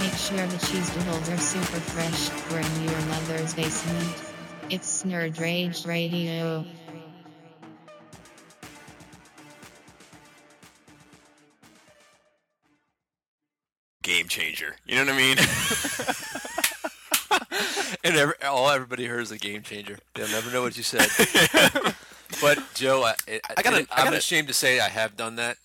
Make sure the cheese doodles are super fresh. We're in your mother's basement. It's Nerd Rage Radio. game changer. You know what I mean? And every, all everybody heard is a game changer. They'll never know what you said. but Joe, I, I, I gotta- and I I'm gotta- ashamed to say I have done that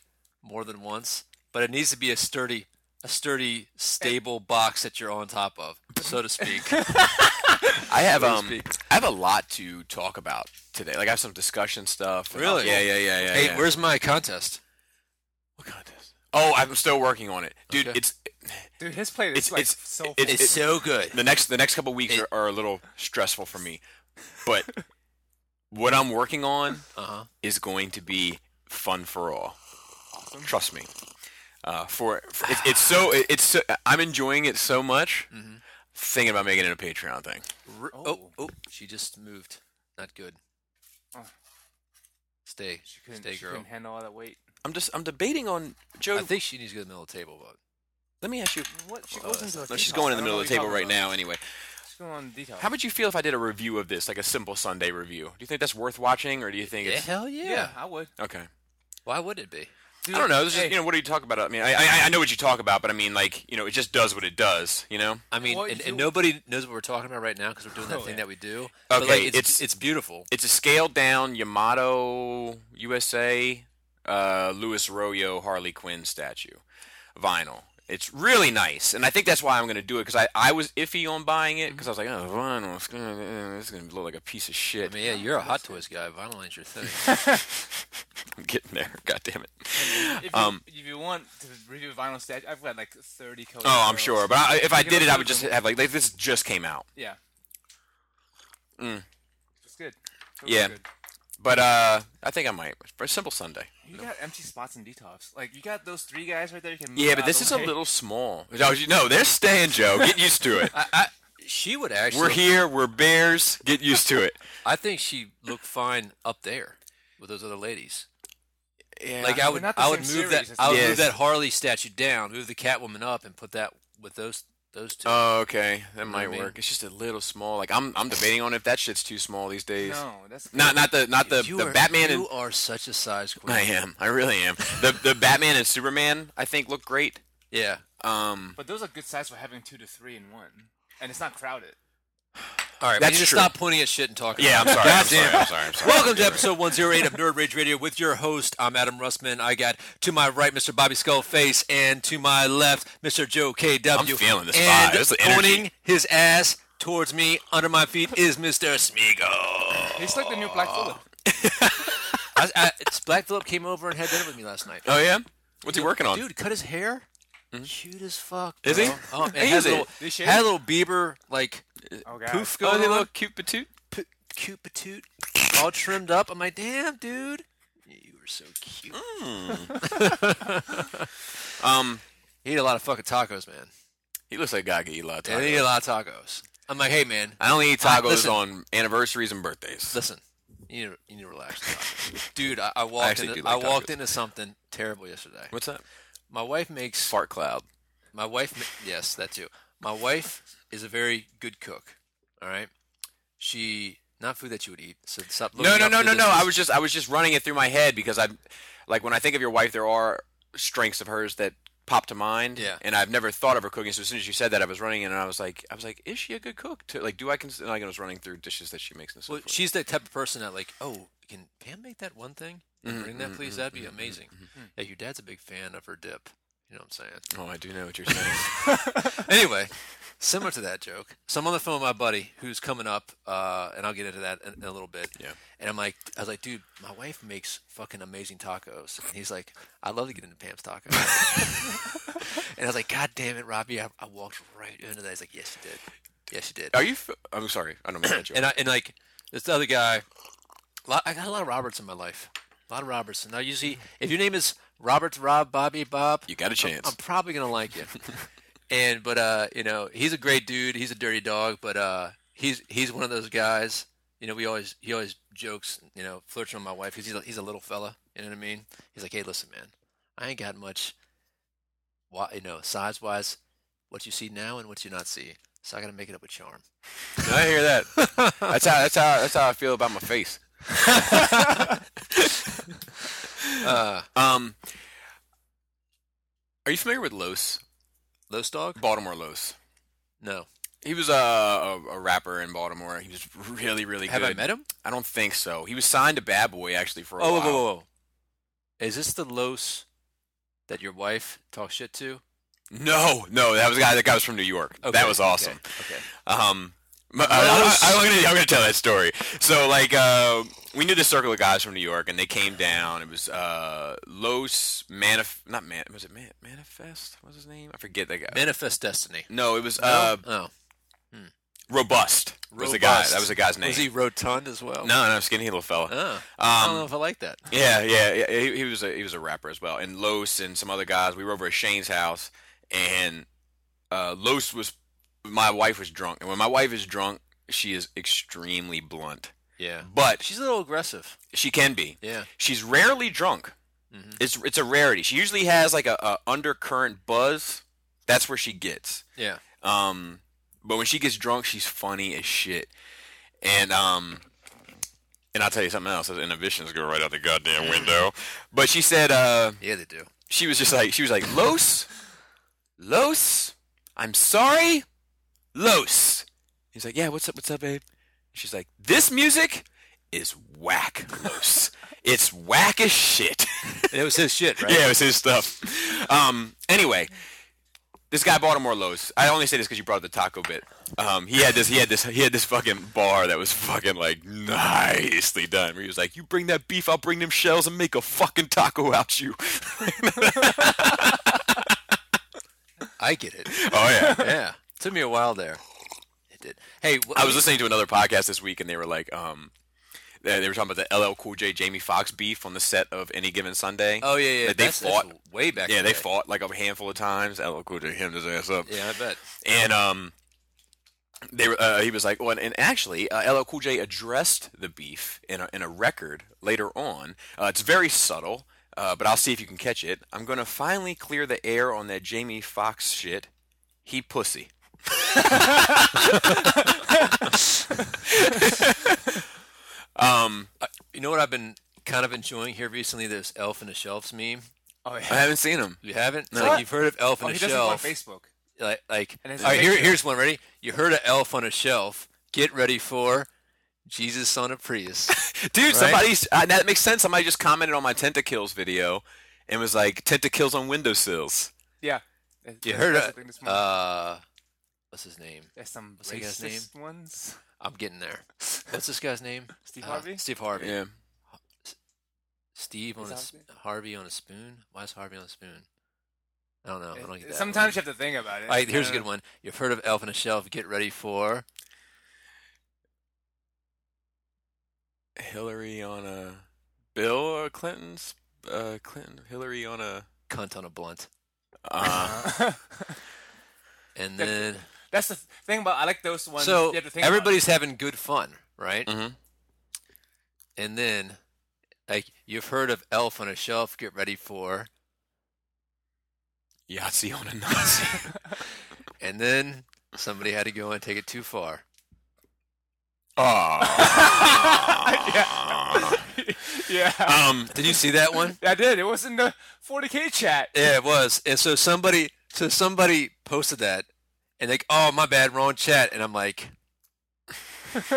more than once. But it needs to be a sturdy, a sturdy, stable box that you're on top of, so to speak. I have So to um, speak. I have a lot to talk about today. Like I have some discussion stuff. and- Really? Yeah, yeah, yeah, yeah. hey, yeah. where's my contest? what contest? Oh, I'm still working on it, dude. Okay. It's Dude, his plate it's is like it's so it's, full. it's- so good. the next the next couple weeks It- are, are a little stressful for me, but what I'm working on Uh huh. is going to be fun for all. Trust me. Uh, for for- it's it's so it, it's so, I'm enjoying it so much. Thinking about making it a Patreon thing. Oh. oh, she just moved. Not good. Oh. Stay, she couldn't, stay, she girl. couldn't handle all that weight. I'm just I'm debating on Joe. I think she needs to go to the middle of the table, but let me ask you. What? She Oh, goes that's into a No, she's detox. going in the I don't middle of the know table what right you're now, anyway. talking about. She's going on detox. How would you feel if I did a review of this, like a simple Sunday review? Do you think that's worth watching, or do you think yeah, it's hell yeah. Yeah, I would. okay? Why would it be? Dude, I don't know. This is hey, you know, what do you talk about? I mean, I, I I know what you talk about, but I mean, like you know, it just does what it does. You know, I mean, Well, and, you- and nobody knows what we're talking about right now because we're doing that Oh, thing yeah. that we do. Okay, Okay, like, it's, it's- it's beautiful. it's a scaled down Yamato USA uh, Louis Royo Harley Quinn statue vinyl. It's really nice, and I think that's why I'm going to do it because I, I was iffy on buying it because I was like, oh, vinyl, it's going it's gonna look like a piece of shit. I mean, yeah, you're a Hot Toys guy. Vinyl ain't your thing. I'm getting there. God damn it. If you, um, if you want to review vinyl statue, I've got like 30 codes. Oh, I'm sure. But I, if I You can did it, I approve would just them. have like, like this just came out. yeah. Mm. It's good. It was Yeah. good. But uh, I think I might for a simple Sunday. You got empty spots in detox. Like you got those three guys right there. You can. move Yeah, but out this of is the a way. little small. No, you- no, they're staying, Joe. Get used to it. I, I, she would actually. We're here. We're bears. Get used to it. I think she looked fine up there with those other ladies. Yeah. Like Like, I They're would, not the I same would move series, that. it's I would not- move Yes. that Harley statue down, move the Catwoman up, and put that with those those two. oh, okay, that what I might mean? work. It's just a little small. Like I'm, I'm debating on if that shit's too small these days. No, that's good. Not, not the, not the, you the are, Batman You and. are such a size queen. I am. I really am. The, the Batman and Superman, I think, look great. Yeah. Um, But those are good size for having two to three in one, and it's not crowded. All right. That's we need to true. stop pointing at shit and talking. yeah, I'm about sorry. it. I'm God sorry. damn it. I'm sorry. I'm sorry. Welcome to episode 108 of Nerd Rage Radio with your host. I'm Adam Russman. I got to my right Mr. Bobby Skullface and to my left Mr. Joe KW. I'm feeling this and vibe. This is the energy. pointing his ass towards me under my feet is Mr. Smeagol. It's like the new Black Oh. Phillip. I, I, it's Black Phillip came over and had dinner with me last night. Oh yeah, what's he working on? Mm-hmm. Dude, cut his hair. Cute as fuck. Is bro. he? Oh, man, Is had a he? little, Did he shave had a it? little Bieber like Oh god. poof Oh, going they on. look cute patoot. p- cute patoot, all trimmed up. I'm like, damn, dude, you were so cute. Mm. Um, He ate a lot of fucking tacos, man. he looks like a guy could eat a lot of Yeah, he ate tacos. a lot of tacos. I'm like, hey, man, I only eat Uh, tacos listen. on anniversaries and birthdays. listen, you need to, you need to relax, the tacos. dude. I, I I walked actually into do like I walked tacos. into something terrible yesterday. What's that? My wife makes Fart cloud. my wife ma- yes that too. My wife is a very good cook. All right, she not food that you would eat. So stop. No, looking no, up no, to no, no. this- I was just, I was just running it through my head because I, like, when I think of your wife, there are strengths of hers that pop to mind. Yeah. And I've never thought of her cooking. So as soon as you said that, I was running it, and I was like, I was like, is she a good cook? To, like, do I consider? Like, I was running through dishes that she makes and so Well, forth. she's the type of person that like, oh, can Pam make that one thing? Can Mm-hmm, you bring that, please. That'd be amazing. Yeah, your dad's a big fan of her dip. You know what I'm saying? oh, I do know what you're saying. anyway, similar to that joke. So I'm on the phone with my buddy who's coming up, uh, and I'll get into that in, in a little bit. Yeah. And I'm like, I was like, dude, my wife makes fucking amazing tacos. And he's like, I'd love to get into Pam's tacos. and I was like, God damn it, Robbie, I, I walked right into that. He's like, yes, you did. Yeah, she did. Are you? F- I'm sorry. I don't mean that joke. And I and like this other guy, lot, I got a lot of Roberts in my life. A lot of Roberts. And I usually, if your name is Robert, Rob, Bobby, Bob, You got a I'm- chance. I'm, probably gonna like you. and but uh, you know, he's a great dude. He's a dirty dog, but uh, he's he's one of those guys. You know, we always he always jokes. You know, flirting with my wife because he's a, he's a little fella. You know what I mean? He's like, hey, listen, man, I ain't got much. Why you know size wise, what you see now and what you not see. So I gotta make it up with charm. I hear that. That's how. That's how. That's how I feel about my face. Uh, Um, are you familiar with Los? Los dog? Baltimore Los. No. He was a, a, a rapper in Baltimore. He was really, really Have good. I met him? I don't think so. He was signed to Bad Boy actually for a Oh, whoa, while. whoa, whoa, whoa. Is this the Los that your wife talks shit to? No, no, that was a guy. That guy was from New York. Okay, That was awesome. Okay. okay. Um, m- I, I, am gonna, I'm gonna tell that story. So like, uh, we knew this circle of guys from New York, and they came down. It was uh, Los Manif, not Man, was it Man- Manifest? What was his name? I forget that guy. Manifest Destiny. no, it was uh, oh. Robust. Was the guy? Robust. That was the guy's name. Was he rotund as well? Oh. No, no, skinny little fella. Oh. I don't know Um, if I like that. yeah, yeah, yeah. He, he was a he was a rapper as well. And Los and some other guys. We were over at Shane's house, and uh, Los was my wife was drunk. And when my wife is drunk, she is extremely blunt. Yeah. But She's a little aggressive. She can be. Yeah. She's rarely drunk. Mhm. It's it's a rarity. She usually has like a, a undercurrent buzz. That's where she gets. Yeah. Um, but when she gets drunk, she's funny as shit. And um, and I'll tell you something else. Those inhibitions go right out the goddamn window. But she said, uh, Yeah, they do. she was just like she was like Los, Los, I'm sorry, Los. He's like, yeah, what's up, what's up, babe? She's like, this music is whack, Los. it's whack as shit. And it was his shit, right? Yeah, it was his stuff. Um, anyway, this guy Baltimore Lowe's. I only say this because you brought up the taco bit. Um, he had this. He had this. He had this fucking bar that was fucking like nicely done. Where he was like, "You bring that beef, I'll bring them shells and make a fucking taco out you." I get it. Oh yeah. Yeah. Took me a while there. It did. Hey, wh- I was listening to another podcast this week, and they were like, um, they, they were talking about the LL Cool J Jamie Foxx beef on the set of Any Given Sunday. Oh yeah, yeah. That they that's- that's fought. way back. yeah, in they the day. fought like a handful of times. LL Cool J hemmed his ass up, Yeah, I bet. and um, they were. Uh, he was like, well, and, and actually, uh, LL Cool J addressed the beef in a, in a record later on. Uh, it's very subtle. Uh, but I'll see if you can catch it. I'm gonna finally clear the air on that Jamie Foxx shit. He pussy. um, You know what I've been kind of enjoying here recently? This Elf in the Shelves meme. Oh yeah. I haven't seen him. You haven't? It's No. Like you've heard of Elf oh, on he a doesn't go on Shelf. Facebook. Like, like And all it's a right, here, picture. here's one. Ready? You heard of Elf on a Shelf. Get ready for Jesus on a Prius. Dude, somebody's uh, that makes sense. Somebody just commented on my tentacles video and was like tentacles on windowsills. Yeah. You heard That's of the thing this morning. uh, what's his name? There's some what's that guy's racist ones. I'm getting there. What's this guy's name? Steve Uh, Harvey? Steve Harvey. Yeah. Steve on Is a that s- his Harvey on a spoon. Why is Harvey on a spoon? I don't know. I don't get that. Sometimes one. you have to think about it. All right, here's a Uh, good one. You've heard of Elf on a Shelf. Get ready for Hillary on a Bill or Clinton's uh Clinton Hillary on a cunt on a blunt. uh, And That's- then That's the thing about I like those ones. so you have to think about everybody's having good fun, right? mhm. And then, like, you've heard of Elf on a Shelf, get ready for. Yahtzee on a Nazi. And then somebody had to go and take it too far. Aw. it. yeah. Uh, um Did you see that one? I did. It was in the 40k chat. yeah, it was. And so somebody, so somebody posted that, and like, oh my bad, wrong chat. And I'm like,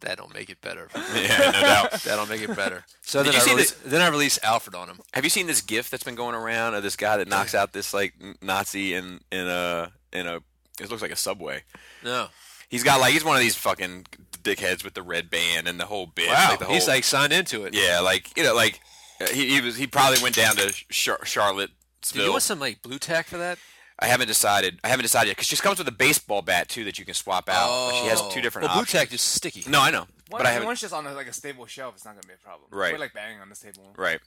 that'll make it better. yeah, no doubt. That'll make it better. So Did then you I, see release, then I release Alfred on him. Have you seen this GIF that's been going around of this guy that knocks out this like n- Nazi in in a in a it looks like a subway. No, He's got like he's one of these fucking dickheads with the red band and the whole bit. Like, the he's whole- like signed into it. yeah, like you know, like uh, he, he was he probably went down to Char- Charlottesville. Dude, you want some like blue tack for that? I haven't decided. I haven't decided yet because she comes with a baseball bat too that you can swap out. She has two different Oh. Well, blue options. tack is sticky. No, I know, Once, but I haven't. once it's on a, like a stable shelf, it's not gonna be a problem. Right. We're like banging on this table. Right.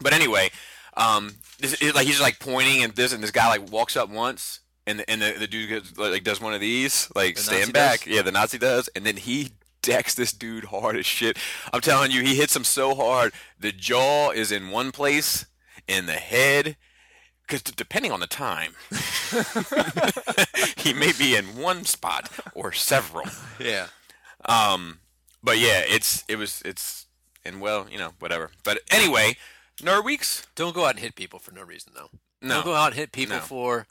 But anyway, um, this it, like he's just like pointing and this and this guy like walks up once and the, and the, the dude goes, like, like does one of these like The Nazi stand back does? yeah the Nazi does and then he decks this dude hard as shit I'm telling you he hits him so hard the jaw is in one place and the head because depending on the time he may be in one spot or several Yeah. um, but yeah, it's it was it's and well, you know, whatever. But anyway, nerd weeks. Don't go out and hit people for no reason, though. Don't go No, out and hit people No. for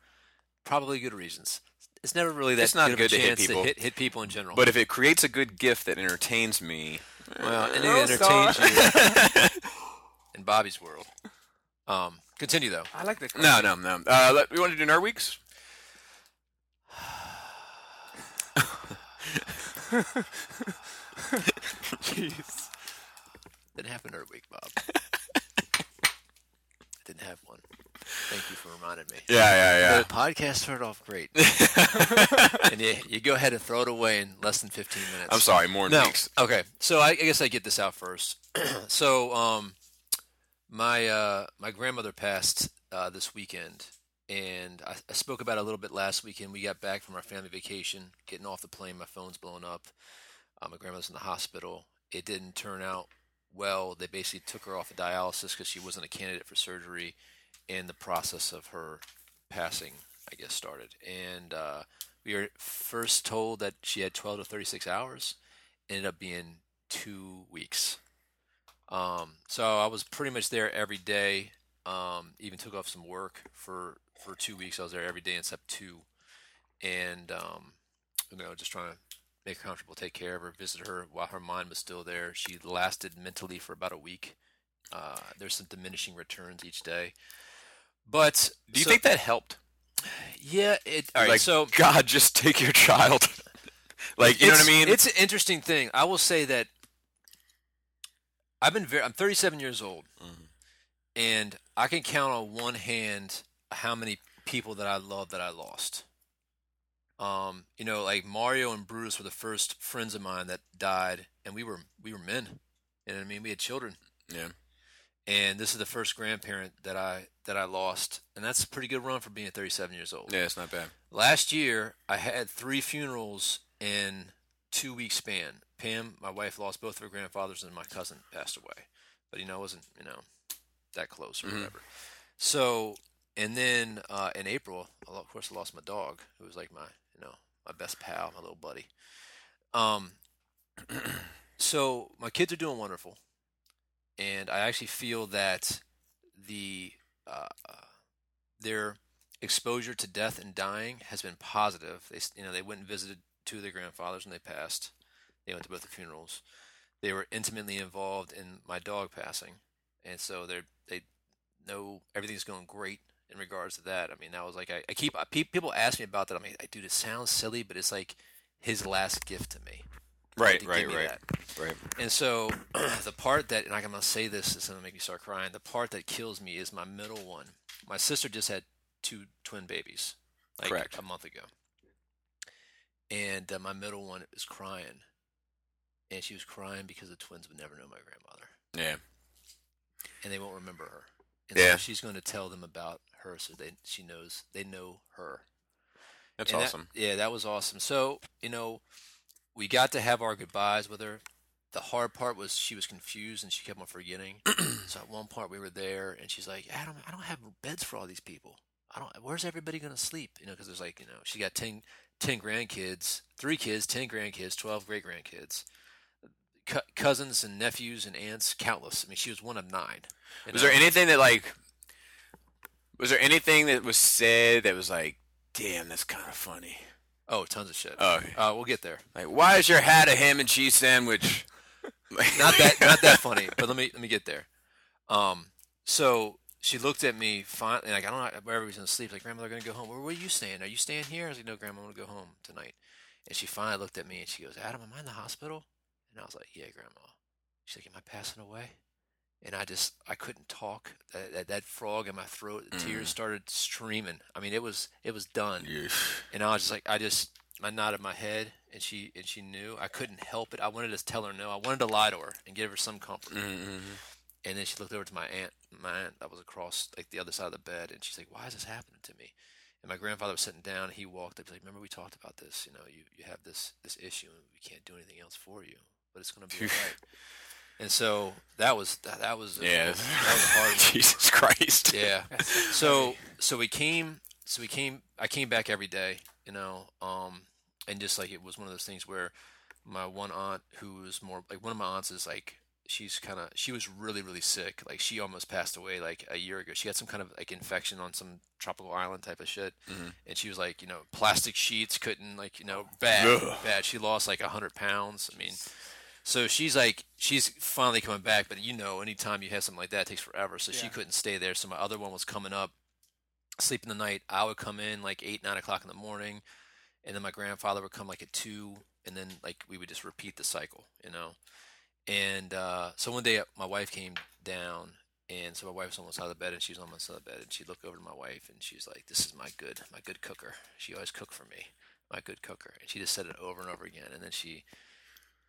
probably good reasons. It's never really that It's not good, good of to a hit chance people. hit, hit people in general. but if it creates a good gift that entertains me, well, and it Oh, entertains sorry. you in Bobby's world. Um, continue though. I like the no, no, no. Uh, let, we want to do nerd weeks. Jeez. Didn't have an nerd week, Bob. Didn't have one. Thank you for reminding me. Yeah, The podcast started off great, yeah, yeah. and you, you go ahead and throw it away in less than 15 minutes. I'm sorry, more No. weeks. Okay. So I, I guess I get this out first. so um, my uh, my grandmother passed uh, this weekend, and I, I spoke about it a little bit last weekend. We got back from our family vacation, getting off the plane. My phone's blown up. Uh, my grandmother's in the hospital. It didn't turn out well. They basically took her off of dialysis because she wasn't a candidate for surgery, and the process of her passing, I guess, started. And uh, we were first told that she had 12 to 36 hours ended up being two weeks. Um, so I was pretty much there every day. Um, even took off some work for for two weeks. I was there every day except two, and um, you know, just trying to make her comfortable, take care of her, visit her while her mind was still there. She lasted mentally for about a week. Uh, there's some diminishing returns each day, but Do you so- think that helped? Yeah. It all right. like, so God, just take your child. like, you know what I It's- mean? It's an interesting thing. I will say that I've been very. I'm 37 years old, Mhm. and I can count on one hand how many people that I love that I lost. Um, you know, like Mario and Brutus were the first friends of mine that died, and we were we were men. You know what I mean? We had children. Yeah. And this is the first grandparent that I that I lost, and that's a pretty good run for being 37 years old. yeah, it's not bad. Last year, I had three funerals in two week span. Pam, my wife, lost both of her grandfathers, and my cousin passed away. But you know, I wasn't you know that close or Mhm. whatever. So, and then uh, in April, I lo- of course, I lost my dog, who was like my you know my best pal, my little buddy. Um, so my kids are doing wonderful, and I actually feel that the uh, uh, their exposure to death and dying has been positive. They, s- you know, they went and visited two of their grandfathers when they passed. They went to both the funerals. They were intimately involved in my dog passing, and so they they know everything's going great in regards to that. I mean, that was like I, I keep I, pe- people ask me about that. I mean, I, dude, it sounds silly, but it's like his last gift to me. Right, to right, give me right, that. right. And so the part that, and I'm going to say this, it's going to make me start crying. The part that kills me is my middle one. My sister just had two twin babies, like Correct. a month ago. And uh, my middle one is crying. And she was crying because the twins would never know my grandmother Yeah, and they won't remember her. And so Yeah. she's going to tell them about her so they, she knows, they know her. that's And that- awesome. yeah, that was awesome. So, you know, we got to have our goodbyes with her. The hard part was she was confused and she kept on forgetting. so at one part we were there and she's like, Adam, I don't have beds for all these people. I don't. Where's everybody going to sleep? You know, because there's like, you know, she got 10, 10 grandkids, three kids, ten grandkids, twelve great grandkids, cu- cousins and nephews and aunts, countless. I mean, she was one of nine. you Was know? there anything that like? Was there anything that was said that was like, "Damn, that's kind of funny"? oh, tons of shit. Oh, uh, we'll get there. like, why is your hat a ham and cheese sandwich? not that not that funny but let me let me get there um so she looked at me fine and like i don't know where everybody's gonna sleep like grandmother gonna go home where were you staying are you staying here i was like no grandma i'm gonna go home tonight and she finally looked at me and she goes adam am i in the hospital and i was like yeah grandma she's like am i passing away and I just I couldn't talk. That that, that frog in my throat, the tears started streaming. I mean, it was it was done. And I was just like, I just I nodded my head, and she and she knew I couldn't help it. I wanted to tell her no. I wanted to lie to her and give her some comfort. Mm. Mm-hmm. And then she looked over to my aunt, my aunt that was across like the other side of the bed, and she's like, "Why is this happening to me?" And my grandfather was sitting down. And he walked up, he's like, "Remember we talked about this? You know, you, you have this this issue, and we can't do anything else for you, but it's gonna be all right." And so that was that, that was a- Yeah. that was a hard one. Jesus Christ. Yeah. So so we came so we came I came back every day, you know, um and just like it was one of those things where my one aunt who was more like one of my aunts is like she's kind of she was really really sick. Like she almost passed away like a year ago. She had some kind of like infection on some tropical island type of shit. And she was like, you know, plastic sheets couldn't like, you know, bad Ugh. bad. She lost like 100 pounds. I mean, so she's like, she's finally coming back, but you know, anytime you have something like that, it takes forever. So she Yeah. couldn't stay there. So my other one was coming up, sleeping the night. I would come in like eight, nine o'clock in the morning, and then my grandfather would come like at two, and then like we would just repeat the cycle, you know. And uh, so one day my wife came down, and so my wife was on one side of the bed, and she was on one side of the bed, and she looked over to my wife, and she's like, "This is my good, my good cooker. She always cooked for me, my good cooker." And she just said it over and over again, and then she.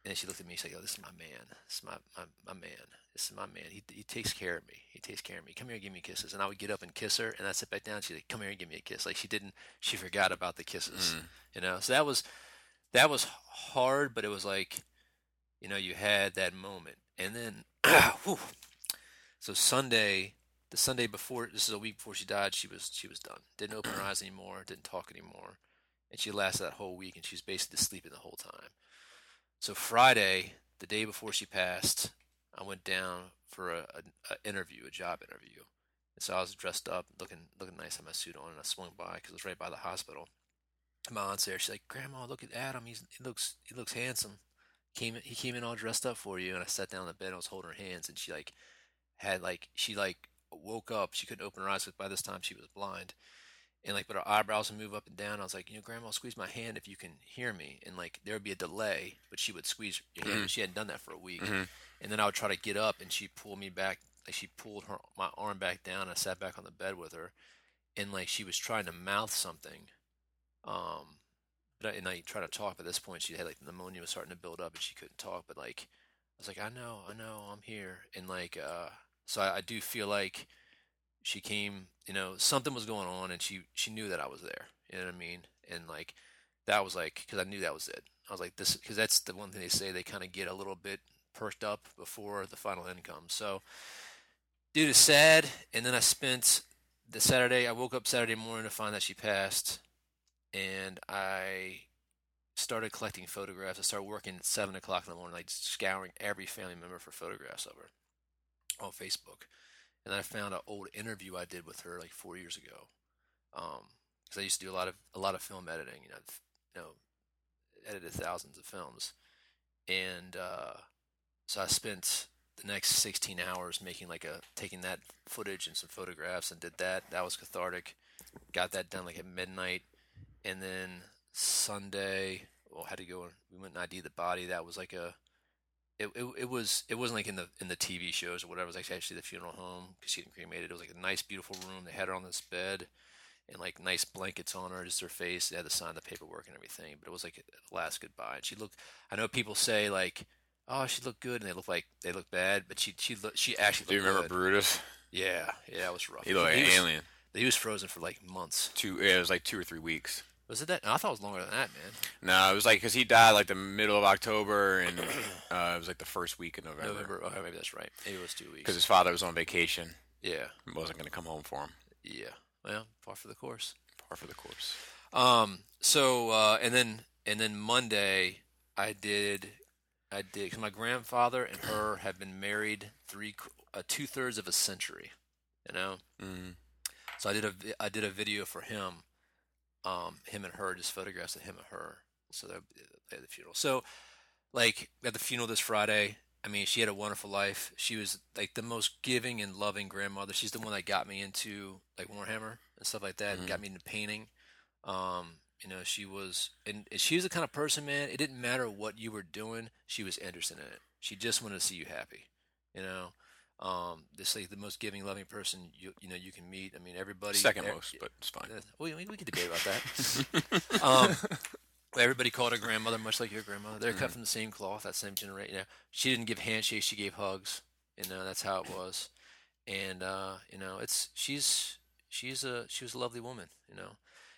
And then she looked at me and she's like, "Yo, this is my man. This is my, my, my man. This is my man. He, he takes care of me. He takes care of me. Come here and give me kisses." And I would get up and kiss her, and I would sit back down. And she's like, "Come here and give me a kiss." Like she didn't, she forgot about the kisses, Mm. you know. So that was that was hard, but it was like, you know, you had that moment, and then, whew. so Sunday, the Sunday before, this is a week before she died. She was she was done. Didn't open her eyes anymore. Didn't talk anymore, and she lasted that whole week, and she was basically sleeping the whole time. So Friday, the day before she passed, I went down for a, a, a interview, a job interview. And so I was dressed up, looking looking nice, had my suit on, and I swung by because it was right by the hospital. And my aunt's there. She's like, "Grandma, look at Adam. He's he looks he looks handsome. Came in- he came in all dressed up for you." And I sat down on the bed. and I was holding her hands, and she like had like she like woke up. She couldn't open her eyes because by this time she was blind and like but her eyebrows would move up and down. I was like, you know, grandma, squeeze my hand if you can hear me. And like there would be a delay, but she would squeeze your hand. She hadn't done that for a week. And then I would try to get up and she pulled me back like she pulled her my arm back down. I sat back on the bed with her and like she was trying to mouth something. Um but I, and I tried to talk, but at this point she had like pneumonia was starting to build up and she couldn't talk, but like I was like, I know, I know, I'm here. And like uh so I, I do feel like she came you know something was going on and she she knew that i was there you know what i mean and like that was like because i knew that was it i was like this because that's the one thing they say they kind of get a little bit perked up before the final end comes so dude it's sad and then i spent the saturday i woke up saturday morning to find that she passed and i started collecting photographs i started working at seven o'clock in the morning like scouring every family member for photographs of her on facebook and I found an old interview I did with her like four years ago, because I used to do a lot of a lot of film editing. You know, f- you know, edited thousands of films, and uh, so I spent the next 16 hours making like a taking that footage and some photographs and did that. That was cathartic. Got that done like at midnight, and then Sunday, well, had to go and we went and ID the body. That was like a it, it, it was it wasn't like in the in the TV shows or whatever. It was actually, actually the funeral home because she had been cremated. It was like a nice, beautiful room. They had her on this bed and like nice blankets on her, just her face. They had to sign the paperwork and everything. But it was like a last goodbye. And she looked. I know people say like, "Oh, she looked good," and they look like they look bad, but she she looked she actually. Do you looked remember good. Brutus? Yeah, yeah, it was rough. He looked like an was- alien. He was frozen for like months. Two, yeah, it was like two or three weeks. Was it that? I thought it was longer than that, man. No, it was like because he died like the middle of October, and uh, it was like the first week of November November. Oh, maybe that's right. Maybe it was two because weeks. his father was on vacation. Yeah, and wasn't going to come home for him. yeah. Well, par for the course. Par for the course. Um. So uh, and then and then Monday, I did, I did. Cause my grandfather and her have been married three, qu- uh, two thirds of a century. You know. Mm. So I did a vi- I did a video for him, um, him and her, just photographs of him and her. So that at the funeral. So, like at the funeral this Friday, I mean, she had a wonderful life. She was like the most giving and loving grandmother. She's the one that got me into like Warhammer and stuff like that, and got me into painting. Um, you know, she was, and, and she was the kind of person, man. It didn't matter what you were doing; she was interested in it. She just wanted to see you happy. You know, Um, this like the most giving, loving person you you know you can meet. I mean, everybody. e, Second ev- most, but it's fine. uh, We, we, we could debate about that. um, everybody called her grandmother, much like your grandmother. They're cut from the same cloth, that same generation. You know, she didn't give handshakes; she gave hugs. You know, that's how it was. And uh, you know, it's she's she's a she was a lovely woman. You know,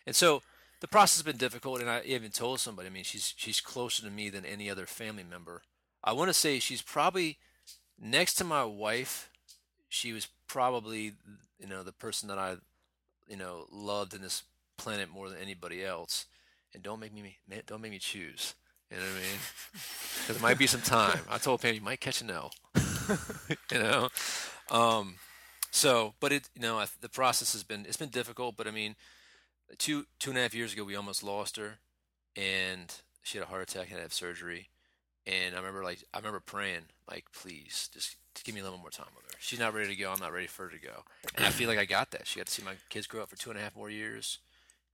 and so the process has been difficult. And I even told somebody. I mean, she's she's closer to me than any other family member. I want to say she's probably next to my wife. She was probably you know the person that I you know loved in this planet more than anybody else and don't make me ma- don't make me choose you know what i mean because it might be some time i told pam you might catch an l you know um so but it you know I, the process has been it's been difficult but i mean two two and a half years ago we almost lost her and she had a heart attack and had to have surgery and i remember like i remember praying like please just give me a little more time with her she's not ready to go i'm not ready for her to go and I feel like I got that. She got to see my kids grow up for two and a half more years,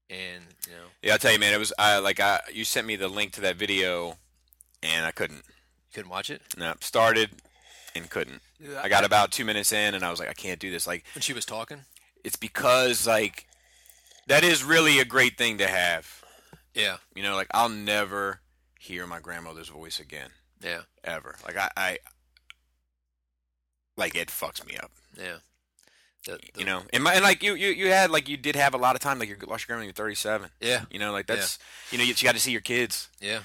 and you know, Yeah, I'll tell you, man. It was I like I you sent me the link to that video, and I couldn't. you couldn't watch it No, started and couldn't. Dude, I got about two minutes in, and I was like, I can't do this. Like when she was talking. it's because like that is really a great thing to have. Yeah, You know, like I'll never hear my grandmother's voice again, yeah, ever. Like I, I like it fucks me up. yeah. The- the- You know, and, my, and like you, you, you had like you did have a lot of time. Like you lost your grandma, you're 37. Yeah, You know, like that's you know you, you got to see your kids. yeah,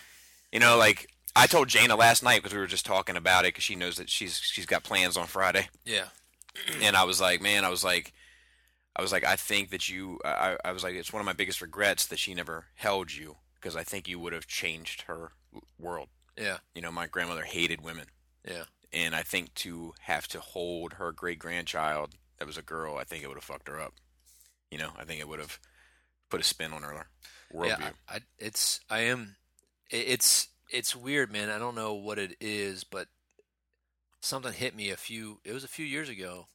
You know, like I told Jana last night because we were just talking about it because she knows that she's she's got plans on Friday, yeah, and I was like, man, I was like, I was like, I think that you, I, I was like, it's one of my biggest regrets that she never held you because I think you would have changed her world. yeah, You know, my grandmother hated women, yeah, and I think to have to hold her great grandchild that was a girl, I think it would have fucked her up. You know, I think it would have put a spin on her worldview. yeah. I, I, it's I am. i it's it's weird, man. I don't know what it is, but something hit me a few. It was a few years ago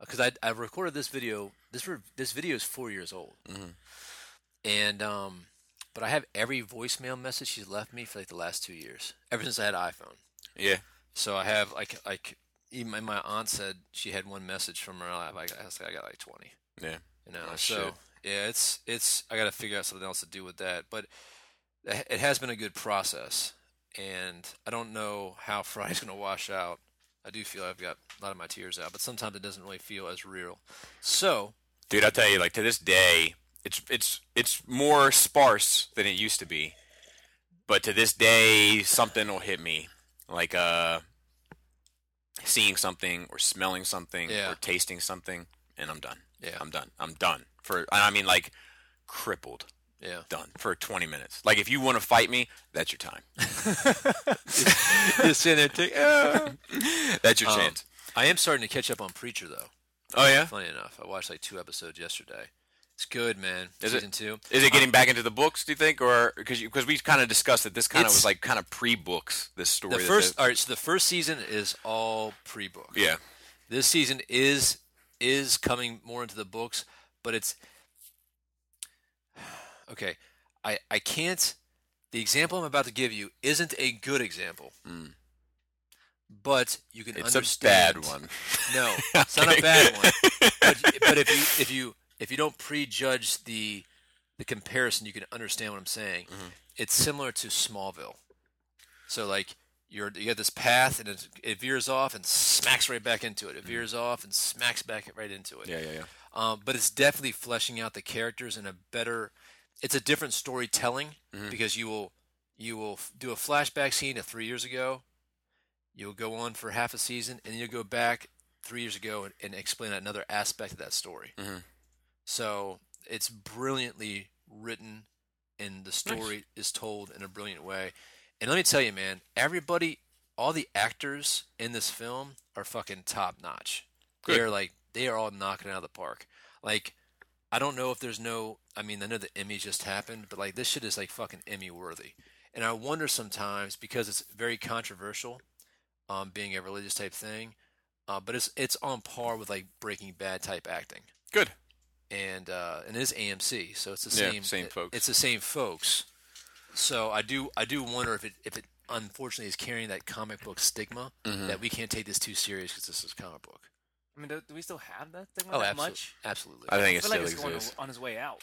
because I I recorded this video. This re- this video is four years old. hmm and um but i have every voicemail message she's left me for like the last two years ever since i had an iphone yeah. so i have like like even my, my aunt said she had one message from her life i, I was like i got like 20 Yeah. you know Oh, so shit. yeah it's it's i gotta figure out something else to do with that but it it has been a good process and i don't know how friday's gonna wash out i do feel i've got a lot of my tears out but sometimes it doesn't really feel as real so Dude, I'll tell you, like to this day, it's it's it's more sparse than it used to be. But to this day, something will hit me, like uh, seeing something or smelling something Yeah. or tasting something, and I'm done. Yeah. I'm done. I'm done for. and I mean, like crippled, yeah done for 20 minutes. Like if you want to fight me, that's your time. just in it that's your Um, chance. I am starting to catch up on Preacher though. Oh yeah. Funny enough, I watched like two episodes yesterday. It's good, man. Is it? Season two. Is it getting back into the books? Do you think, or because because we kind of discussed that this kind of It's- was like kind of pre-books this story. The that first, the- all right. So the first season is all pre-book. yeah. This season is is coming more into the books, but it's okay. I I can't. The example I'm about to give you isn't a good example, Mm. but you can It's a understand. bad one. No, it's not a bad one. But, but if you if you if you don't prejudge the the comparison, you can understand what I'm saying. It's similar to Smallville. So like you're you got this path and it, it veers off and smacks right back into it. It veers off and smacks back right into it. Yeah, yeah, yeah. Um, but it's definitely fleshing out the characters in a better. It's a different storytelling because you will you will f- do a flashback scene of three years ago. You'll go on for half a season, and you'll go back three years ago and, and explain another aspect of that story. Mhm. So it's brilliantly written, and the story is told in a brilliant way. And let me tell you, man, everybody, all the actors in this film are fucking top notch. They Good. are like they are all knocking it out of the park. Like I don't know if there's no. I mean, I know the Emmy just happened, but like this shit is like fucking Emmy worthy. And I wonder sometimes because it's very controversial, um, being a religious type thing, uh, but it's it's on par with like Breaking Bad type acting, Good. and uh, and it is AMC, so it's the Yeah, same same it- folks. It's the same folks. So I do I do wonder if it if Mm-hmm. it unfortunately is carrying that comic book stigma that we can't take this too serious because this is a comic book. I mean, do, do we still have that thing like Oh, that absolu- much? absolutely. I think I it feel still like it's going exists. on his way out.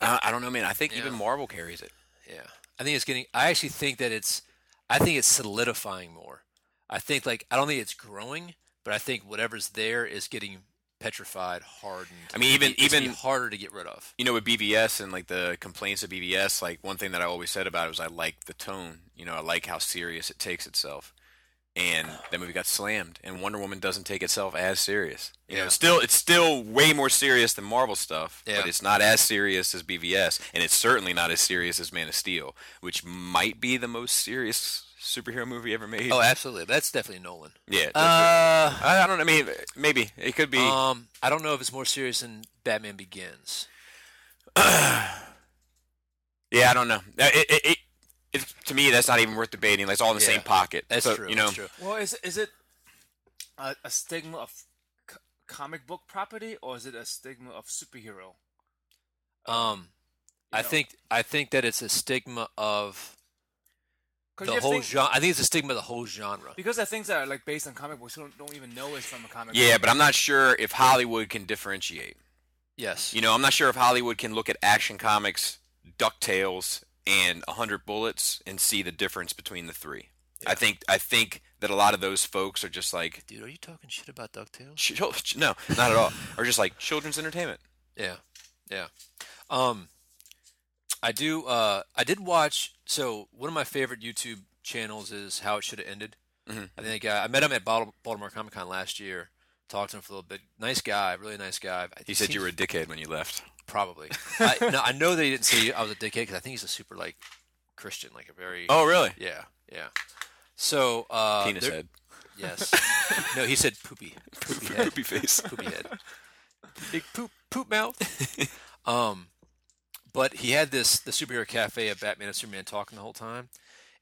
I, I don't know, man. I think Yeah. even Marvel carries it. Yeah. I think it's getting I actually think that it's I think it's solidifying more. I think like I don't think it's growing, but I think whatever's there is getting petrified, hardened. I mean, even- It's getting even- harder to get rid of. You know, with BBS and like the complaints of BBS, like one thing that I always said about it was I like the tone. You know, I like how serious it takes itself. And that movie got slammed, and Wonder Woman doesn't take itself as serious. You know, Yeah. it's still it's still way more serious than Marvel stuff, Yeah. but it's not as serious as BVS, and it's certainly not as serious as Man of Steel, which might be the most serious superhero movie ever made. Oh, absolutely. That's definitely Nolan. yeah, that's Uh, it. I, I don't know. I mean, maybe it could be. um, I don't know if it's more serious than Batman Begins. Yeah, I don't know. Uh, It, it, it, it's to me, that's not even worth debating. Like, it's all in the Yeah, same pocket. That's So, true. You know, that's true. Well, is is it a, a stigma of c- comic book property, or is it a stigma of superhero? Um, I know. think I think that it's a stigma of 'Cause the you have whole things- genre. I think it's a stigma of the whole genre. Because there are things that are like based on comic books, you don't, don't even know it's from a comic. yeah, book. but I'm not sure if Hollywood can differentiate. Yes. You know, I'm not sure if Hollywood can look at Action Comics, Ducktales, and 100 Bullets and see the difference between the three. I think I think that a lot of those folks are just like, Dude, are you talking shit about Ducktales? "Ch- ch- no, not at all. Are just like children's entertainment. Yeah, yeah. Um, I do. Uh, I did watch. So one of my favorite YouTube channels is How It Should Have Ended. Mhm. I think uh, I met him at Bal- Baltimore Comic Con last year. Talked to him for a little bit. Nice guy, really nice guy. I- He said you seems- were a dickhead when you left. probably. I, no, I know they didn't say I was a dickhead because I think he's a super like Christian, like a very. Oh, really? Yeah, yeah. So uh, Penis there- head, Yes. no, he said poopy. Poopy head poopy face. poopy head, big poop poop mouth. um, but he had this the superhero cafe of Batman and Superman talking the whole time,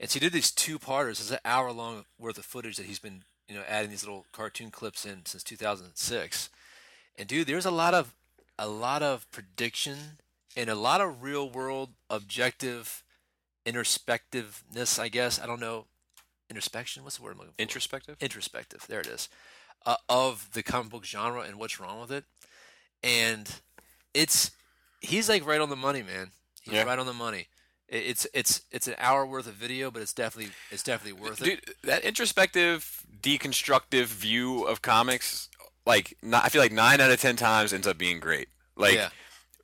and so he did these two parters. It's an hour long worth of footage that he's been you know adding these little cartoon clips in since 2006. And dude, there's a lot of a lot of prediction and a lot of real world objective introspectiveness. I guess I don't know introspection. What's the word I'm looking for? Introspective. introspective. There it is, uh, of the comic book genre and what's wrong with it. And it's he's like right on the money, man. He's Yeah. right on the money. I- It's it's it's an hour worth of video, but it's definitely it's definitely worth it. Dude, that introspective, deconstructive view of comics, like ni- I feel like nine out of ten times ends up being great. Like yeah,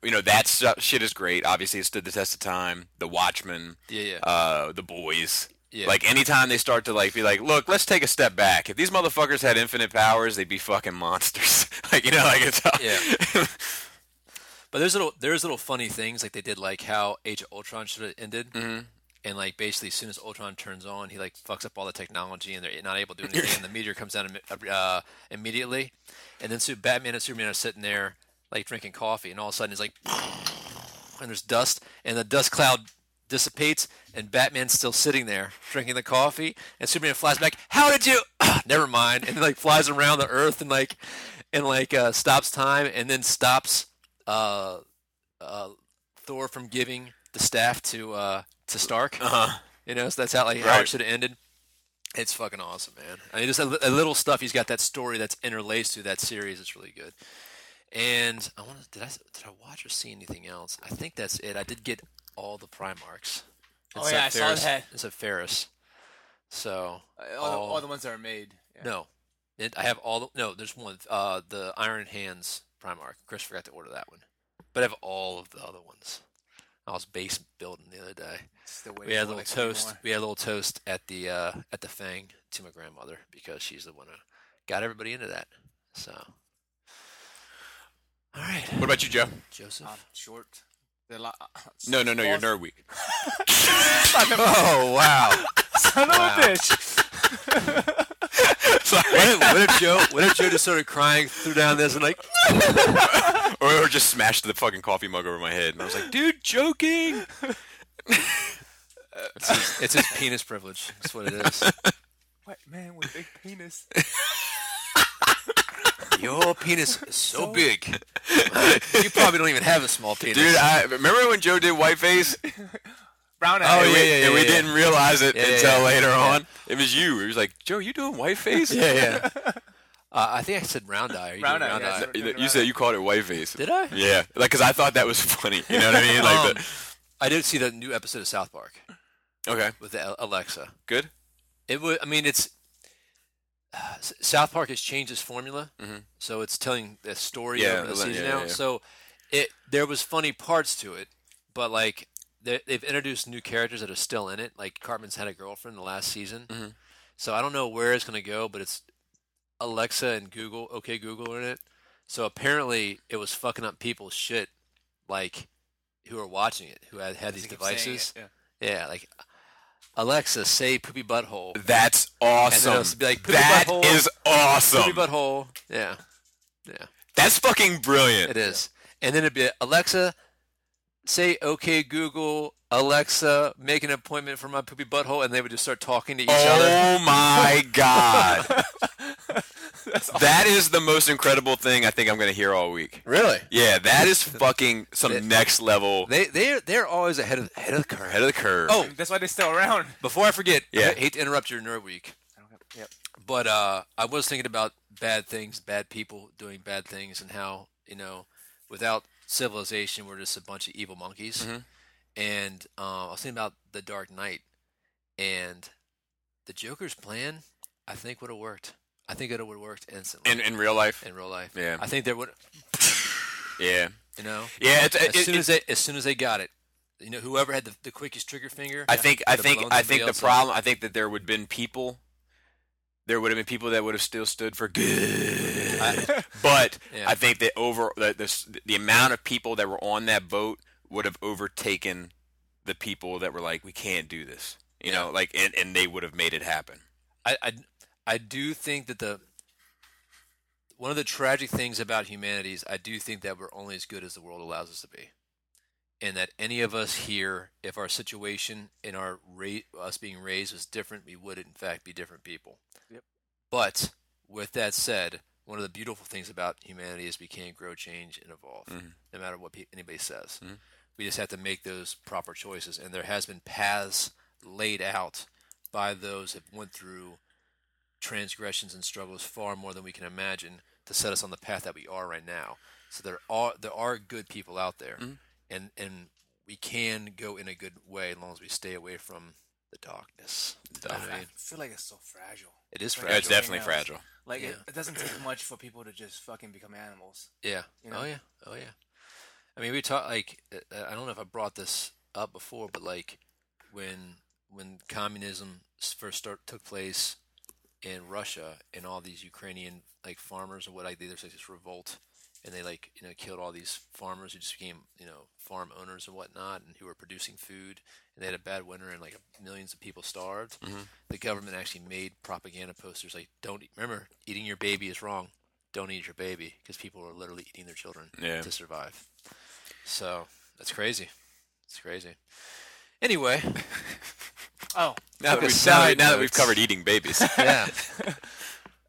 you know that stuff, shit is great. Obviously, it stood the test of time. The Watchmen, yeah, yeah. uh, the boys. Yeah. Like anytime they start to like be like, look, let's take a step back. If these motherfuckers had infinite powers, they'd be fucking monsters. like you know, like it's Yeah. but there's little there's little funny things like they did like how Age of Ultron should have ended. Mhm. And like basically, as soon as Ultron turns on, he like fucks up all the technology, and they're not able to do anything. and the meteor comes down imme- uh, immediately, and then so Batman and Superman are sitting there like drinking coffee, and all of a sudden he's like, and there's dust, and the dust cloud dissipates, and Batman's still sitting there drinking the coffee, and Superman flies back. How did you? Never mind, and like flies around the Earth and like and like uh, stops time, and then stops uh, uh, Thor from giving the staff to uh, to Stark. uh-huh. You know, so that's how like how Right. it should have ended. It's fucking awesome, man. I mean, just a, li- a little stuff. He's got that story that's interlaced through that series. It's really good. And I want to did I did I watch or see anything else? I think that's it. I did get all the Primarchs. Oh, yeah, I saw Ferris. that. It's a Ferris. So Uh, all, the, Oh. all the ones that are made. Yeah. no, it, I have all the no. There's one. Uh, the Iron Hands Primarch. Chris forgot to order that one, but I have all of the other ones. I was base building the other day. Still We waiting had a for, little like, three toast. more. We had a little toast at the uh, at the Fang to my grandmother because she's the one who got everybody into that. So, all right, What about you, Joe? Joseph. I'm short. uh, They're Lo- No, no, no. You're Lost- nerd week. oh wow! Son of a bitch. Sorry. What if, what if Joe? What if Joe just started crying, threw down this, and like, or, or just smashed the fucking coffee mug over my head, and I was like, dude, joking. it's his, it's his penis privilege. That's what it is. White man with big penis. Your penis is so big. you probably don't even have a small penis. Dude, I remember when Joe did whiteface? Brown and eyes. we, Oh, yeah, yeah, and we yeah, yeah. didn't realize it Yeah, yeah, until yeah. later on. It was you. It was like, Joe, you doing whiteface? yeah, yeah. Uh, I think I said round eye. You did Round eye, yeah, eye. so- You you said you called it whiteface. Did I? Yeah, like because I thought that was funny. You know what I mean? Like Um, I did see the new episode of South Park the, okay, with the Al- Alexa. good. It would. I mean, it's uh, S- South Park has changed its formula, Mm-hmm. Mhm. so it's telling a story Yeah, over the le- season yeah, now. yeah, yeah. So it there was funny parts to it, but like they- they've introduced new characters that are still in it. Like Cartman's had a girlfriend the last season, Mm-hmm. Mhm. so I don't know where it's gonna go, but it's Alexa and Google. Okay, Google are in it. So apparently, it was fucking up people's shit, like who are watching it, who had had these They keep saying it, devices. yeah. Yeah, like Alexa, say poopy butthole. That's And then awesome. it'll be like, "Poopy that butthole, is awesome. Poopy butthole. Yeah. Yeah. That's fucking brilliant. It is. And then it'd be Alexa, say okay Google, Alexa, make an appointment for my poopy butthole and they would just start talking to each other. Oh my god. That is the most incredible thing I think I'm going to hear all week. Really? Yeah, that is fucking They- some next level They they they're always ahead of ahead of the curve. head of the curve. Oh, That's why they're still around. before I forget, Yeah. I hate to interrupt your nerd week. Yep. But uh, I was thinking about bad things, bad people doing bad things, and how you know, without civilization, we're just a bunch of evil monkeys. Mhm. And uh, I was thinking about the Dark Knight and the Joker's plan. I think would have worked. I think it would have worked instantly in in real life. in real life. Yeah. I think there would. Yeah. You know, Yeah, it's, as it, soon it- as they as soon as they got it, you know, whoever had the, the quickest trigger finger. I think I would've think blown I somebody think the else up. problem I think that there would have been people there would have been people that would have still stood for good. but Yeah. I think that over the, the s- the amount of people that were on that boat would have overtaken the people that were like we can't do this. You know, like and, and they would have made it happen. I, I, I do think that the one of the tragic things about humanity is I do think that we're only as good as the world allows us to be, and that any of us here, if our situation and our rate us being raised was different, we would in fact be different people. Yep. But with that said, one of the beautiful things about humanity is we can grow, change, and evolve, Mhm. no matter what pe- anybody says. Mhm. We just have to make those proper choices, and there has been paths laid out by those that went through transgressions and struggles far more than we can imagine to set us on the path that we are right now. So there are there are good people out there, Mhm. and and we can go in a good way as long as we stay away from the darkness. You know what I I mean? feel like it's so fragile. It is Like, Oh, fragile. It's definitely Yeah. fragile. Like it, Yeah. it doesn't take much for people to just fucking become animals. Yeah. You know? Oh yeah. Oh yeah. I mean, we talk like uh, uh, I don't know if I brought this up before, but like when when communism s- first start took place in Russia, and all these Ukrainian like farmers and what like there's like this revolt, and they like you know killed all these farmers who just became you know farm owners and whatnot, and who were producing food, and they had a bad winter, and like millions of people starved. Mm-hmm. The government actually made propaganda posters like "Don't eat- remember eating your baby is wrong." don't eat your baby because people are literally eating their children Yeah. to survive. So that's crazy. It's crazy. Anyway, Oh, Now that, Took a we've, now, side that- now that we've note. covered eating babies. yeah,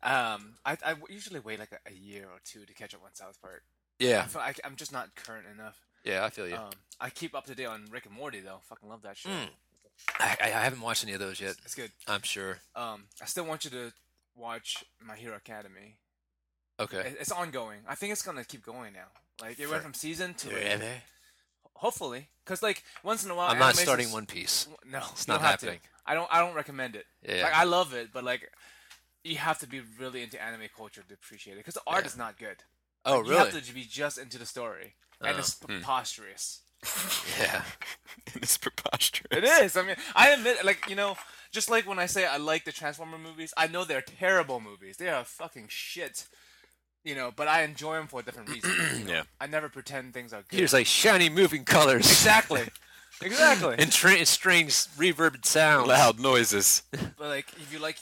um, I, I usually wait like a, a year or two to catch up on South Park. I yeah, feel like I'm just not current enough. yeah. I feel you. Um, I keep up to date on Rick and Morty though. Fucking love that shit. Mm. I, I I haven't watched any of those yet. It's good. I'm sure. Um, I still want you to watch My Hero Academy. Okay. It- It's ongoing. I think it's gonna keep going now. Like it For- went from season to Oh, hopefully, because like once in a while, I'm not animes starting is- One Piece. No, It's you not don't have to. happening. I don't. I don't recommend it. Yeah. Like I love it, but like you have to be really into anime culture to appreciate it because the art Yeah. is not good. Oh You have really? to be just into the story, and it's Oh. Hmm. preposterous. Yeah. it's preposterous. It is. I mean, I admit, like you know, just like when I say I like the Transformer movies, I know they're terrible movies. They are fucking shit. You know, but I enjoy them for a different reason. you know? Yeah. I never pretend things are good. Here's like shiny moving colors. exactly. exactly. And tra- strange reverb sounds. Loud noises. But like, if you like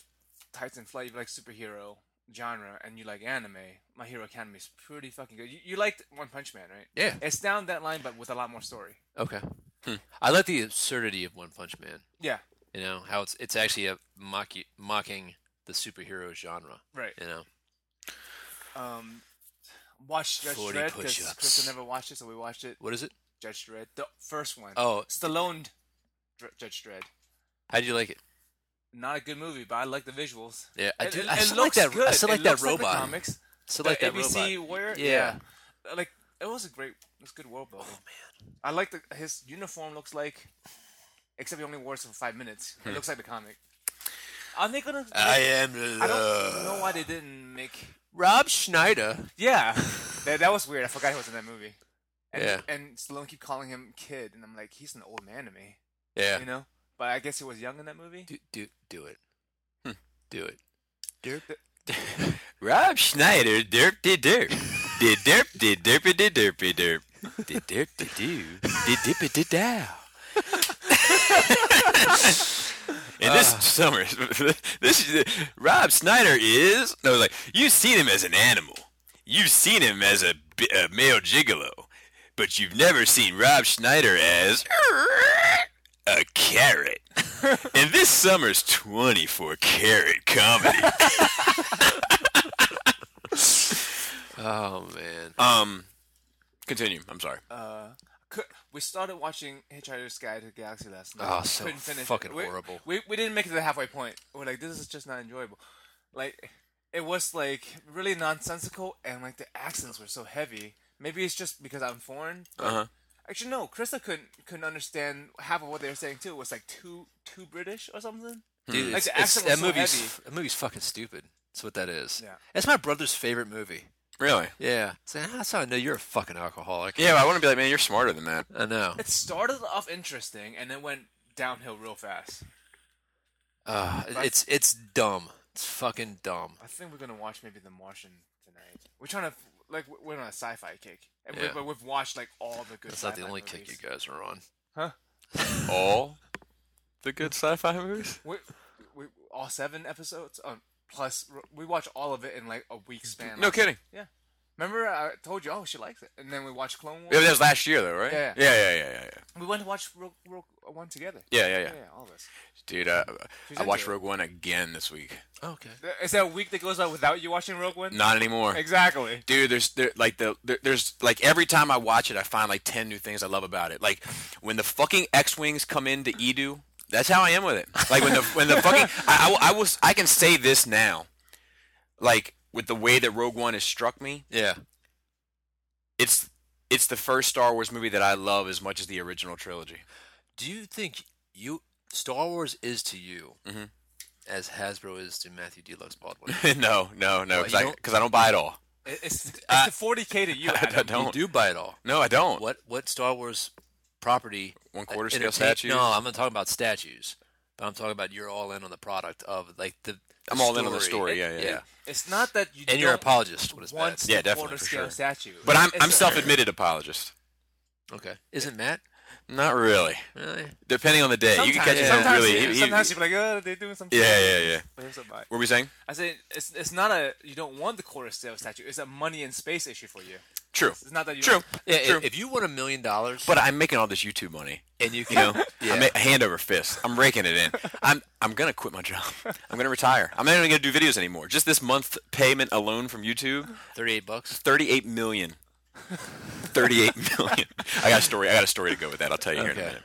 Titan Flight, if you like superhero genre, and you like anime, My Hero Academy is pretty fucking good. You, you liked One Punch Man, right? Yeah. It's down that line, but with a lot more story. Okay. Hmm. I like the absurdity of One Punch Man. Yeah. You know how it's it's actually a mocky, mocking the superhero genre. Right. You know. Um, watch Judge 40 Dredd because push-ups. Krista never watched it, so we watched it. What is it? Judge Dredd, the first one. Oh, Stallone, Dr- Judge Dredd. how do you like it? Not a good movie, but I like the visuals. Yeah, I It- do- it- I it still like looks that- I good. still It like that looks the robot. comics. So The like that ABC robot. warrior- Yeah. Oh, yeah. Like it was a great, it was good world building. I like the his uniform looks like, except he only wore it for five minutes. It looks like the comic. Are they gonna? Hmm. I uh, am. Love. I don't know why they didn't make. Rob Schneider. Yeah, that, that was weird. I forgot he was in that movie. And, Yeah. And Stallone keep calling him kid, and I'm like, he's an old man to me, Yeah. you know. But I guess he was young in that movie. do do do it. Hmm. Do it. Rob Schneider, derp de derp. De derp de derp de derpy derp. De derp de doo. De dip de dow. And this summer, this is, Rob Snyder is. I was like, you've seen him as an animal. You've seen him as a, bi- a male gigolo, but you've never seen Rob Schneider as a carrot. And this summer's 24 carat comedy. Oh man. Um, continue. I'm sorry. uh, could, we started watching Hitchhiker's Guide to the Galaxy last night. Oh, so Couldn't finish it. fucking We- horrible. We, we didn't make it to the halfway point. We're like, this is just not enjoyable. Like, it was like really nonsensical, and like the accents were so heavy. Maybe it's just because I'm foreign. but- Uh-huh. Uh huh. Actually, no. Krista couldn't couldn't understand half of what they were saying too. It was like too too British or something. Dude, Like, it's, the it's- accent was that so movie's heavy. f- that movie's fucking stupid. That's what that is. Yeah. It's my brother's favorite movie. Really? Yeah. So that's how I know you're a fucking alcoholic. Yeah, but I want to be like, man, you're smarter than that. I know. It started off interesting, and then went downhill real fast. Uh, it's it's dumb. It's fucking dumb. I think we're gonna watch maybe The Martian tonight. We're trying to like we're on a sci-fi kick, and we, Yeah. but we've watched like all the good. That's not the sci-fi only movies. kick you guys are on. All the good sci-fi movies. We, we all seven episodes. Um, plus we watch all of it in like a week span. No Like, kidding. remember I told you, oh she likes it, and then we watched Clone Wars. Yeah, that was last year though, right? Yeah. Yeah, yeah, yeah, yeah, yeah. We went to watch Rogue, Rogue One together. Yeah, yeah, yeah. yeah, all of us. Dude, I, She's I watched into it. Rogue One again this week. Oh, Okay. Is that a week that goes by without you watching Rogue One? Not anymore. Exactly. dude there's there, like the there, there's like every time i watch it i find like 10 new things i love about it like when the fucking x-wings come into edu that's how i am with it like when the when the fucking I, I will- I was i can say this now like with the way that rogue one has struck me Yeah. it's it's the first star wars movie that i love as much as the original trilogy Do you think you Star Wars is to you Mm-hmm. Mhm. as Hasbro is to Matthew Deluxe Baldwin? no no no What, because you I, don't- 'cause I don't buy it all It- It's it's Uh, a 40k to you. I Adam. don't You do buy it all. no i don't What what Star Wars property? one uh, quarter scale entertain- statues No, I'm not talking about statues. But I'm talking about you're all in on the product of like the. the I'm all in on the story, yeah, yeah, yeah. It's not that you. And you're an don't apologist when it's bad. want Yeah, the definitely, quarter for scale sure. statue. but i'm, It's uh, I'm a- self-admitted apologist Okay. Isn't uh, Matt not really really? Depending on the day, you can catch Sometimes- him sometimes, really. yeah, he- he- sometimes you're like, oh, they're doing something. Yeah, yeah, yeah. But here's a bye. What were we saying? I say it's it's not a you don't want the quarter scale statue. It's a money and space issue for you. True. It's not that you. True. Yeah. i- True. If you won a million dollars, But I'm making all this YouTube money. and you You can, know, yeah, I'm a- hand over fist. I'm raking it in. I'm I'm gonna quit my job. I'm gonna retire. I'm not even gonna do videos anymore. Just this month payment alone from YouTube, thirty-eight bucks. 38 million. 38 million. I got a story. I got a story to go with that. I'll tell you here in a Okay. minute.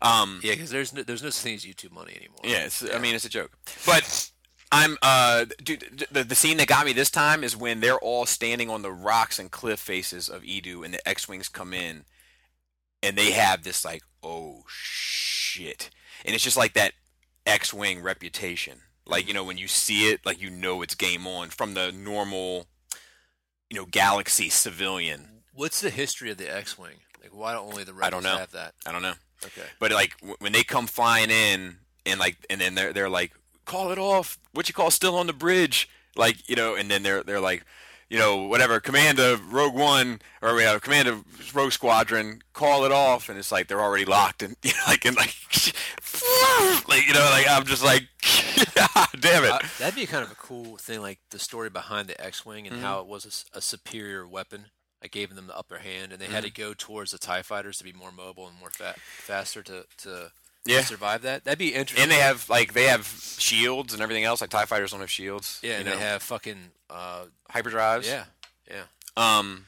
Um, Yeah, because there's no, there's no such thing as YouTube money anymore. Yeah, it's, I mean it's a joke, but I'm uh, dude. The, the scene that got me this time is when they're all standing on the rocks and cliff faces of Edu, and the X-wings come in, and they have this like, oh shit, and it's just like that X-wing reputation. Like you know when you see it, like you know it's game on from the normal, you know, galaxy civilian. What's the history of the X-wing? Like, why don't only the rebels I don't know. have that? I don't know. Okay. But like w- when they come flying in and like and then they're they're like call it off. What you call still on the bridge? Like you know, and then they're they're like you know whatever command of Rogue One or we have command of Rogue Squadron call it off, and it's like they're already locked and you know, like and like like you know like I'm just like damn it. Uh, that'd be kind of a cool thing, like the story behind the X-wing and how it Mm-hmm. was a s- a, superior weapon. I gave them the upper hand, and they had to Mm-hmm. go towards the Tie fighters to be more mobile and more fa- faster to to Yeah. survive that. That'd be interesting. and they have like they have shields and everything else. Like Tie Fighters don't have shields. yeah, you and know, they have fucking uh, hyperdrives. yeah, yeah. Um.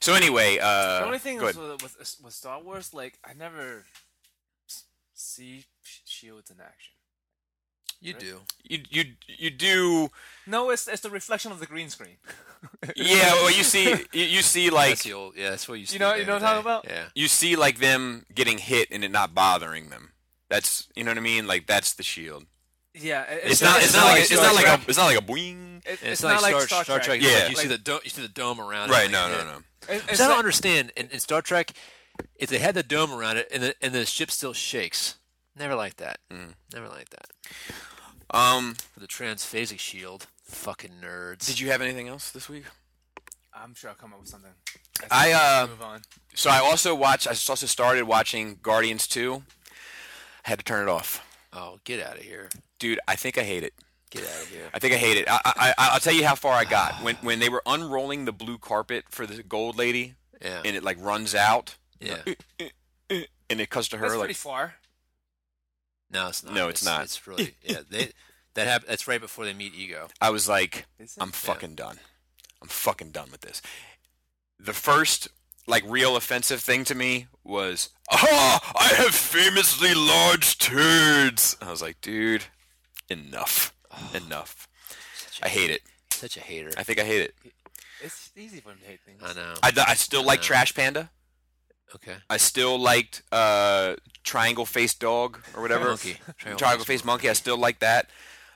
So anyway, uh, The only thing go is ahead. with, with with Star Wars, like I never s- see sh- shields in action. You do. You you you do. No, it's it's the reflection of the green screen. Yeah, well, you see you, you see like That's the old. Yeah, that's what you. see know- at the you end know of what I'm the talking day. Yeah. you see like them getting hit and it not bothering them. That's you know what I mean. Like that's the shield. Yeah, it- It's, not. It's, not, like. It's not like Star a. Trek. It's not like a boing. It- And it's, not like Star, Star Trek. Yeah. like, you see the Like- dome, you see the dome around. it, Right. like, No. yeah. No. No. It- Because it's I don't not- understand. In, in Star Trek, if they had the dome around it and the and the ship still shakes, never like that. Mm. Never like that. Um. With the transphasic shield, fucking nerds. Did you have anything else this week? I'm sure I'll come up with something. I, uh, move on. So I also watched. I also started watching Guardians Two. I had to turn it off, Oh, get out of here! dude. I think I hate it. Get out of here! I think I hate it. I, I, I- I'll tell you how far I got when when they were unrolling the blue carpet for the gold lady, Yeah. and it like runs out, Yeah. and it cuts to her That's like pretty far. No, it's not. No, it's not. It's really yeah. They that hap- That's right before they meet Ego. I was like, Is it? I'm fucking done. I'm fucking done with this. The first like real offensive thing to me was, "Ah, I have famously large turds." I was like, dude, enough, enough. Such a- I hate it. Such a hater. I think I hate it. It's easy for him to hate things. I know. I, Um, I still like Trash Panda. okay. I still liked uh, Triangle Faced Dog or whatever. Monkey. Triangle-faced Triangle Faced Monkey. I still like that.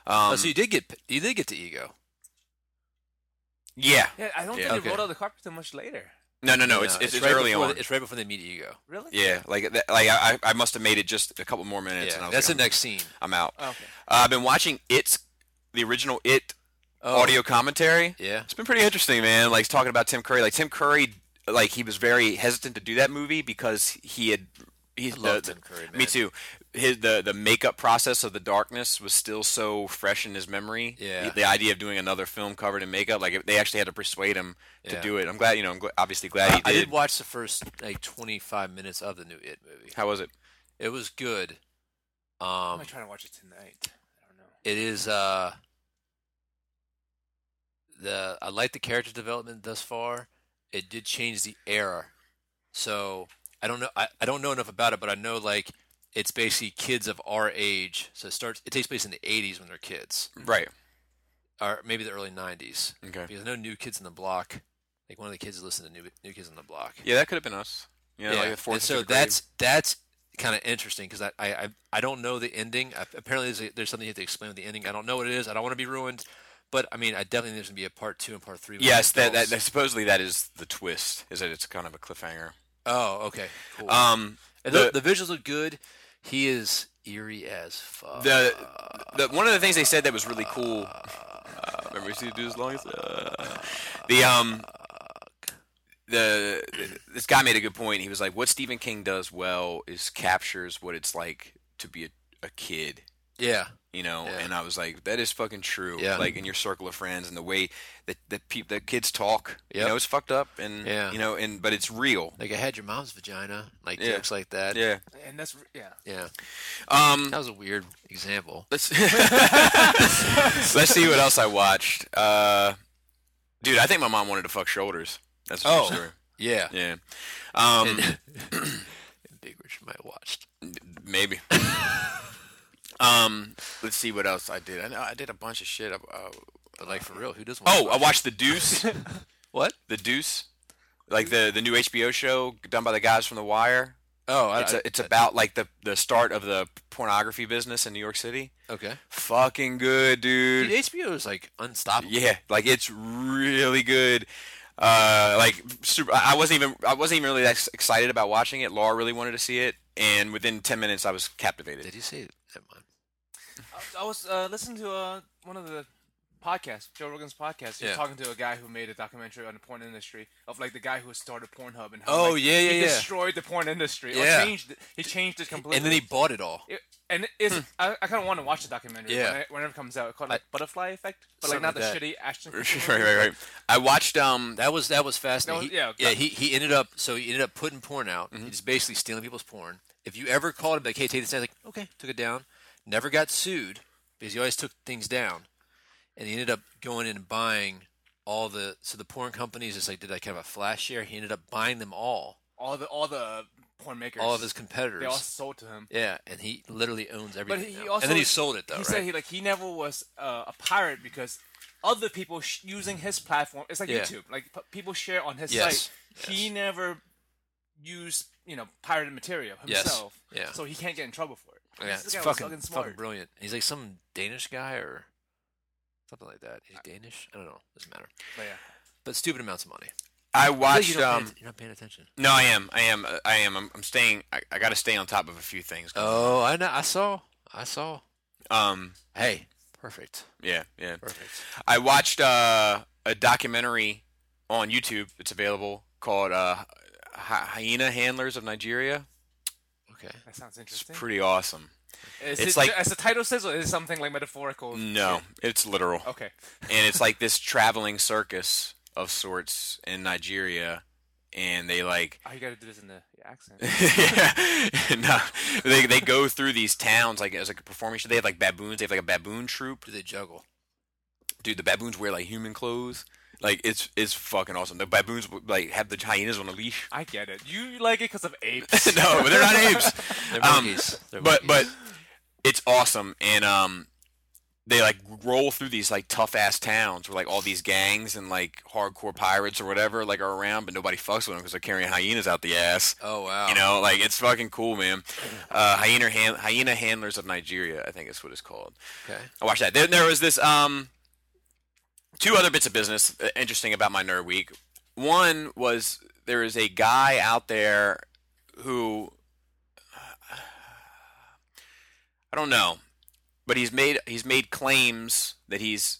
Um, oh, so you did get you did get to Ego. yeah. Yeah, I don't Yeah. think Okay. they rolled out the carpet till much later. No, no, no. it's No, it's, it's right early before on. the- it's right before they meet Ego. Really? Yeah, like that, like I, I I must have made it just a couple more minutes, and I Yeah, was that's like, the next scene. I'm, I'm out. Oh, okay. Uh, I've been watching it's the original it Oh, audio commentary. Yeah. It's been pretty interesting, man. Like talking about Tim Curry, like Tim Curry, like he was very hesitant to do that movie because he had. He, I love the- Tim Curry, Me man. too. His the the makeup process of the darkness was still so fresh in his memory. Yeah. The, the idea of doing another film covered in makeup, like they actually had to persuade him to Yeah. do it. I'm glad, you know, I'm gl- obviously glad he I did. did watch the first like 25 minutes of the new It movie. How was it? It was good. I'm Um, gonna try to watch it tonight. I don't know. it is uh the I like the character development thus far. It did change the era, so I don't know I, I don't know enough about it, but I know like it's basically kids of our age. So it starts it takes place in the 80s when they're kids, Right. or maybe the early 90s. Okay. Because no new kids in the block. Like one of the kids listened to new new kids on the block. Yeah, that could have been us. You know, like the fourth and or so fifth grade. that's that's kind of interesting because I, I I I don't know the ending. I, apparently, there's, a, there's something you have to explain with the ending. I don't know what it is. I don't want to be ruined, but I mean, I definitely think there's gonna be a part two and part three. with Yes, that, that, adults. that supposedly that is the twist. Is that it's kind of a cliffhanger. Oh, okay. Cool. Um, And the- the, the visuals look good. He is eerie as fuck. the, the one of the things they said that was really cool. uh, remember we see to do as long as uh, the um the this guy made a good point. He was like, "What Stephen King does well is captures what it's like to be a, a kid." yeah, You know, Yeah. and I was like, "That is fucking true." Yeah. Like in your circle of friends and the way that that peop that kids talk, you Yep. know, it's fucked up and Yeah. you know, and but it's real. like I had your mom's vagina, like Yeah. jokes like that. Yeah. And that's re- yeah. yeah. Um. That was a weird example. Let's let's see what else I watched. Uh, dude, I think my mom wanted to fuck shoulders. That's a true Oh. story. Yeah. Yeah, um, Big Rich might watched. maybe. um, let's see what else I did. I know I did a bunch of shit. I- uh, But like for real, who doesn't? oh, I watch watched The Deuce. what? the Deuce, like the the new HBO show done by the guys from The Wire. Oh, I, It's I- a, it's about like the the start of the pornography business in New York City. okay. Fucking good, dude. Dude, HBO is like unstoppable. Yeah, like it's really good. Uh, like super. I I wasn't even. I wasn't even really that ex- excited about watching it. Laura really wanted to see it, and within ten minutes, I was captivated. Did you say never mind? I, I was uh, listening to uh, one of the podcasts, Joe Rogan's podcast. He Yeah. was talking to a guy who made a documentary on the porn industry of like the guy who started Pornhub and how Oh, like, yeah, yeah, he yeah. destroyed the porn industry. or Yeah. changed it- he changed it completely. And then he bought it all. It- and it's, I, I kind of want to watch the documentary Yeah. when it, whenever it comes out. Called I- like Butterfly Effect, but like Something not like the that. shitty action. right, right, right. I watched. Um, That was that was fascinating. That was- He- yeah. yeah, that- He he ended up so he ended up putting porn out. He's basically stealing people's porn. If you ever called him like, hey, take this down, he's like okay, took it down. Never got sued because he always took things down. And he ended up going in and buying all the so the porn companies. It's like did like kind of a flash share. He ended up buying them all. All the all the porn makers. all of his competitors. They all sold to him. yeah, and he literally owns But everything. he now. also and then he sold it though, He right? said he like he never was uh, a pirate because other people sh- using his platform. It's like Yeah. YouTube. Like p- people share on his Yes. site. He never used you know pirated material Yes. himself. Yeah. So he can't get in trouble for it. yeah, This it's guy was fucking, fucking smart. fucking brilliant. He's like some Danish guy or something like that. He's Danish. I don't know. Doesn't matter. But yeah. But stupid amounts of money. I I feel like watched. you don't pay um, atten- you're not paying attention. no, I am. I am. uh, I am. I'm, I'm staying. I, I got to stay on top of a few things. Oh, I know. I saw. I saw. Um. Hey, perfect. Yeah. Yeah. Perfect. I watched uh, a documentary on YouTube. It's available called uh, Hy- "Hyena Handlers of Nigeria." Okay. That sounds It's interesting. pretty awesome. Is it's it, like- as the title says, or is it something like metaphorical? No, it's literal, Oh. Okay. and it's like this traveling circus of sorts in Nigeria, and they like Oh, you got to do this in the accent. yeah. no, they they go through these towns like as like a performing show. They have like baboons. They have like a baboon troupe. Do they juggle? Dude, the baboons wear like human clothes. Like it's it's fucking awesome. The baboons like have the hyenas on a leash. I get it. You like it because of apes. no, but they're not apes. They're Um, monkeys. They're but but monkeys. it's awesome, and um, they like roll through these like tough ass towns where like all these gangs and like hardcore pirates or whatever like are around, but nobody fucks with them because they're carrying hyenas out the ass. oh wow. You know, like it's fucking cool, man. Uh, hyena han- hyena handlers of Nigeria, I think that's what it's called. Okay. I watched that. Then there was this um two other bits of business uh, interesting about my nerd week. One was there is a guy out there who I don't know, but he's made he's made claims that he's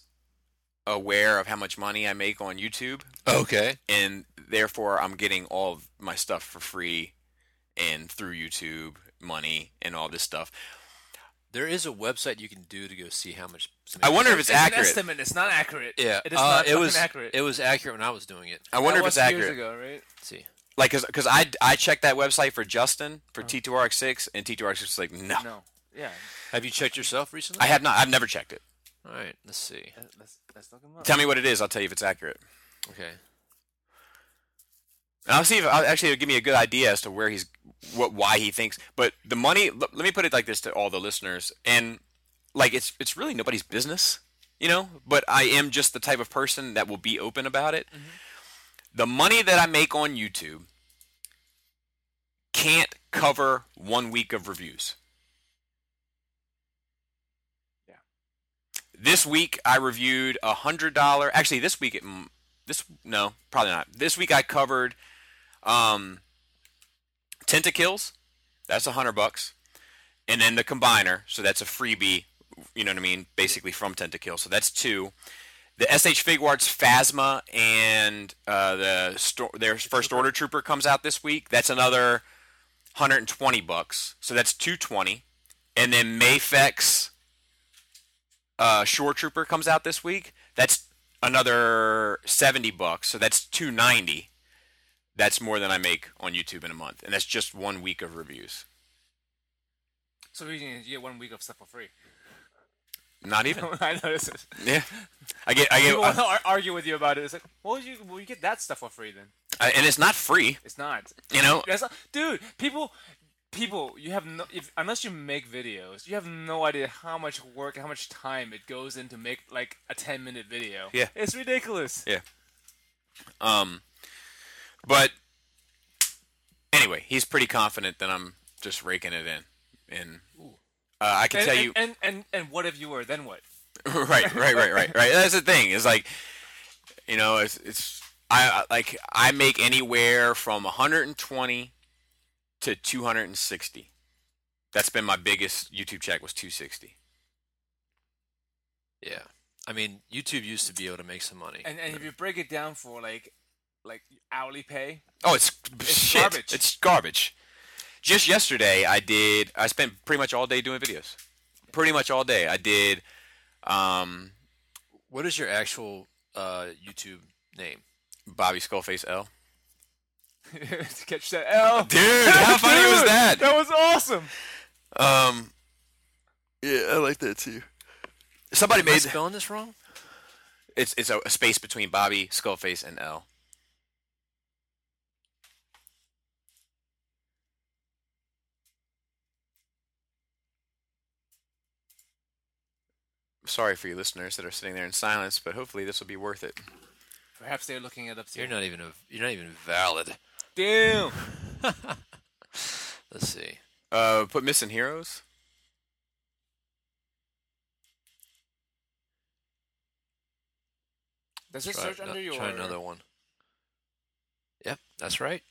aware of how much money I make on YouTube Okay. and therefore I'm getting all of my stuff for free and through YouTube money and all this stuff. There is a website you can do to go see how much. I wonder if it's, An accurate. estimate. It's not accurate. Yeah. It is uh, not it was accurate. It was accurate when I was doing it. I wonder That if it's was years accurate. ago, right? Let's see. Like, cause, 'cause I I checked that website for Justin for T2RX6 and T2RX6 was like no. No. Yeah. Have you checked yourself recently? I have not. I've never checked it. All right. Let's see. Let- Let's let's look 'em up. Tell me what it is. I'll tell you if it's accurate. Okay. And I'll see if I'll, actually it'll give me a good idea as to where he's what why he thinks. But the money. l- let me put it like this to all the listeners, and like it's it's really nobody's business, you know. But I am just the type of person that will be open about it. The money that I make on YouTube can't cover one week of reviews. Yeah. This week I reviewed a hundred dollar. Actually, this week it. mm, This no, probably not. This week I covered um, Tentacles, that's a hundred bucks, and then the combiner, so that's a freebie. You know what I mean? Basically from Tentacles, so that's two. The SH Figuarts Phasma and uh, the sto- their first order trooper comes out this week. That's another hundred and twenty bucks, so that's two twenty. And then Mayfex uh, Shore Trooper comes out this week. That's another seventy bucks, so that's two ninety that's more than I make on YouTube in a month, and that's just one week of reviews. So we can get one week of stuff for free. Not even. I know this is. yeah, I get, I get, People want I, to argue with you about it. It's like, well, you well, you get that stuff for free then. I- and it's not free. It's not. You know, That's not, dude. People, people. You have no. If, unless you make videos, you have no idea how much work, how much time it goes into make like a ten minute video. Yeah. It's ridiculous. Yeah. Um, but anyway, he's pretty confident that I'm just raking it in, and uh, I can And, tell and, you, and, and and what if you were? Then what? right, right, right, right, right. That's the thing. Is like, you know, it's it's I I- like I make anywhere from 120 to 260. That's been my biggest YouTube check was 260. Yeah. I mean, YouTube used to be able to make some money. And and if you break it down for like like hourly pay, Oh, it's, shit. garbage. It's garbage. Just yesterday, I did. I spent pretty much all day doing videos. Pretty much all day. I did. Um, what is your actual uh, YouTube name? Bobby Skullface L. to catch that oh, L. Dude, how funny was Dude, that? That was awesome. Um, yeah, I like that too. Somebody Am I made spelling this wrong? it's it's a, a space between Bobby Skullface and L. sorry for you listeners that are sitting there in silence, but hopefully this will be worth it. Perhaps they're looking it up too. You're not even a, you're not even valid. Damn. Let's see. Uh, put missing heroes. Does it Try, search ano- under your? try another one. Yep, that's right.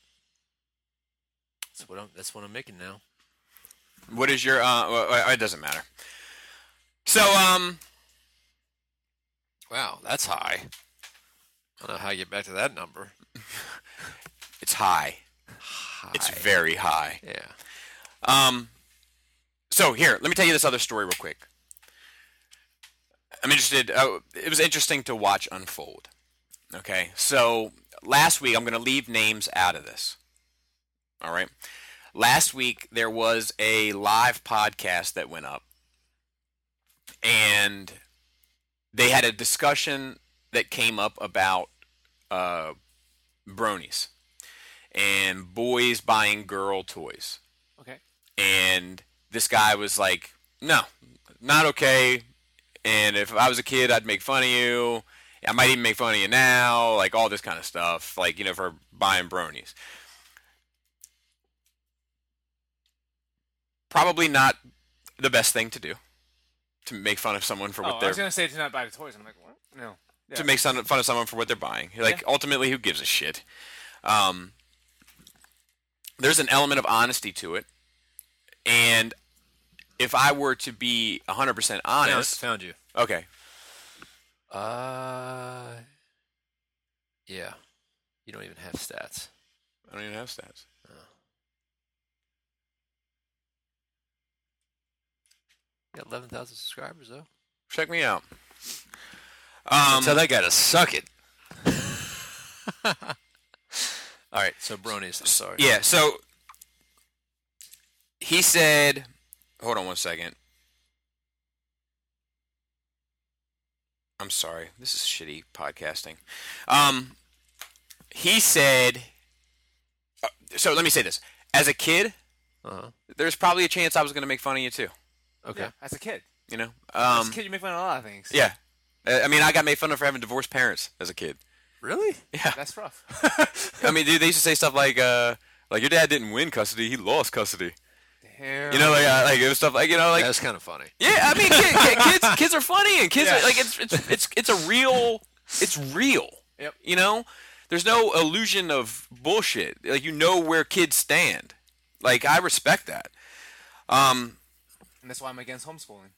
That's what I'm. That's what I'm making now. What is your? Uh, well, it doesn't matter. So um, Wow, that's high. I don't know how you get back to that number. it's high. High. It's very high. yeah. Um, so here, let me tell you this other story real quick. I'm interested. Uh, it was interesting to watch unfold. Okay, so last week I'm going to leave names out of this. All right. Last week there was a live podcast that went up, and they had a discussion that came up about uh, bronies and boys buying girl toys Okay. and this guy was like, "No, not okay." And if I was a kid, I'd make fun of you. I might even make fun of you now, like all this kind of stuff, like you know, for buying bronies. Probably not the best thing to do to make fun of someone for Oh, what I they're was gonna say to not buy the toys. I'm like, what? No. Yeah. to make some, fun of someone for what they're buying. Like ultimately, who gives a shit? Um, there's an element of honesty to it, and if I were to be 100% Found, honest, found you. okay, Uh. Yeah. You don't even have stats. I don't even have stats. You got eleven thousand subscribers though. Check me out. Um, Tell that guy to suck it. All right, so bronies. I'm sorry. yeah. So he said, "Hold on one second. I'm sorry. This is shitty podcasting." Um, he said. uh, So let me say this: as a kid, Uh-huh. there's probably a chance I was going to make fun of you too. Okay. Yeah, as a kid. You know. As Um, a kid, you make fun of a lot of things. yeah. Uh, I mean, I got made fun of for having divorced parents as a kid. Really? Yeah. That's rough. I mean, dude, they used to say stuff like, uh, "Like your dad didn't win custody; he lost custody." Damn. You know, like, uh, like it was stuff like you know, like That's kind of funny. Yeah, I mean, kid, kid, kids kids are funny and kids Yeah. are, like it's it's it's it's a real it's real. Yep. You know, there's no illusion of bullshit. Like you know where kids stand. Like I respect that. Um, and that's why I'm against homeschooling.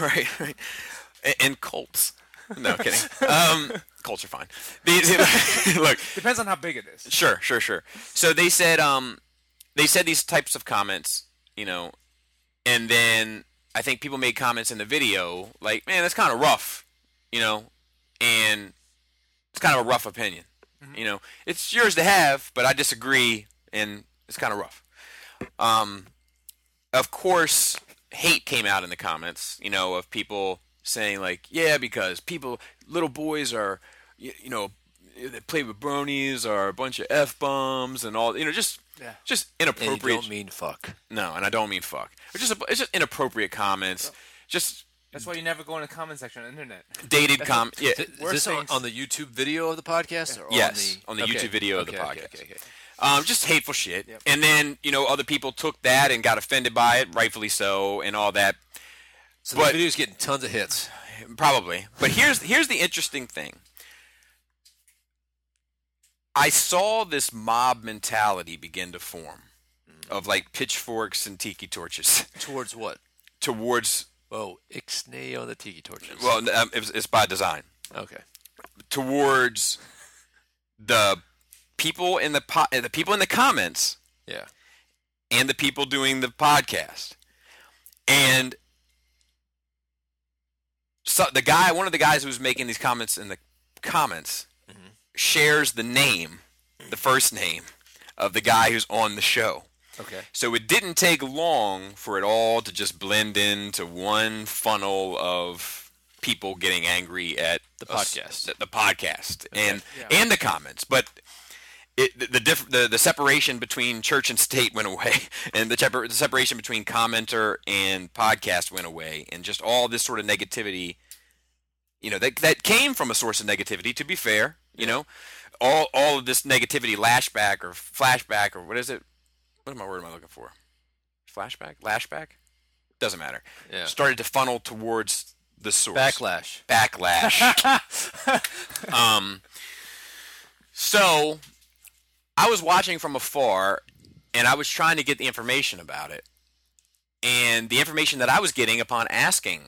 right, right. And, and cults. No kidding. Um, cults are fine. These- look, Depends on how big it is. Sure, sure, sure. So they said um they said these types of comments, you know, and then I think people made comments in the video like, "Man, that's kind of rough." You know, and it's kind of a rough opinion. You know, it's yours to have, but I disagree and it's kind of rough. Um of course, hate came out in the comments, you know, of people saying like, yeah, because people, little boys are, you, you know, they play with bronies or a bunch of f bombs and all, you know, just Yeah. just And you inappropriate. don't mean fuck. no, and I don't mean fuck. It's just a, it's just inappropriate comments, just That's why you never go in the comment section on the internet. dated com. Yeah, Th- Is Worst this on, things- on the YouTube video of the podcast? Or Yes, on on the the, YouTube video of the okay, podcast. Okay, okay. um, just hateful shit. Yep. And then you know other people took that and got offended by it, rightfully so, and all that. So But- the video's getting tons of hits. probably. But here's here's the interesting thing. I saw this mob mentality begin to form of like pitchforks and tiki torches Towards what? towards Oh, Ixnay on the Tiki Torches. well n- um, it's, it's by design okay. towards the people in the po- the people in the comments Yeah. and the people doing the podcast. And so the guy, one of the guys who was making these comments in the comments, shares the name, the first name of the guy who's on the show. Okay. So it didn't take long for it all to just blend into one funnel of people getting angry at The us- podcast. the, the podcast, and Yeah. and the comments. But it the, the diff the, the separation between church and state went away, and the, separ- the separation between commenter and podcast went away, and just all this sort of negativity, you know, that that came from a source of negativity. To be fair, you know, all all of this negativity, lashback or flashback or what is it? What am I word am I looking for? Flashback, lashback, doesn't matter. Yeah. Started to funnel towards the source Backlash. backlash. um, so I was watching from afar and I was trying to get the information about it. And the information that I was getting upon asking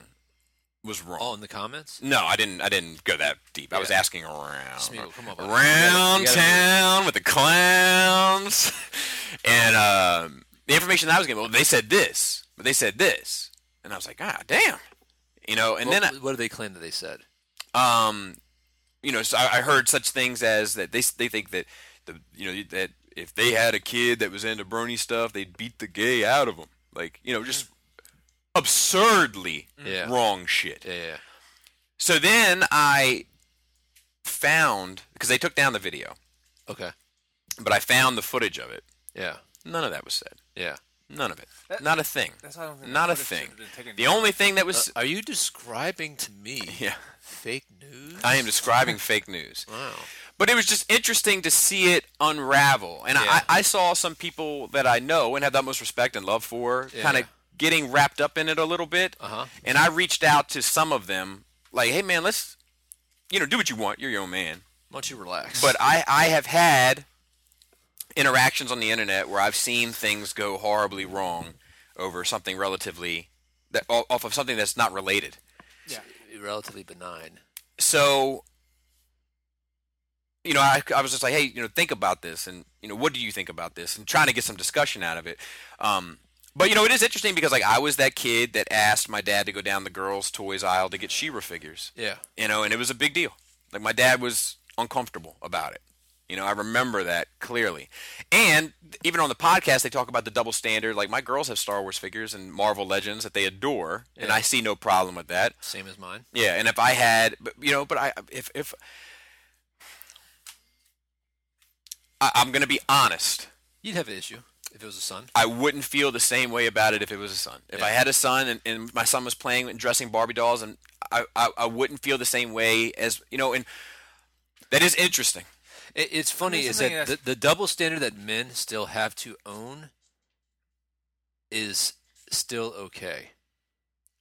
was wrong. All in the comments. No, I didn't. I didn't go that deep. I was Yeah. asking around, Smeagol, come on, buddy. around You gotta- you gotta- town with the clowns, and um, the information that I was getting. Well, they said this, but they said this, and I was like, ah, damn, you know. And what, then I, what do they claim that they said? um, you know, so I, I heard such things as that they they think that the you know that if they had a kid that was into brony stuff, they'd beat the gay out of them. Like you know, just absurdly Mm. Yeah. wrong shit. Yeah, yeah, So then I found because they took down the video, okay, but I found the footage of it. yeah, None of that was said. yeah. None of it. That- Not a thing. That's why I don't think Not that a footage thing. should've been taken The down. Uh, only thing that was Are you describing to me yeah, fake news? I am describing fake news. Wow. but it was just interesting to see it unravel. And Yeah. I, I saw some people that I know and have the utmost respect and love for Yeah. kind of getting wrapped up in it a little bit. Uh-huh. And I reached out to some of them, like, hey, man, let's, you know, do what you want. You're your own man. Why don't you relax? But I, I have had interactions on the internet where I've seen things go horribly wrong over something relatively, that, off of something that's not related. Yeah. relatively benign. so you know I, I was just like hey you know think about this and you know what do you think about this and trying to get some discussion out of it um but you know it is interesting because like i was that kid that asked my dad to go down the girls toys aisle to get shira figures Yeah. you know and it was a big deal like my dad was uncomfortable about it you know i remember that clearly and even on the podcast they talk about the double standard like my girls have star wars figures and marvel legends that they adore and Yeah. i see no problem with that Same as mine. yeah, and if I had, but, you know, but I if if I, I'm gonna be honest, You'd have an issue if it was a son. I wouldn't feel the same way about it if it was a son. If I Yeah. had a son and, and my son was playing and dressing Barbie dolls, and I, I I wouldn't feel the same way as you know, and that is interesting. It, it's funny Here's is something that the, that's- the double standard that men still have to own is still okay.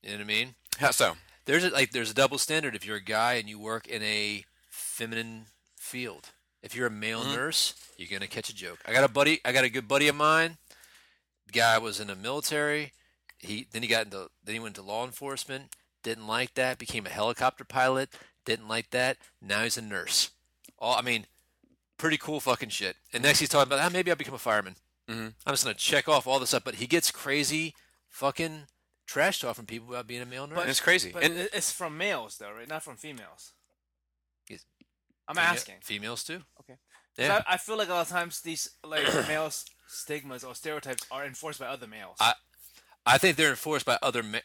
You know what I mean? How so? There's a, like there's a double standard if you're a guy and you work in a feminine field. If you're a male nurse, you're gonna catch a joke. I got a buddy. I got a good buddy of mine. The guy was in the military. He then he got into then he went into law enforcement. Didn't like that. Became a helicopter pilot. Didn't like that. Now he's a nurse. All I mean, pretty cool fucking shit. And next he's talking about ah, maybe I'll become a fireman. Mhm. I'm just gonna check off all this stuff. But he gets crazy fucking trash talk from people about being a male nurse. And it's crazy. But and it- it's from males though, right? Not from females. Yes. I'm Female- asking. Females too. Okay. 'Cause Yeah. I, I feel like a lot of times these like male s- stigmas or stereotypes are enforced by other males. I- I think they're enforced by other men.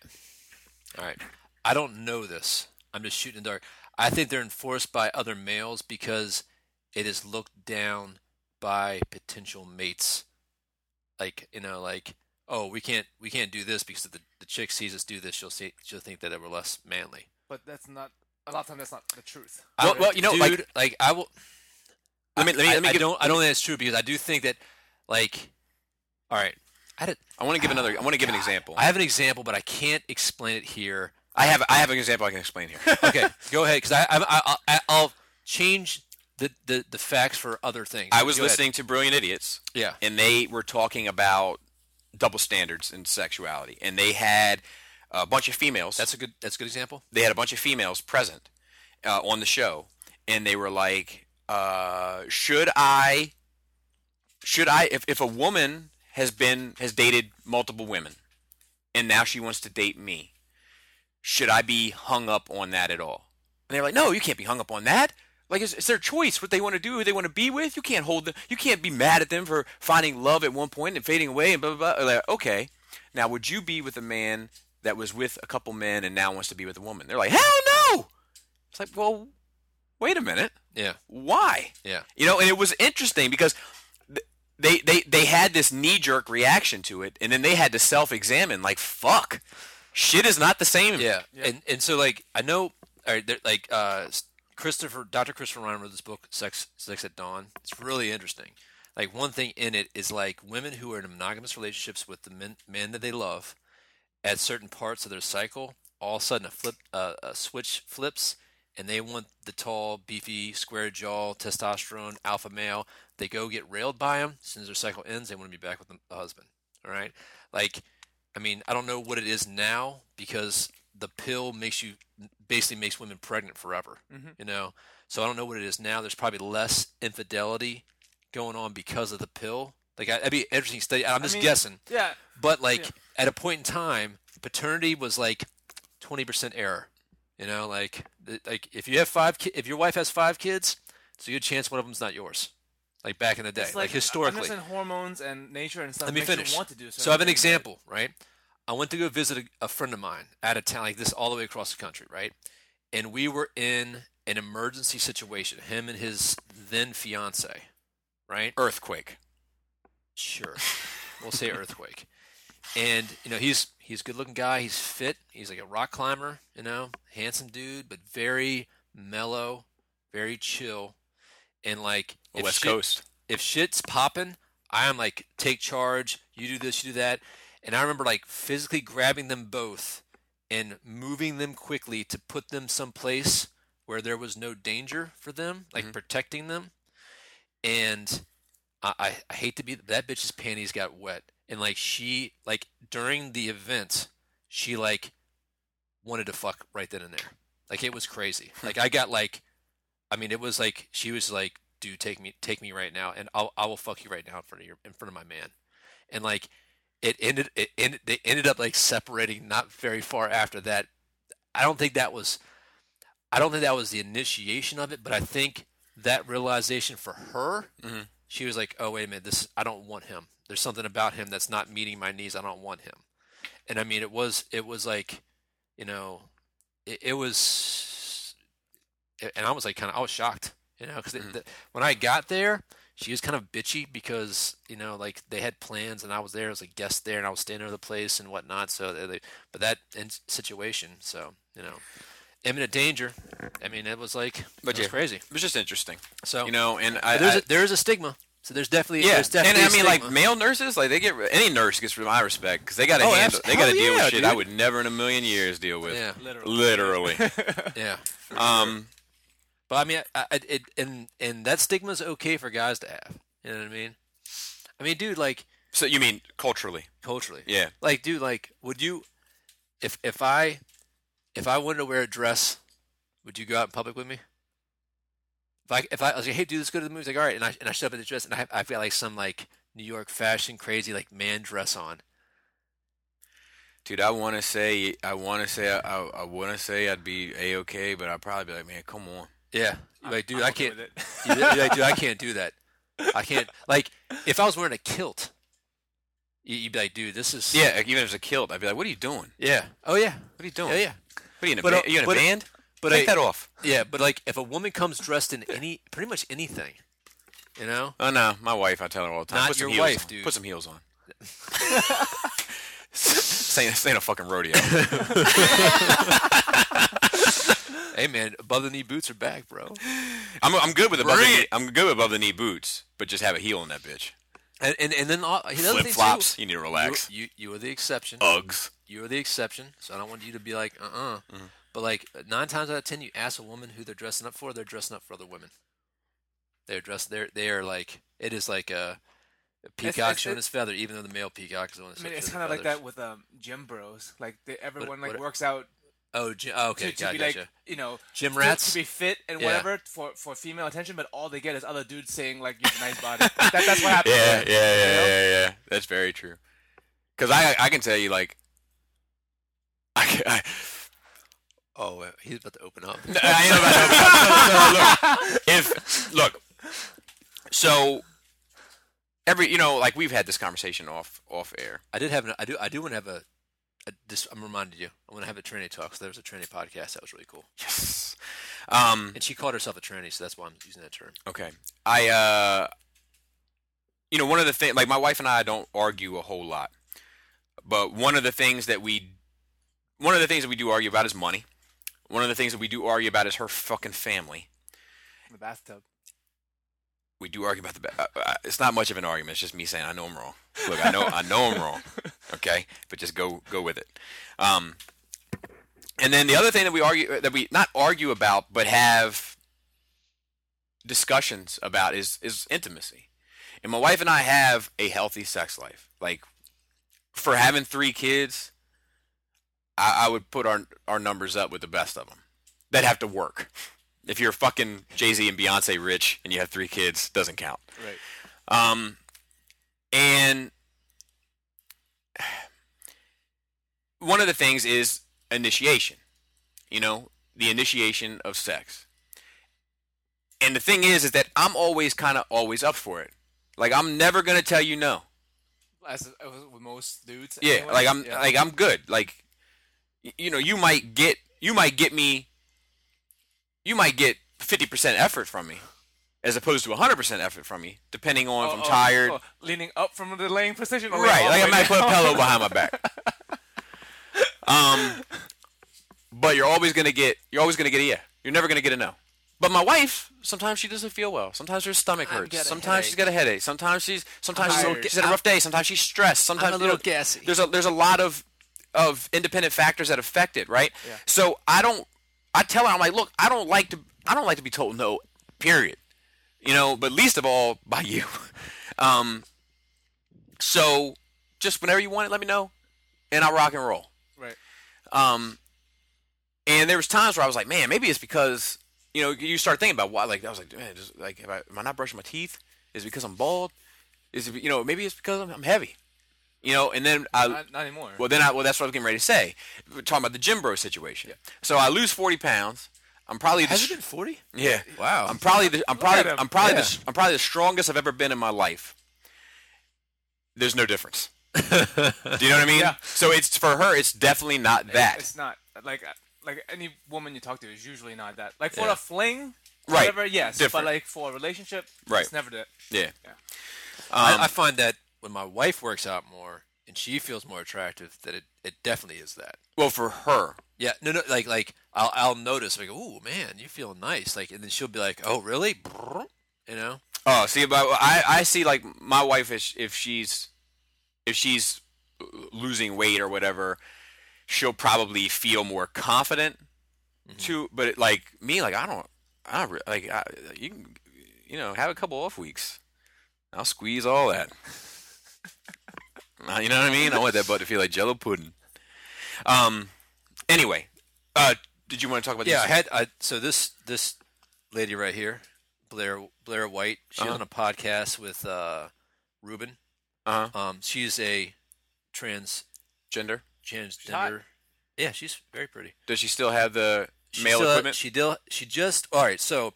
All right. I don't know this. I'm just shooting in the dark. I think they're enforced by other males because it is looked down by potential mates. Like you know, like oh, we can't we can't do this because if the the chick sees us do this, she'll see she'll think that we're less manly. but that's not a lot of times that's not the truth. Well- I- well, you know, dude, like- like, I will. let me let me I, let me I give. don't I don't think that's true because I do think that like all right. I had a, I want to give another. I want to give an example. I have an example, but I can't explain it here. I have I have an example I can explain here. Okay, go ahead, because I, I, I, I'll- I, I'll change the, the, the facts for other things. I was Go ahead. listening to Brilliant Idiots. Yeah, and they were talking about double standards in sexuality, and they had a bunch of females. that's a good that's a good example. they had a bunch of females present uh, on the show, and they were like, uh, "Should I? Should I? If if a woman has been has dated multiple women, and now she wants to date me, should I be hung up on that at all?" And they're like, "No, you can't be hung up on that." Like it's, it's their choice what they want to do, who they want to be with. You can't hold them. You can't be mad at them for finding love at one point and fading away and blah blah blah. Like, okay, now would you be with a man that was with a couple men and now wants to be with a woman? They're like, hell no. It's like, well, wait a minute. Yeah. Why? Yeah. You know, and it was interesting because th- they they they had this knee jerk reaction to it, and then they had to self examine. Like, fuck, shit is not the same. Yeah. And and so like I know all right, there- like uh s- Christopher Dr. Christopher Ryan wrote this book Sex Sex at Dawn. It's really interesting. Like one thing in it is like women who are in monogamous relationships with the men, men that they love at certain parts of their cycle, all of a sudden a flip uh, a switch flips and they want the tall, beefy, square jaw, testosterone, alpha male. They go get railed by him. As soon as their cycle ends, they want to be back with the the husband. All right? Like I mean, I don't know what it is now because the pill makes you basically makes women pregnant forever. Mhm. You know, so I don't know what it is now. There's probably less infidelity going on because of the pill. Like I, that'd be an interesting study. I'm just mean- guessing, Yeah. but like Yeah. at a point in time, paternity was like 20% error. You know, like th- like if you have five, ki- if your wife has five kids, it's a good chance one of them's not yours. Like back in the day, It's like historically. I'm just in hormones and nature and stuff. Let me makes you finish. want to do So I have an certain things. example, right? I went to go visit a, a friend of mine out of town, like this, all the way across the country, right? And we were in an emergency situation. Him and his then fiance, right? Earthquake. Sure, we'll say earthquake. And you know, he's he's a good-looking guy. He's fit. He's like a rock climber. You know, handsome dude, but very mellow, very chill, and like if West she- Coast. if shit's popping, I am like take charge. You do this, you do that, and I remember like physically grabbing them both and moving them quickly to put them someplace where there was no danger for them, like protecting them. And I, I, I hate to be that bitch's panties got wet, and like she like during the event, she like wanted to fuck right then and there. Like it was crazy. Like I got like, I mean, it was like she was like, "Dude, take me, take me right now, and I'll I will fuck you right now in front of your in front of my man," and like it ended. It ended. They ended up like separating not very far after that. I don't think that was, I don't think that was the initiation of it, but I think that realization for her, Mhm. she was like, "Oh wait a minute, this I don't want him. There's something about him that's not meeting my needs. I don't want him." And I mean, it was it was like, you know, it, it was, and I was like, kind of, I was shocked, you know, because Mhm. when I got there, she was kind of bitchy because you know, like they had plans, and I was there as a guest there, and I was staying over the place and whatnot. So, they, they, but that in- situation, so you know, imminent danger. I mean, it was like, But it was yeah. crazy. It was just interesting, So you know. And I, Oh. but there's I- a, there is a stigma. So there's definitely yeah, There's and definitely I a mean, like stigma. male nurses, like they get any nurse gets my respect because they got to Oh, handle, abso- they got to hell deal with yeah, shit I dude. would never in a million years deal with. yeah, Literally. Literally. yeah. um, But I mean, I, I, it, and and that stigma's okay for guys to have. You know what I mean? I mean, dude, like so you mean culturally? culturally, Yeah. like, dude, like, would you, if if I, if I wanted to wear a dress, would you go out in public with me? If I, if I, I was like, hey, dude, let's go to the movies. Like, all right, and I and I show up in the dress, and I have, I've got like some like New York fashion crazy like man dress on. Dude, I want to say, I want to say, I, I, I want to say I'd be a okay, but I'd probably be like, man, come on. Yeah, like, dude, I'm I okay can't. with it. You- you're like, dude, I can't do that. I can't. Like, if I was wearing a kilt, you- you'd be like, dude, this is. Yeah, like, even if it's a kilt, I'd be like, what are you doing? Yeah. Oh yeah. What are you Oh doing? yeah. yeah. What are you in a, But, ba- uh, you in a but- band? But Take I- that off. Yeah, but like, if a woman comes dressed in any, pretty much anything, you know, Oh no, my wife. I tell her all the time. Not Put some your heels wife, on. dude. Put some heels on. this, ain't, this ain't a fucking rodeo. hey man, above the knee boots are back, bro. I'm, I'm good with above the Bring knee, it. I'm good with above the knee boots, but just have a heel on that bitch. And and, and then uh, all, he Flip flops. You need to relax. You, you you are the exception. Uggs. You are the exception. So I don't want you to be like, uh uh But like nine times out of ten, you ask a woman who they're dressing up for, they're dressing up for other women. They're dressed. They're they are like it is like a, a peacock it's- showing it- his feather, even though the male peacock is the one. I That's mean, it's kind of like that with um, gym bros. Like they, everyone like what- works out Oh, gy- oh, to, okay, to got- be gotcha. like you know Gym to- rats. to be fit and Yeah. whatever for for female attention, but all they get is other dudes saying like you have a nice body. that, that's what happens. Yeah, yeah, yeah, know? yeah, yeah. That's very true. Because I, I can tell you, like, I, can- I, oh, wait, he's about to open up. No, I ain't about to- so, look, if look, so every you know, like we've had this conversation off off air. I did have. An, I do. I do want to have a. a this, I'm reminded you. I want to have a training talk. So there was a training podcast that was really cool. Yes. Um, And she called herself a tranny, so that's why I'm using that term. Okay. I uh you know, one of the things like my wife and I don't argue a whole lot. But one of the things that we one of the things that we do argue about is money. One of the things that we do argue about is her fucking family. in the bathtub. We do argue about the ba- uh, uh, it's not much of an argument. It's just me saying I know I'm wrong. Look, I know I know I'm wrong. Okay? But just go go with it. Um and then the other thing that we argue uh, that we not argue about but have discussions about is is intimacy. And my wife and I have a healthy sex life. Like for having three kids, I, I would put our our numbers up with the best of them that have to work. If you're fucking Jay Z and Beyonce rich and you have three kids, doesn't count. Right. Um, and one of the things is initiation, you know, the initiation of sex. And the thing is, is that I'm always kind of always up for it. Like I'm never gonna tell you no. As uh, with most dudes. Yeah, anyway. like I'm Yeah. like I'm good. Like y- you know, you might get you might get me you might get 50% effort from me as opposed to 100% effort from me depending on if I'm Oh, oh, tired. oh, leaning up from the laying position. or laying Right, all like I the way might put a down? pillow behind my back. Um, but you're always gonna get you're always gonna get a yeah. You're never gonna get a no. But my wife, sometimes she doesn't feel well. Sometimes her stomach I'm hurts. getting a Sometimes she's got a headache. Sometimes she's sometimes I'm she's, tired. she's had a rough day. Sometimes she's stressed. Sometimes a you little know, gassy. There's a there's a lot of of independent factors that affect it, right? Yeah. So I don't. I tell her I'm like, look, I don't like to I don't like to be told no. Period. You know, but least of all by you. Um, so just whenever you want it, let me know, and I'll rock and roll. Right. Um, and there was times where I was like, man, maybe it's because you know you start thinking about why. Like I was like, man, just, like if I, am I not brushing my teeth? Is it because I'm bald? Is it you know maybe it's because I'm, I'm heavy? You know, and then I Not, not anymore. well, then I, well, that's what I was getting ready to say. We're talking about the gym bro situation. So I lose forty pounds. I'm probably the, Has str- it been 40? yeah. Wow. I'm probably the, I'm at probably him. I'm probably Yeah. the, I'm probably the strongest I've ever been in my life. There's no difference. Do you know what I mean? Yeah. So it's for her. It's definitely not It- that. It's not like uh, like any woman you talk to is usually not that. Like for Yeah. a fling, Right. whatever, yes. Different. But like for a relationship, Right. it's never that. yeah. Yeah. Um, I, I find that when my wife works out more and she feels more attractive, that it, it definitely is that. well, for her, Yeah, no, no, like, like I'll, I'll notice, like, oh man, you feel nice, like, and then she'll be like, oh really, Brrr, you know? Oh, see, but I I see like my wife is if she's if she's losing weight or whatever, she'll probably feel more confident Mm-hmm. too. But it, like me, like I don't, I don't re- like I, you can you know have a couple off weeks. I'll squeeze all that. Uh, you know what I mean? I want that butt to feel like Jello pudding. Um. Anyway, uh, did you want to talk about Yeah, I These? had I so this this lady right here, Blair Blair White, she's Uh-huh. on a podcast with uh Ruben. uh-huh. Um she's a trans gender. hot. transgender. Yeah, she's very pretty. Does she still have the She male still- equipment? She did she just all right, so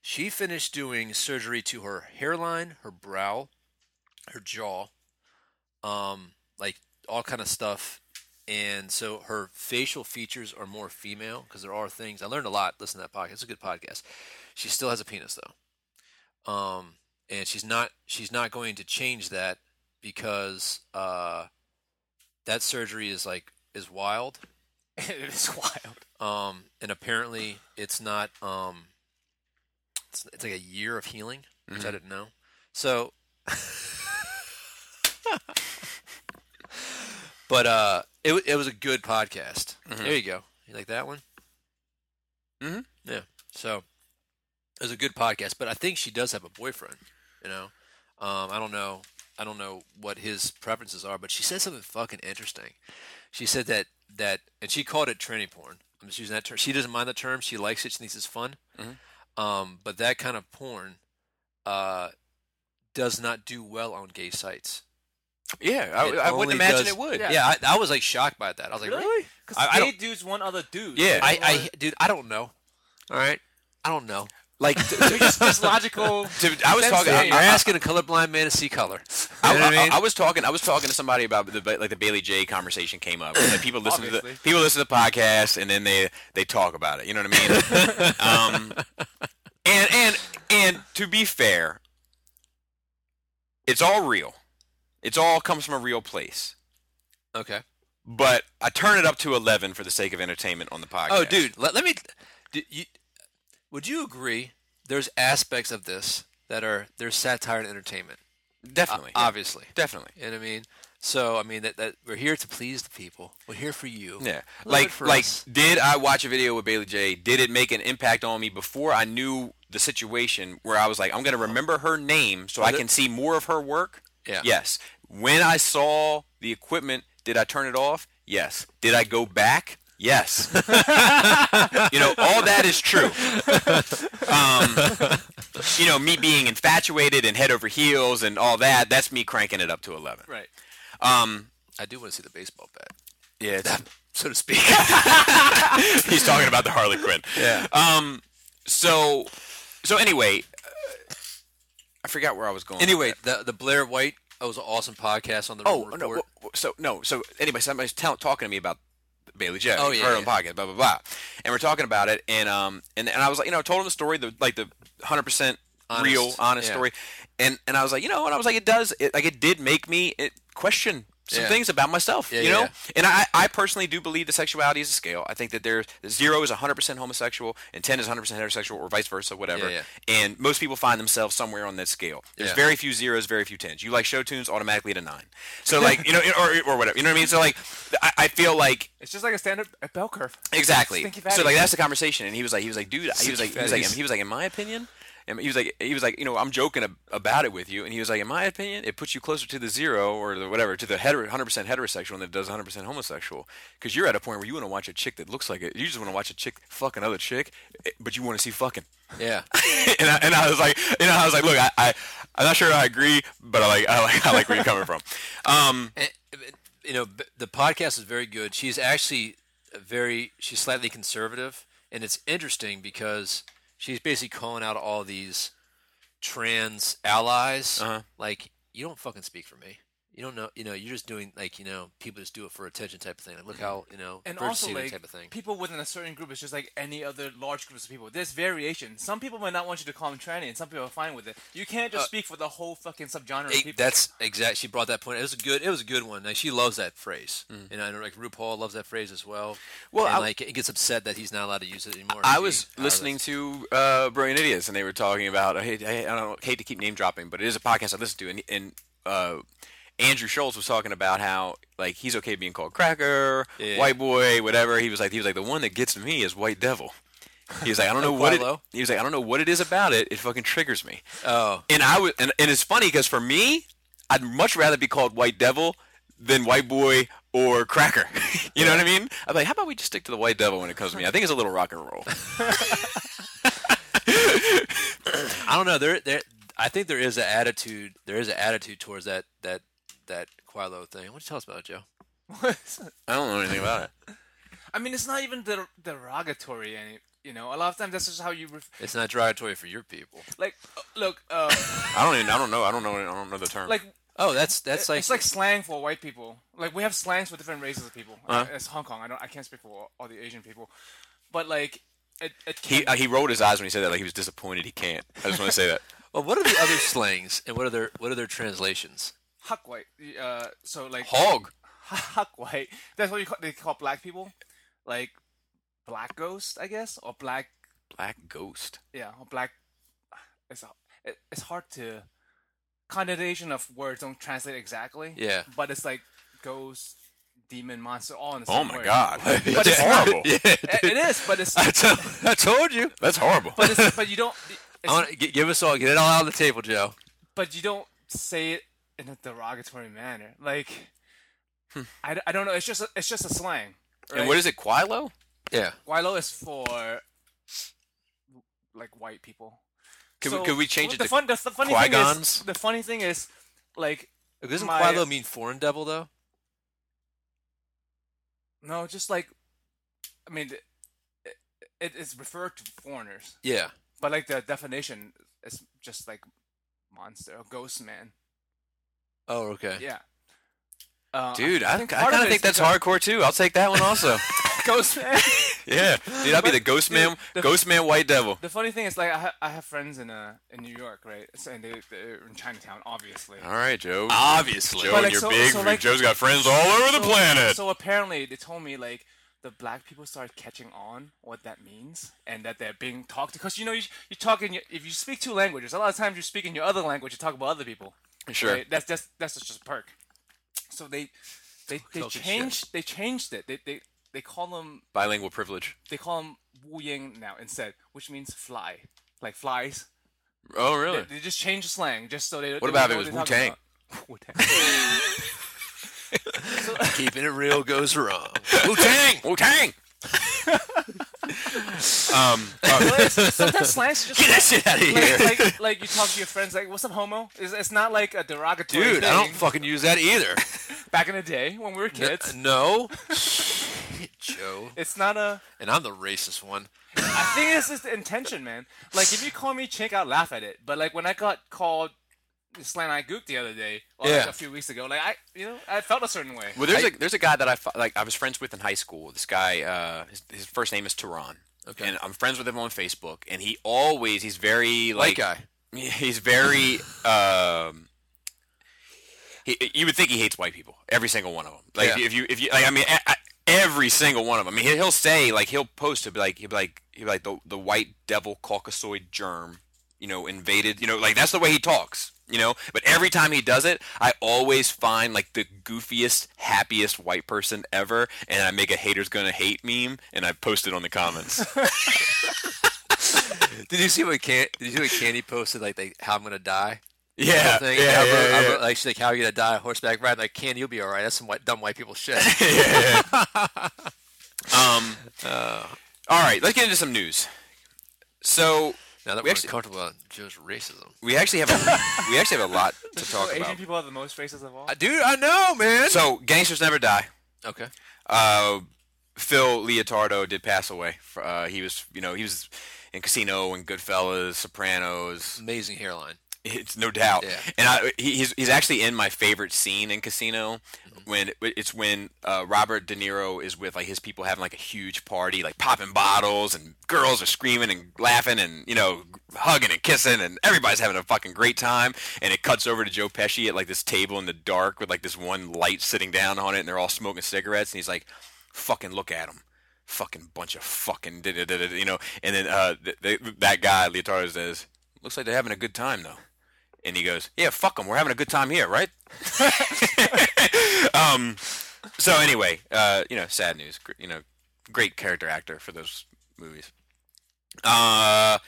she finished doing surgery to her hairline, her brow, her jaw, um, like all kind of stuff. And so her facial features are more female because there are things I learned a lot. Listen to that podcast; it's a good podcast. She still has a penis though, um, and she's not she's not going to change that because uh, that surgery is like is wild. it is wild. Um, and apparently it's not um, it's, it's like a year of healing, which I didn't know. So, but uh, it wa- it was a good podcast. There you go. You like that one? Mhm. Yeah. So it was a good podcast, but I think she does have a boyfriend. You know, um, I don't know. I don't know what his preferences are, but she said something fucking interesting. She said that that, and she called it tranny porn. I'm just using that term. She doesn't mind the term. She likes it. She thinks it's fun. Mhm. Um, but that kind of porn uh, does not do well on gay sites. Yeah, I, It I wouldn't only imagine does- it would. Yeah, Yeah. I, I was like shocked by that. I was like, really? Because I- I gay dudes want other dudes. Yeah. They I, don't I, want- dude, I don't know. All right, I don't know. Like, t- I mean, just, just logical. t- I was talking. I, Sensei. You're I- asking a colorblind man to see color. I, You know what I- I mean? I was talking. I was talking to somebody about the ba- like the Bailey J conversation came up. Like people listen to the Obviously. people listen to the podcast and then they they talk about it. You know what I mean? um, and and and to be fair, it's all real. It's all comes from a real place. okay. But I turn it up to eleven for the sake of entertainment on the podcast. Oh, dude, let, let me. Do you, would you agree? There's aspects of this that are there's satire and entertainment, O- definitely, obviously. definitely. You know what I mean? So I mean that, that we're here to please the people. We're here for you. Yeah, A little bit like for like us. did I watch a video with Bailey J? Did it make an impact on me before I knew the situation where I was like, I'm gonna remember her name so I the- can see more of her work? Yeah. Yes. When I saw the equipment, did I turn it off? Yes. Did I go back? Yes. you know, all that is true. Um, you know, me being infatuated and head over heels and all that—that's me cranking it up to eleven. right. Um, I do want to see the baseball bat, yeah, it's- so to speak. he's talking about the Harley Quinn. yeah. Um. So, so anyway, uh, I forgot where I was going. Anyway, the the Blair White that was an awesome podcast on the oh report. no. wha- wha- So no. So anyway, somebody's tell talking to me about Bailey J. Oh, yeah, Her own yeah. podcast. Blah blah blah. And we're talking about it, and um, and and I was like, you know, I told him the story, the like the hundred percent Honest, real honest yeah. story, and and I was like, you know, and I was like, it does, it, like it did make me it, question. Some Yeah. things about myself, Yeah, you know, yeah. and I, I personally do believe that sexuality is a scale. I think that there's zero is 100% homosexual and 10 is 100% heterosexual, or vice versa, whatever. Yeah, yeah. And most people find themselves somewhere on that scale. There's Yeah. very few zeros, very few tens. You like show tunes automatically to nine. So like you know, or or whatever. You know what I mean? So like, I, I feel like It's just like a standard a bell curve. exactly. Stinky So fatty. like that's the conversation, and he was like, he was like, dude, he was like, he was like, fatties. he was like, in my opinion. And he was like, he was like, you know, I'm joking ab- about it with you, and he was like, in my opinion, it puts you closer to the zero or the whatever, to the hetero, 100% heterosexual than it does 100% homosexual, because you're at a point where you want to watch a chick that looks like it, you just want to watch a chick fuck another chick, eh, but you want to see fucking yeah. and, I, and I was like, you know, I was like, look, I, I I'm not sure I agree, but I like, I like, I like where you're coming from. Um, And, you know, b- the podcast is very good. She's actually very, she's slightly conservative, and it's interesting because she's basically calling out all these trans allies. Uh-huh. Like, you don't fucking speak for me. You don't know, you know, you're just doing like, you know, people just do it for attention type of thing. Like, look how, you know, and birds also do that like type of thing. people within a certain group is just like any other large groups of people. There's variation. Some people might not want you to call them tranny, and some people are fine with it. You can't just Uh, speak for the whole fucking subgenre of It- people. that's exact. She brought that point. It was a good. It was a good one. Like, she loves that phrase, and I know like RuPaul loves that phrase as well. Mm. Well, and, I- like he gets upset that he's not allowed to use it anymore. I She- was uh, listening to uh, Brilliant Idiots, and they were talking about. I hate, I, I don't hate to keep name dropping, but it is a podcast I listen to, and, and uh, Andrew Schultz was talking about how like he's okay being called cracker, Yeah. white boy, whatever. He was like, he was like, the one that gets me is white devil. He was like, I don't know what it, Quilo? he was like, I don't know what it is about it. It fucking triggers me. Oh, And I was, and, and it's funny because for me, I'd much rather be called White Devil than White Boy or Cracker. you know what I mean? I'm like, how about we just stick to the White Devil when it comes to me? I think it's a little rock and roll. I don't know. There, there. I think there is an attitude. There is an attitude towards that that that Quilo thing. What do you tell us about it, Joe? I don't know anything about it. I mean, it's not even der- derogatory, any you know. A lot of times, that's just how you ref- It's not derogatory for your people. like. Uh, look, uh, I don't even. I don't know. I don't know. I don't know the term. like Oh, that's that's like, it's like slang for white people. Like we have slangs for different races of people. Uh-huh. uh It's Hong Kong. I don't. I can't speak for all, all the Asian people, but like it. it he uh, he rolled his eyes when he said that. Like he was disappointed. He can't. I just want to say that. Well, what are the other slangs and what are their what are their translations? huck white. Uh, so like Hog. huck white. That's what you call, they call black people, like black ghost, I guess, or black. Black ghost. Yeah, or black. It's it, it's hard to. Connotation of words don't translate exactly. Yeah. But it's like ghost, demon, monster, all in the Oh same my word. god. But That's it's- horrible. yeah, It- it is, but it's I, told, I told you. That's horrible. but it's, but you don't. I It's, want to give us all get it all out on the table, Joe. but you don't say it in a derogatory manner. Like, I, d- I don't know. It's just a, it's just a slang. Hmm. And what is it? Quilo. Yeah. Guilo is for like white people. Could we- could we change it the to fun, the, the funny thing is, Qui-Gons? the funny thing is, like, Doesn't My- uh, Quilo mean foreign devil though? no, just like, I mean, it, it, it's referred to foreigners. Yeah. But like the definition is just like monster or ghost man. Oh, okay. Yeah. Uh, Dude, I, think, I part of kind of it think is that's hardcore too. I'll take that one also. ghost man. yeah, dude, I'll be the ghost man, the- ghost man, white devil. The funny thing is, like, I, ha- I have friends in uh, in New York, right? So, and they, they're in Chinatown, obviously. All right, Joe. Obviously, Joe, But, and like, you're so- big. so, like- Joe's got friends all over the So- planet. So apparently, they told me like the black people started catching on what that means and that they're being talked because you know you you talk in your, if you speak two languages, a lot of times you speak in your other language, you talk about other people. sure. Right? That's that's that's just a perk. So they they, they Talking shit. changed they changed it. They they they call them Bilingual privilege. they call them Wu Ying now instead, which means fly, like flies. Oh, really? They, they just change the slang just so they. What about if it was Wu-Tang? Wu Tang. Keeping it real goes wrong. Wu Tang. Wu Tang. um, uh, Sometimes slang's just. get that shit out of here, Like, like, like you talk to your friends, like, "What's up, homo?" It's, it's not like a derogatory Dude, thing. I don't fucking use that either. Back in the day when we were kids, N- no. Joe. it's not a. And I'm the racist one. I think this is the intention, man. Like, if you call me chink, I'll laugh at it. But like when I got called slant eye gook the other day, or like Yeah. a few weeks ago, like I, you know, I felt a certain way. Well, there's a there's a guy that I fo- like. I was friends with in high school. This guy, uh, his, his first name is Tehran. Okay. And I'm friends with him on Facebook, and he always he's very White like guy. He's very. um he, you would think he hates white people. Every single one of them. Like Yeah. if you if you like, I mean a- a- every single one of them. I mean he- he'll say like he'll post to be like he'll be like he'll be like the the white devil Caucasoid germ. You know, invaded. You know, like that's the way he talks. You know, but every time he does it, I always find like the goofiest, happiest white person ever, and I make a haters gonna hate meme, and I post it on the comments. Did you see what can did you see what Candy posted like they, how I'm gonna die? yeah, thing? yeah, I wrote- yeah, I yeah. wrote, like she's like, How are you gonna die? Horseback ride? Like, Candy, you'll be alright. That's some white, dumb white people shit. Um, all right, let's get into some news. So now that We we're actually- comfortable about Joe's racism. we actually have a, we actually have a lot to talk So Asian about. people are the most racist of all. I, Uh, dude, I know, man. So gangsters never die. okay. Uh, Phil Leotardo did pass away. Uh, he was you know he was in Casino and Goodfellas, Sopranos. Amazing hairline. It's no doubt. Yeah. And I, he, he's he's actually in my favorite scene in Casino when it's when uh, Robert De Niro is with like his people having like a huge party, like popping bottles and girls are screaming and laughing and you know hugging and kissing and everybody's having a fucking great time. And it cuts over to Joe Pesci at like this table in the dark with like this one light sitting down on it and they're all smoking cigarettes and he's like, "Fucking look at him." Fucking bunch of fucking, da- da- da- da," you know, and then uh, th- th- that guy Leotardo says, "Looks like they're having a good time though." And he goes, "Yeah, fuck them. We're having a good time here, right?" um, so anyway, uh, you know, sad news. Gr- You know, great character actor for those movies. Uh,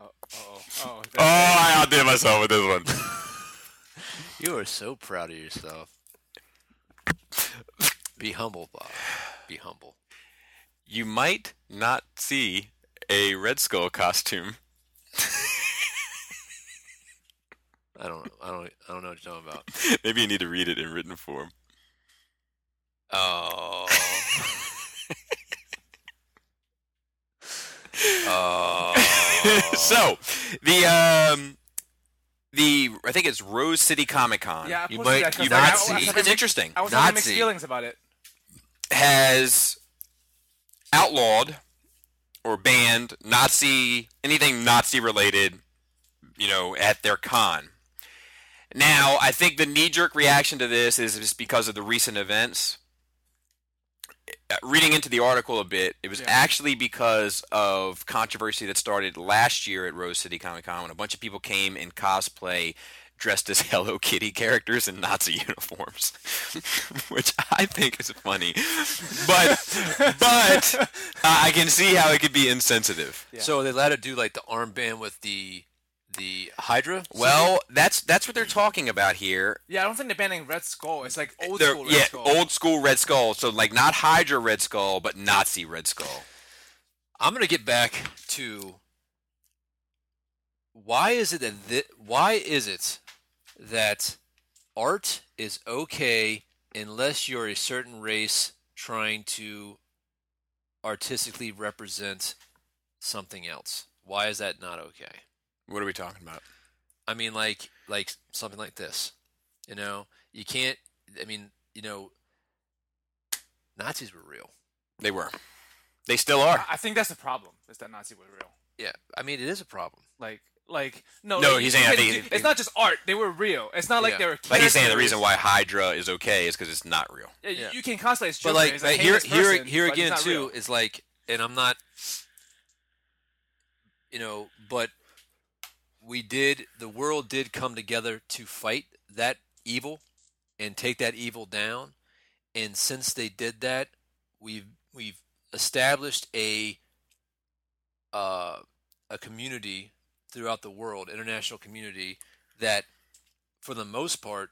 oh, oh, oh, I outdid myself with this one. You are so proud of yourself. Be humble, Bob. Be humble. You might not see a Red Skull costume. I don't know. I don't. I don't know what you're talking about. Maybe you need to read it in written form. Oh. oh. so the um, the I think it's Rose City Comic Con. yeah. I You posted might- that 'cause, you Like, might I- I was see. having It's mixed- interesting. I was having mixed Nazi. feelings about it. has outlawed or banned Nazi anything Nazi related, you know, at their con. Now, I think the knee jerk reaction to this is just because of the recent events. Uh, Reading into the article a bit, it was Yeah. actually because of controversy that started last year at Rose City Comic Con when a bunch of people came in cosplay dressed as Hello Kitty characters in Nazi uniforms, which I think is funny. But but uh, I can see how it could be insensitive. So they let it do like the armband with the the Hydra. Well, that's that's what they're talking about here. Yeah, I don't think they're banning Red Skull. It's like old They're- school Red yeah, Skull. old school Red Skull. So like not Hydra Red Skull, but Nazi Red Skull. I'm gonna get back to why is it that thi- why is it that art is okay unless you're a certain race trying to artistically represent something else. Why is that not okay? What are we talking about? I mean, like like something like this. You know, you can't. I mean, you know, Nazis were real. They were. They still are. I I think that's the problem. Is that Nazi were real? Yeah, I mean, it is a problem. Like, like no, No, like, he's you saying- I can think do- he- it's not just art. They were real. It's not like Yeah. they were. Like he's saying the characters. reason why Hydra is okay is because it's not real. Yeah, you- Yeah. you can cosplay as Joker. but like, as a but here, heinous here, person, here but he's again not too real. is like, and I'm not, you know, but we did. The world did come together to fight that evil and take that evil down. And since they did that, we've we've established a uh, a community throughout the world, international community that, for the most part,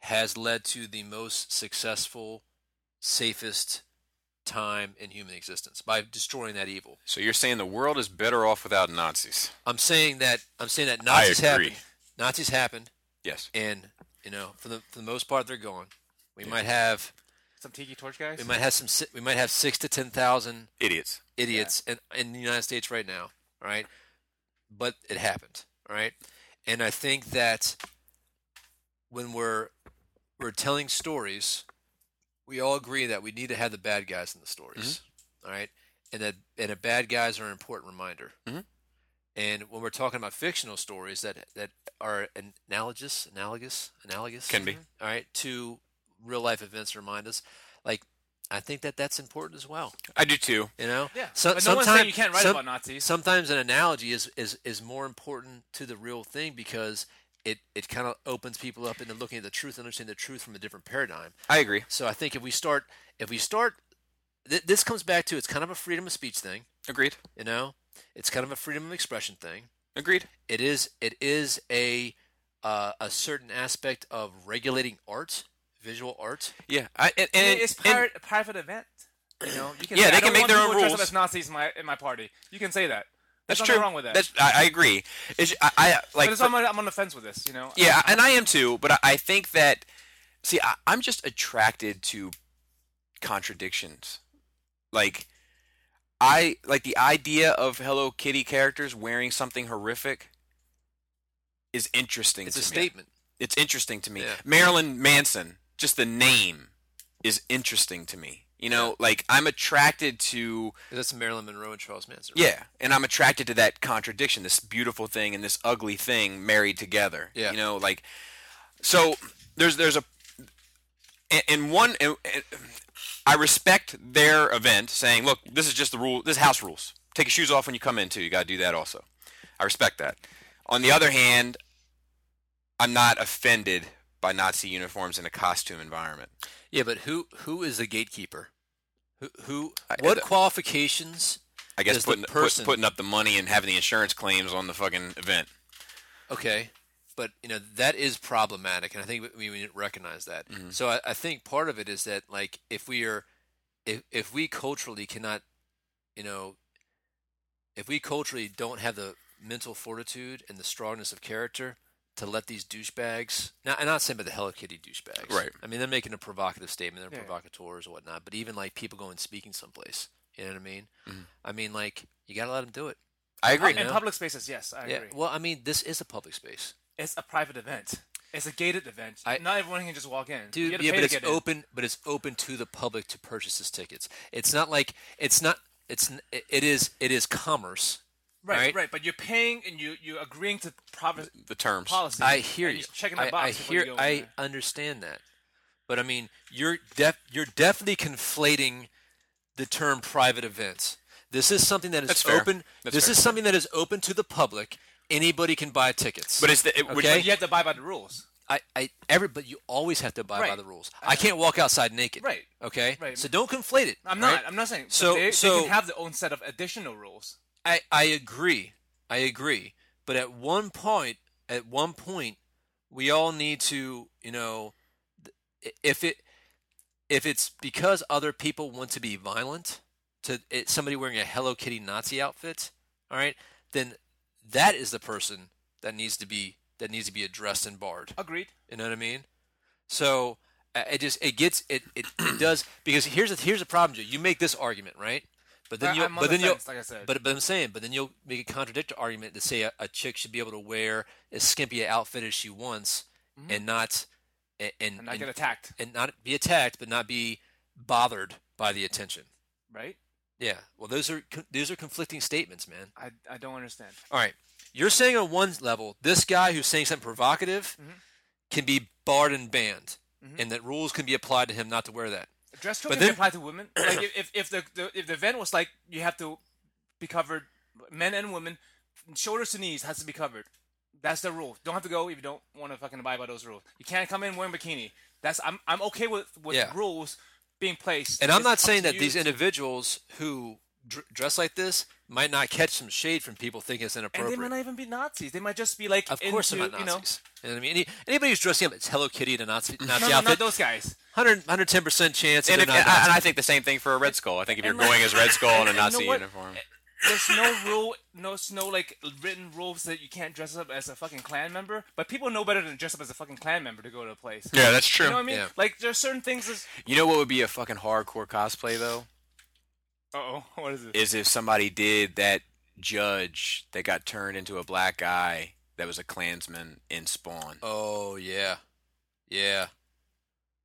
has led to the most successful safest time in human existence by destroying that evil. So you're saying the world is better off without Nazis? I'm saying that I'm saying that I Nazis agree. happened. Nazis happened, Yes. and you know, for the for the most part, they're gone. We might have some tiki torch guys. we might have some si- we might have six to ten thousand Idiots. idiots in, in the United States right now, all right? But it happened, all right? And I think that when we're we're telling stories, we all agree that we need to have the bad guys in the stories, Mm-hmm. all right? And that and that bad guys are an important reminder. Mhm. And when we're talking about fictional stories that that are an- analogous, analogous, analogous, Can be. all right, to real life events, remind us, like I think that that's important as well. I do too. You know, yeah, so- but no one's saying sometime- you can't write some- about Nazis. Sometimes an analogy is, is, is more important to the real thing because it, it kind of opens people up into looking at the truth and understanding the truth from a different paradigm. I agree. So I think if we start, if we start, th- this comes back to it's kind of a freedom of speech thing, Agreed. you know, it's kind of a freedom of expression thing. Agreed. It is it is a uh, a certain aspect of regulating art, visual art. Yeah. I, and, Yeah, and it's and- pirate, private event. You know, you can Yeah, say, they I can don't make want their people own dressed up rules. As Nazis in my in my party, you can say that. that's There's true. Nothing wrong with that. That's, I, I agree. It's, I, I like. but it's, for- I'm, on- I'm on the fence with this. You know. Yeah, and I am too. But I, I think that see, I, I'm just attracted to contradictions. Like I like the idea of Hello Kitty characters wearing something horrific is interesting. It's to a me. statement. It's interesting to me. Yeah. Marilyn Manson, just the name, is interesting to me. You know, like I'm attracted to. 'Cause That's Marilyn Monroe and Charles Manson. right? Yeah, and I'm attracted to that contradiction, this beautiful thing and this ugly thing married together. Yeah. You know, like so there's there's a and, and one and, and I respect their event saying, look, this is just the rule, this is house rules. Take your shoes off when you come in too. You got to do that also. I respect that. On the other hand, I'm not offended by Nazi uniforms in a costume environment. Yeah, but who who is the gatekeeper? Who who I- what the- qualifications? I guess Does the putting put- person- putting up the money and having the insurance claims on the fucking event. Okay, but you know that is problematic, and I think we, we recognize that. Mhm. So I, I think part of it is that like if we are if if we culturally cannot, you know, if we culturally don't have the mental fortitude and the strongness of character to let these douchebags now I'm not saying about the Hello Kitty douchebags. Right. I mean they're making a provocative statement, they're Yeah. provocateurs or whatnot, but even like people going speaking someplace. You know what I mean? Mhm. I mean like you gotta let them do it. I agree. In Yeah. public spaces, yes, I yeah. agree. Well, I mean this is a public space. It's a private event. It's a gated event. I- Not everyone can just walk in. you dude gotta yeah pay but to it's get in. open but it's open to the public to purchase his tickets it's not like it's not it's n- it is it is commerce Right, right? right, But you're paying and you you're agreeing to provi- the terms. policy. i hear and you You're checking I, the box. I before you hear go in i there. understand that but i mean you're def you're definitely conflating the term private events this is something that is That's fair. open That's this fair. is something that is open to the public anybody can buy tickets But it's the, it, which- Okay. But you have to abide by the rules. I, I every but you always have to abide by Right. the rules i can't walk outside naked Right. okay Right. so don't conflate it I'm all not. right? I'm not saying. but So- they, they so- can have their own set of additional rules. I, I agree. I agree. But at one point, at one point, we all need to, you know, th- if it if it's because other people want to be violent to it, somebody wearing a Hello Kitty Nazi outfit, all right, then that is the person that needs to be that needs to be addressed and barred. Agreed. You know what I mean? So uh, it just it gets it it, it does because here's the here's the problem, Joe. You make this argument, right? But then I- you, I'm on but the then you, fence, like I said. but but I'm saying, but then you'll make a contradictory argument to say a, a chick should be able to wear as skimpy an outfit as she wants and not and and, Mm-hmm. and not and- get attacked, and not be attacked, but not be bothered by the attention. right? Yeah. Well, those are co- those are conflicting statements, man. I, I don't understand. All right. You're saying on one level, this guy who's saying something provocative Mm-hmm. can be barred and banned, and that rules can be applied to him not to wear that. Dress But code can then- apply to women. Like if, if, if the, the if the event was like you have to be covered, men and women, shoulders to knees has to be covered. That's the rule. Don't have to go if you don't want to fucking abide by those rules. You can't come in wearing bikini. That's I'm I'm okay with with Yeah. rules being placed. And I'm It's up not to saying that you these to- individuals who dr- dress like this might not catch some shade from people thinking it's and inappropriate. they might not even be Nazis. They might just be like of course, into, they're not you know Nazis. You know what I mean? Any, anybody who's dressing up as Hello Kitty in a Nazi, Nazi no, no, not outfit, those guys. 100, 110% chance that And, they're if, and, not I, and Nazis. I think the same thing for a Red Skull. I think if you're And like- going as Red Skull in a and you know Nazi what? uniform, There's no rule, no no like written rules that you can't dress up as a fucking clan member. But people know better than dress up as a fucking clan member to go to a place. yeah, that's true. You know what I mean? Yeah. Like there's certain things. That's... You know what would be a fucking hardcore cosplay though? Uh oh, what is it? Is if somebody did that judge that got turned into a black guy that was a Klansman in Spawn. Oh, yeah. Yeah.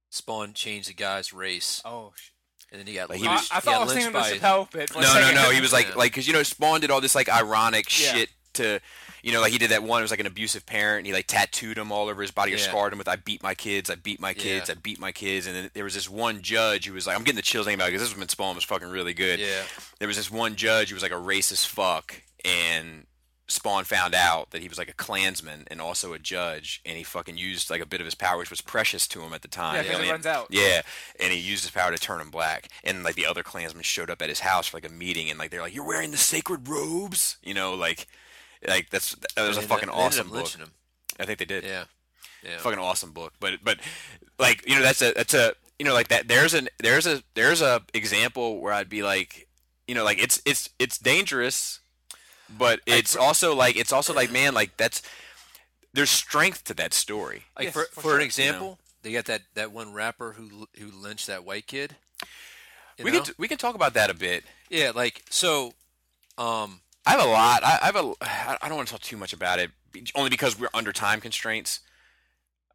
Spawn changed the guy's race, Oh, sh- and then he got Like, he was- lynched. I, I got thought I was lynched thinking of the by- Chappelle bit. for a No, no, second. no. He was like, Yeah. like, cause you know, Spawn did all this like ironic Yeah. shit to, you know, like he did that one. It was like an abusive parent. And he like tattooed him all over his body or Yeah. scarred him with "I beat my kids, I beat my kids, Yeah. I beat my kids." And then there was this one judge who was like, "I'm getting the chills thinking about because this is when Spawn was fucking really good." Yeah. There was this one judge who was like a racist fuck, and Spawn found out that he was like a Klansman and also a judge, and he fucking used like a bit of his power, which was precious to him at the time. Yeah, 'cause it And he- runs out. yeah, and he used his power to turn him black. And like the other Klansmen showed up at his house for like a meeting, and like they're like, "You're wearing the sacred robes," you know, like, like that's that was They a ended fucking up- they ended up awesome book. lynching him. I think they did. Yeah. Yeah. Fucking awesome book. But but like you know that's a that's a you know like that there's an there's a there's a example where I'd be like you know like it's it's it's dangerous, but it's also like it's also like man like that's there's strength to that story. Like Yes, for, for for, sure. an example, they got that, that one rapper who who lynched that white kid. You we know? can t- we can talk about that a bit. yeah, like so. Um, I have a lot. I, I have a. I I don't want to talk too much about it, be- only because we're under time constraints.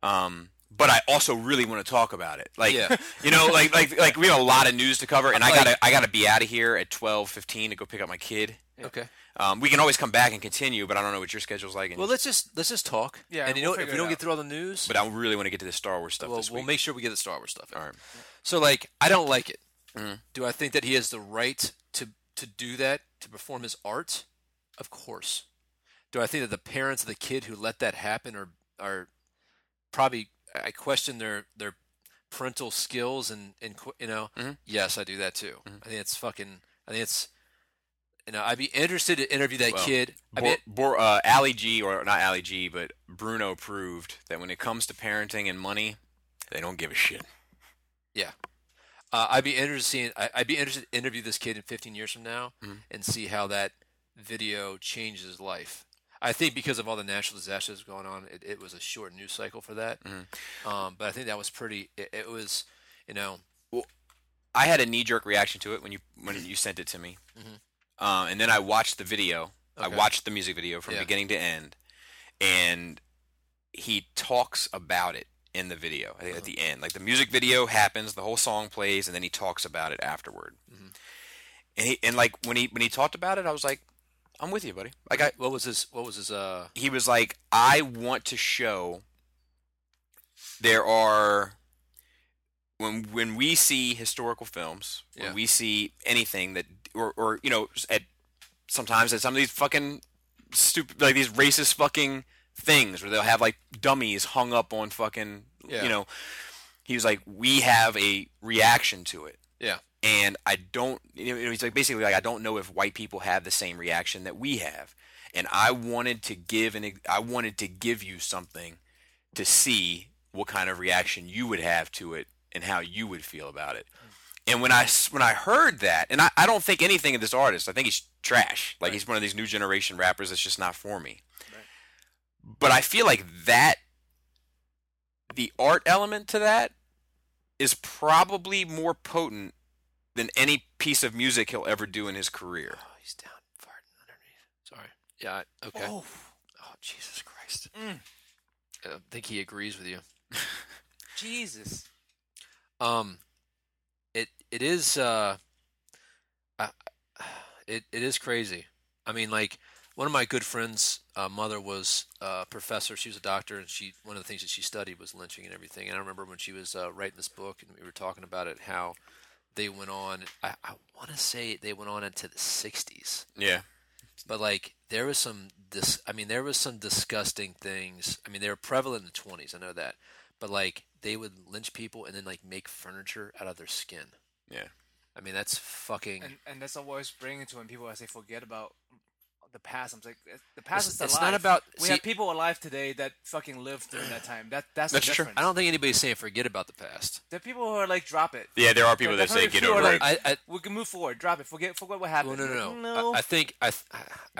Um, but I also really want to talk about it. Like, Yeah. you know, like like like we have a lot of news to cover, and I Like- gotta I gotta be out of here at twelve fifteen to go pick up my kid. okay. Um, we can always come back and continue, but I don't know what your schedule's like. And, Well, let's just let's just talk. Yeah, and you we'll know, what? if we figure it don't out. get through all the news, but I really want to get to the Star Wars stuff we'll, this we'll week. make sure we get the Star Wars stuff. in. All right. So, like, I don't like it. Mm-hmm. Do I think that he has the right to to do that to perform his art? Of course. Do I think that the parents of the kid who let that happen are are probably I question their their parental skills and and qu- you know Mm-hmm. yes I do that too. I think it's fucking. I think it's. You know, I'd be interested to interview that Well, kid. I Bor, mean, Bor, uh, Ali G, or not Ali G, but Bruno proved that when it comes to parenting and money, they don't give a shit. Yeah. Uh, I'd be interested. I, I'd be interested to interview this kid in 15 years from now and see how that video changes his life. I think because of all the natural disasters going on, it, it was a short news cycle for that. Um, but I think that was pretty. It, it was, you know, I had a knee jerk reaction to it when you when you sent it to me, uh, and then I watched the video. I Mm-hmm. Okay. watched the music video from Yeah. beginning to end, and he talks about it in the video I think Mm-hmm. at the end. Like the music video happens, the whole song plays, and then he talks about it afterward. Mm-hmm. And he and like when he when he talked about it, I was like, "I'm with you, buddy." Like I what was his? What was his? Uh, he was like, I want to show there are when when we see historical films, Yeah. when we see anything that or or you know at sometimes at some of these fucking stupid like these racist fucking things where they'll have like dummies hung up on fucking Yeah. you know he was like we have a reaction to it yeah, and I don't. You know, he's like basically like I don't know if white people have the same reaction that we have, and I wanted to give an I wanted to give you something to see what kind of reaction you would have to it and how you would feel about it. And when I s- when I heard that, and I, I don't think anything of this artist. I think he's trash. Like he's one of these new generation rappers that's just not for me. But I feel like that the art element to that is probably more potent than any piece of music he'll ever do in his career. Oh, he's down farting underneath. Sorry. Yeah. I- Okay. Oh, Oh, Jesus Christ. Mm. I don't think he agrees with you. Jesus. Um, it it is uh, I, it it is crazy. I mean, like one of my good friends' uh, mother was a professor. She was a doctor, and she one of the things that she studied was lynching and everything. And I remember when she was uh, writing this book, and we were talking about it, how they went on. I, I want to say they went on into the '60s Yeah. but like there was some dis- i mean there was some disgusting things i mean they were prevalent in the 20s i know that but like they would lynch people and then like make furniture out of their skin Yeah. i mean that's fucking And and that's always bringing to when people as they forget about the past. I'm like eh, the It's- past is it's alive. not about- we see- have people alive today that fucking lived during that time. That That's that's, the true. difference. i don't think anybody's saying forget about the past There are people who are like drop it. Yeah, there are people Like, that I've heard say a get few over are it. like- i i We can move forward. Drop it. Forget forget what well, happened. Oh, no no Like, no I, I think i th-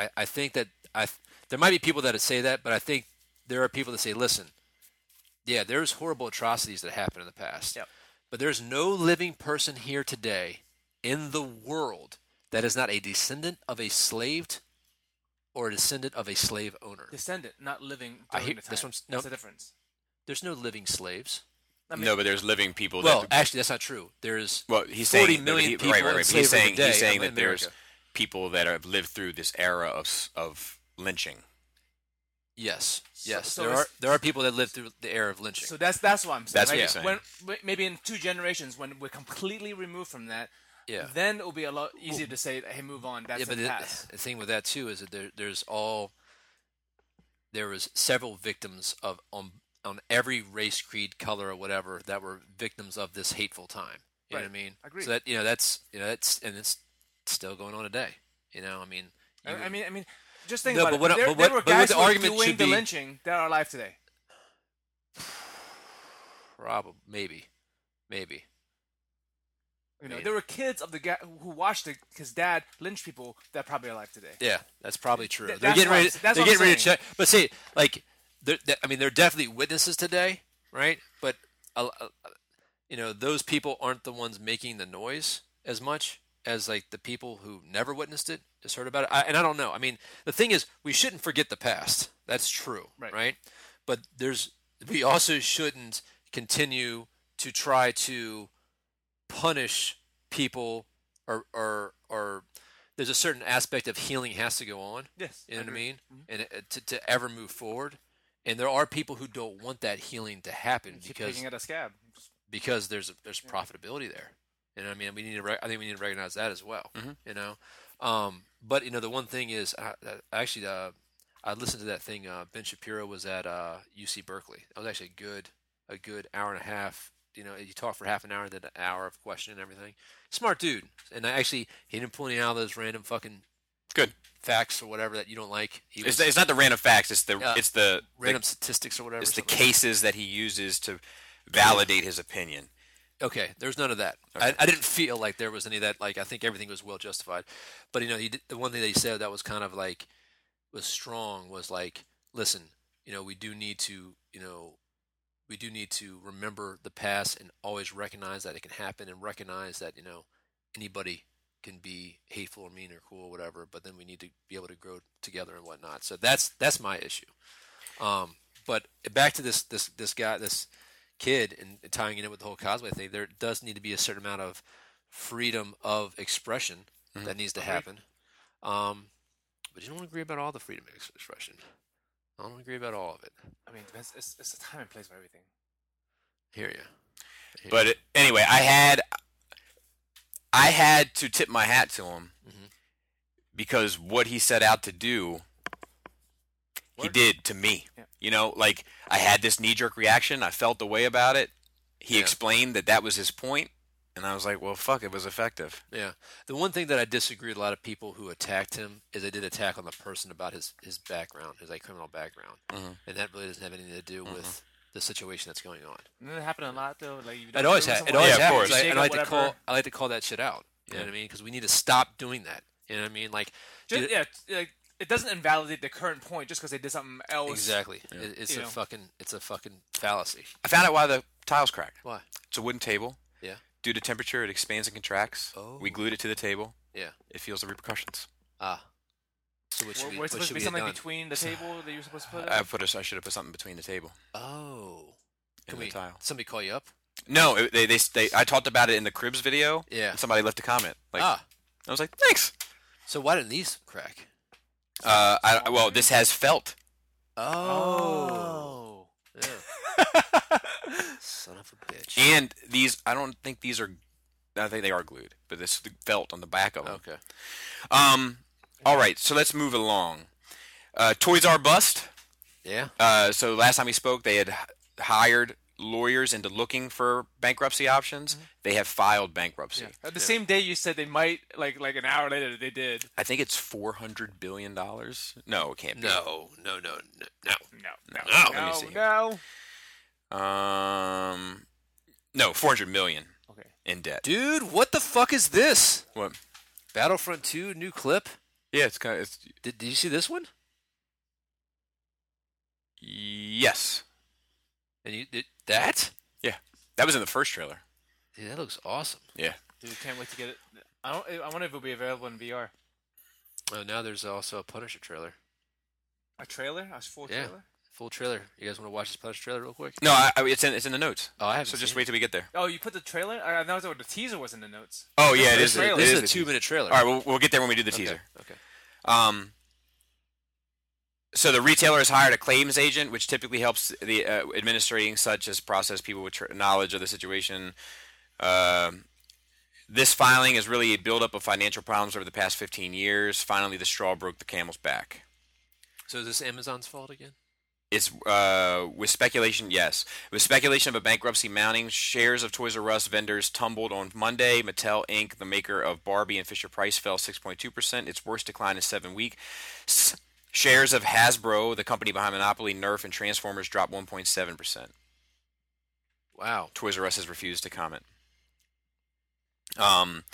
i i think that i th- there might be people that say that but i think there are people that say listen yeah there's horrible atrocities that happened in the past Yep. But there's no living person here today in the world that is not a descendant of a slaved or a descendant of a slave owner. Descendant, not living. I During hear- the time. this one's- no. That's the difference. There's no living slaves. I mean, no, but there's living people Well, that actually, that's not true. There's well, he's 40 saying million he- people right, right, right. in but He's slavery saying today he's saying in that there's America. people that have lived through this era of s- of lynching. yes, So- yes. so there it's- are there are people that live through the era of lynching. So that's that's what I'm saying. That's what right? you're saying. When, w- maybe in two generations, when we're completely removed from that, yeah, then it'll be a lot easier to say, "Hey, move on." That's yeah. But the the, past. the thing with that too is that there, there's all there was several victims of on on every race, creed, color, or whatever that were victims of this hateful time. You know Right. what I mean? Agreed. So that you know that's you know that's and it's still going on today. You know, I mean, you I, I would- mean, I mean, just think No, about but it. what- there, but there what- were but what guys the who were argument should doing the be- lynching that are alive today. Probably, maybe, maybe. You know, Maybe. there were kids of the guy who watched the, his dad lynch people that probably are alive today. Yeah, that's probably true. Th- they're that's getting what ready. I'm- that's they're what I'm getting ready to saying. check. But see, like, they're, they- I mean, they're definitely witnesses today, right? But uh, uh, you know, those people aren't the ones making the noise as much as like the people who never witnessed it, just heard about it. I, and I don't know. I mean, the thing is, we shouldn't forget the past. That's true, Right. right? But there's we also shouldn't continue to try to punish people or or or there's a certain aspect of healing has to go on. Yes, You know what I agree. Mm-hmm. mean? And it, to, to ever move forward. And there are people who don't want that healing to happen Keep because picking at a scab. because there's there's profitability there. You know, what I mean, we need to. Rec- I think we need to recognize that as well. Mm-hmm. You know, um, but you know, the one thing is I, I actually, uh, I listened to that thing. Uh, ben Shapiro was at uh, UC Berkeley. That was actually a good, a good hour and a half. You know, you talk for half an hour, then an hour of question and everything. Smart dude, and I actually he didn't pull any out of those random fucking Good. facts or whatever that you don't like. He It's, was it's not the random facts. It's the Yeah. it's the, the- random statistics or whatever. it's the something like cases that he uses to validate his opinion. Okay, there's none of that. I, I didn't feel like there was any of that. Like I think everything was well justified, but you know, he did, the one thing that he said that was kind of like was strong was like, listen, you know, we do need to, you know, we do need to remember the past and always recognize that it can happen and recognize that you know anybody can be hateful or mean or cool or whatever. But then we need to be able to grow together and whatnot. So that's that's my issue. Um, but back to this this this guy this kid and tying it in with the whole cosplay thing, there does need to be a certain amount of freedom of expression that needs to happen. Um, but you don't agree about all the freedom of ex- expression. I don't agree about all of it. I mean, it's, it's, it's a time and place for everything. Hear you. But it, anyway, I had I had to tip my hat to him Mm-hmm. because what he set out to do, he Word. did to me. Yeah. You know, like I had this knee jerk reaction. I felt the way about it. He Yeah. explained that that was his point, and I was like, "Well, fuck, it was effective." Yeah. The one thing that I disagree with a lot of people who attacked him is they did attack on the person about his, his background, his like criminal background. And that really doesn't have anything to do with the situation that's going on. And it happened a lot though. Like you It always, ha- it always Yeah, of happens. course. I, and I like to call Whatever. I like to call that shit out. You know what I mean? Because we need to stop doing that. You know what I mean? Like Just, dude, yeah, t- like, it doesn't invalidate the current point just because they did something else. exactly. It, it's You a know. fucking it's a fucking fallacy. I found out why the tiles cracked. Why? It's a wooden table. Yeah. Due to temperature, it expands and contracts. Oh. We glued it to the table. Yeah. It feels the repercussions. Ah. So what should Where, we, where what it's should supposed to we be have something done? between the table that you're supposed to put. it I uh on? put a, I should have put something between the table Oh. and Can the we? tile. Somebody call you up? No, it, they, they they I talked about it in the cribs video. Yeah. And somebody left a comment. Like ah. I was like, thanks. So why didn't these crack? Uh, I, well, this has felt. Oh. Yeah. Son of a bitch. And these, I don't think these are. I think they are glued, but this felt on the back of them. Okay. Um. All right, so let's move along. Uh, Toys R Bust. Yeah. Uh, so last time we spoke, they had h- hired lawyers into looking for bankruptcy options. Mm-hmm. They have filed bankruptcy. Yeah. At the same day you said they might, like like an hour later they did. I think it's four hundred billion dollars. No, it can't be. No. No. No. No. no. No, no, Oh, let me no, see. no. Um, no, four hundred million Okay. in debt. Dude, what the fuck is this? What? Battlefront 2 new clip. Yeah, it's kind of. It's, Did, did you see this one? yes, And you did that? that was in the first trailer. Dude, that looks awesome. Yeah. Dude, can't wait to get it. I don't. I wonder if it'll be available in VR. Oh, now there's also a Punisher trailer. A trailer? A full Yeah. trailer? Full trailer. You guys want to watch this Punisher trailer real quick? No, I, I, it's in it's in the notes. Oh, I haven't. So just seen wait till we get there. Oh, you put the trailer? I I noticed that the teaser was in the notes. Oh yeah, it it. This is. is a- It trailer. This is is a two-minute trailer. All right, we'll, we'll get there when we do the Okay, teaser. Okay. Um, so the retailer has hired a claims agent, which typically helps the uh, administrating such as process people with tr- knowledge of the situation. Um this filing is really a buildup of financial problems over the past 15 years. Finally, the straw broke the camel's back. So is this Amazon's fault again? It's uh, with speculation, yes. With speculation of a bankruptcy mounting, shares of Toys R Us vendors tumbled on Monday. Mattel Inc., the maker of Barbie and Fisher Price, fell 6.2%, its worst decline in seven weeks. Shares of Hasbro, the company behind Monopoly, Nerf, and Transformers, dropped 1.7%. Wow. Toys R Us has refused to comment. Um,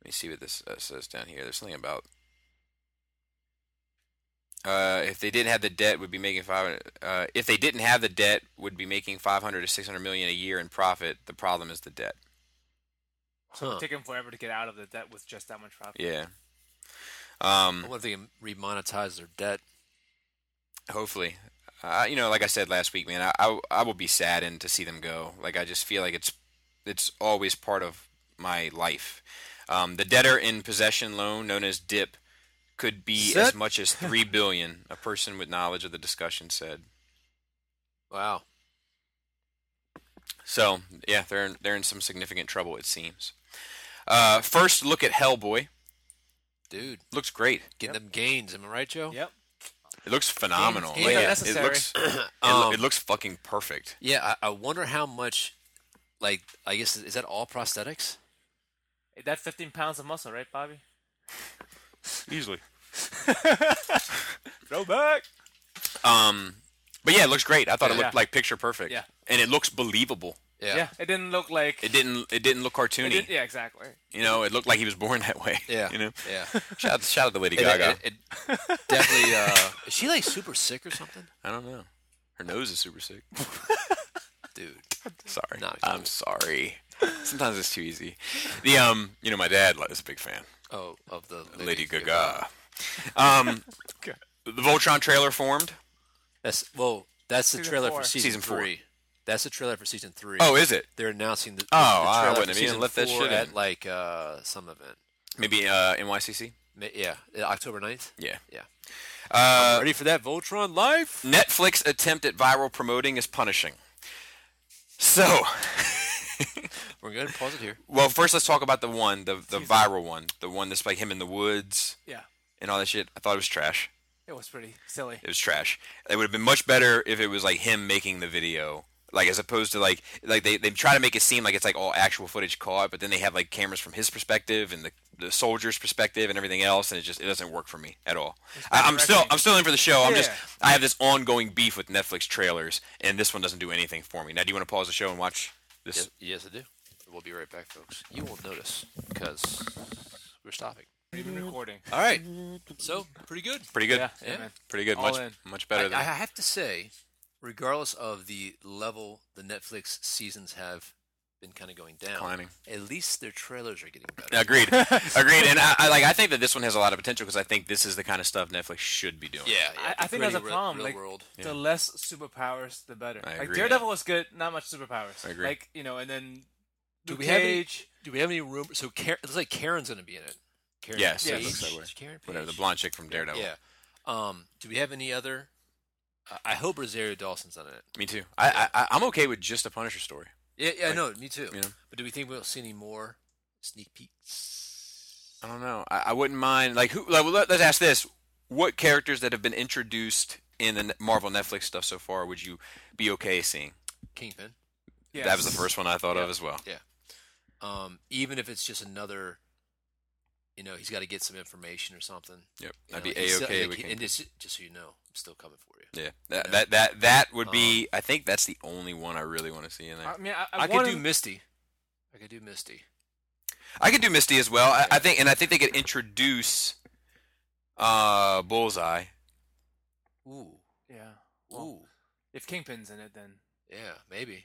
let me see what this uh, says down here. There's something about uh, if they didn't have the debt, would be making five. Uh, if they didn't have the debt, would be making 500 to 600 million a year in profit. The problem is the debt. So Huh. it took him forever to get out of the debt with just that much profit. Yeah. I Um, wonder if they can remonetize their debt. hopefully, uh, you know, like I said last week, man, I, I I will be saddened to see them go. Like I just feel like it's it's always part of my life. Um, the debtor in possession loan, known as DIP, could be Set. as much as three billion. A person with knowledge of the discussion said. Wow. So yeah, they're in, they're in some significant trouble. It seems. Uh, first look at Hellboy. Dude, Looks great. getting them gains. Am I right, Joe? Yep. It looks phenomenal. games Like, are it necessary. looks it, lo- Um, it looks fucking perfect. Yeah, I, I wonder how much, like, I guess, is that all prosthetics? That 15 pounds of muscle, right, Bobby? Easily. Throw back. Um, but yeah, it looks great. I thought it Yeah. looked like picture perfect. Yeah. and it looks believable. Yeah. It didn't look like. It didn't. It didn't look it cartoony. didn't- yeah, exactly. You know, it looked like he was born that way. Yeah. You know, Yeah. shout out, shout out to Lady It- Gaga. it- it definitely. Uh, is she like super sick or something? I don't know. Her nose is super sick. Dude. Sorry. Not cool. I'm sorry. Sometimes it's too easy. The um, you know, my dad is a big fan. Oh, of the Lady, Gaga. Um, the Voltron trailer formed. That's well. That's the Season trailer four. for season, Season four. three. That's the trailer for season three. Oh, is it? they're announcing the. Oh, the I trailer wouldn't for have even season let that four shit at in. like uh, some event. Maybe uh, NYCC. Ma- Yeah, uh, October 9th. Yeah. Yeah. Uh, Ready for that Voltron life? Netflix attempt at viral promoting is punishing. So, We're gonna pause it here. well, first let's talk about the one, the the viral one, the one that's like him in the woods Yeah. and all that shit. I thought it was trash. It was pretty silly. It was trash. It would have been much better if it was like him making the video, like as opposed to like like they they try to make it seem like it's like all actual footage caught, but then they have like cameras from his perspective and the the soldier's perspective and everything else, and it just it doesn't work for me at all. I, I'm still directing. I'm still in for the show. I'm just Yeah. I have this ongoing beef with Netflix trailers, and this one doesn't do anything for me. Now, do you want to pause the show and watch this? Yes, yes, I do. We'll be right back, folks. You won't notice because we're stopping. Even recording. All right. So pretty good. Pretty good. Yeah, yeah, Yeah. man. Pretty good. All much in. much better than I, I have to say, regardless of the level the Netflix seasons have been kind of going down. Declining. At least their trailers are getting better. Agreed. Agreed. And I, I like. I think that this one has a lot of potential because I think this is the kind of stuff Netflix should be doing. Yeah, yeah, I- I think really that's a real- problem, real like- world. Yeah. The less superpowers, the better. I like agree. Daredevil was good, not much superpowers. I agree. Like you know, and then Do Luke we have any- Cage. Do we have any room? So Karen, it looks like Karen's going to be in it. Karen Yes, it Page. looks that way. Is Karen Page? Whatever. The blonde chick from Daredevil. Yeah. Um, do we have any other? I- I hope Rosario Dawson's on it. Me too. I, I I'm okay with just a Punisher story. Yeah, yeah, I Like, know. Me too. you know. But do we think we'll see any more sneak peeks? I don't know. I, I wouldn't mind. Like who? Like, well, let, us ask this: What characters that have been introduced in the Ne- Marvel Netflix stuff so far would you be okay seeing? Kingpin. Yeah. That was the first one I thought of Yeah. as well. Um, even if it's just another, you know, he's got to get some information or something. Yep, you I'd know, be he's a still- okay like, with he- Kingpin. And just, just so you know, I'm still coming for you. Yeah, that Yeah. Um, that that, that would be. I think that's the only one I really want to see in there. I mean, I, I, I, could wanna- do Misty. I could do Misty. I could do Misty as well. I, I think, and I think they could introduce uh, Bullseye. Ooh, yeah. ooh, Well, If Kingpin's in it, then yeah, maybe,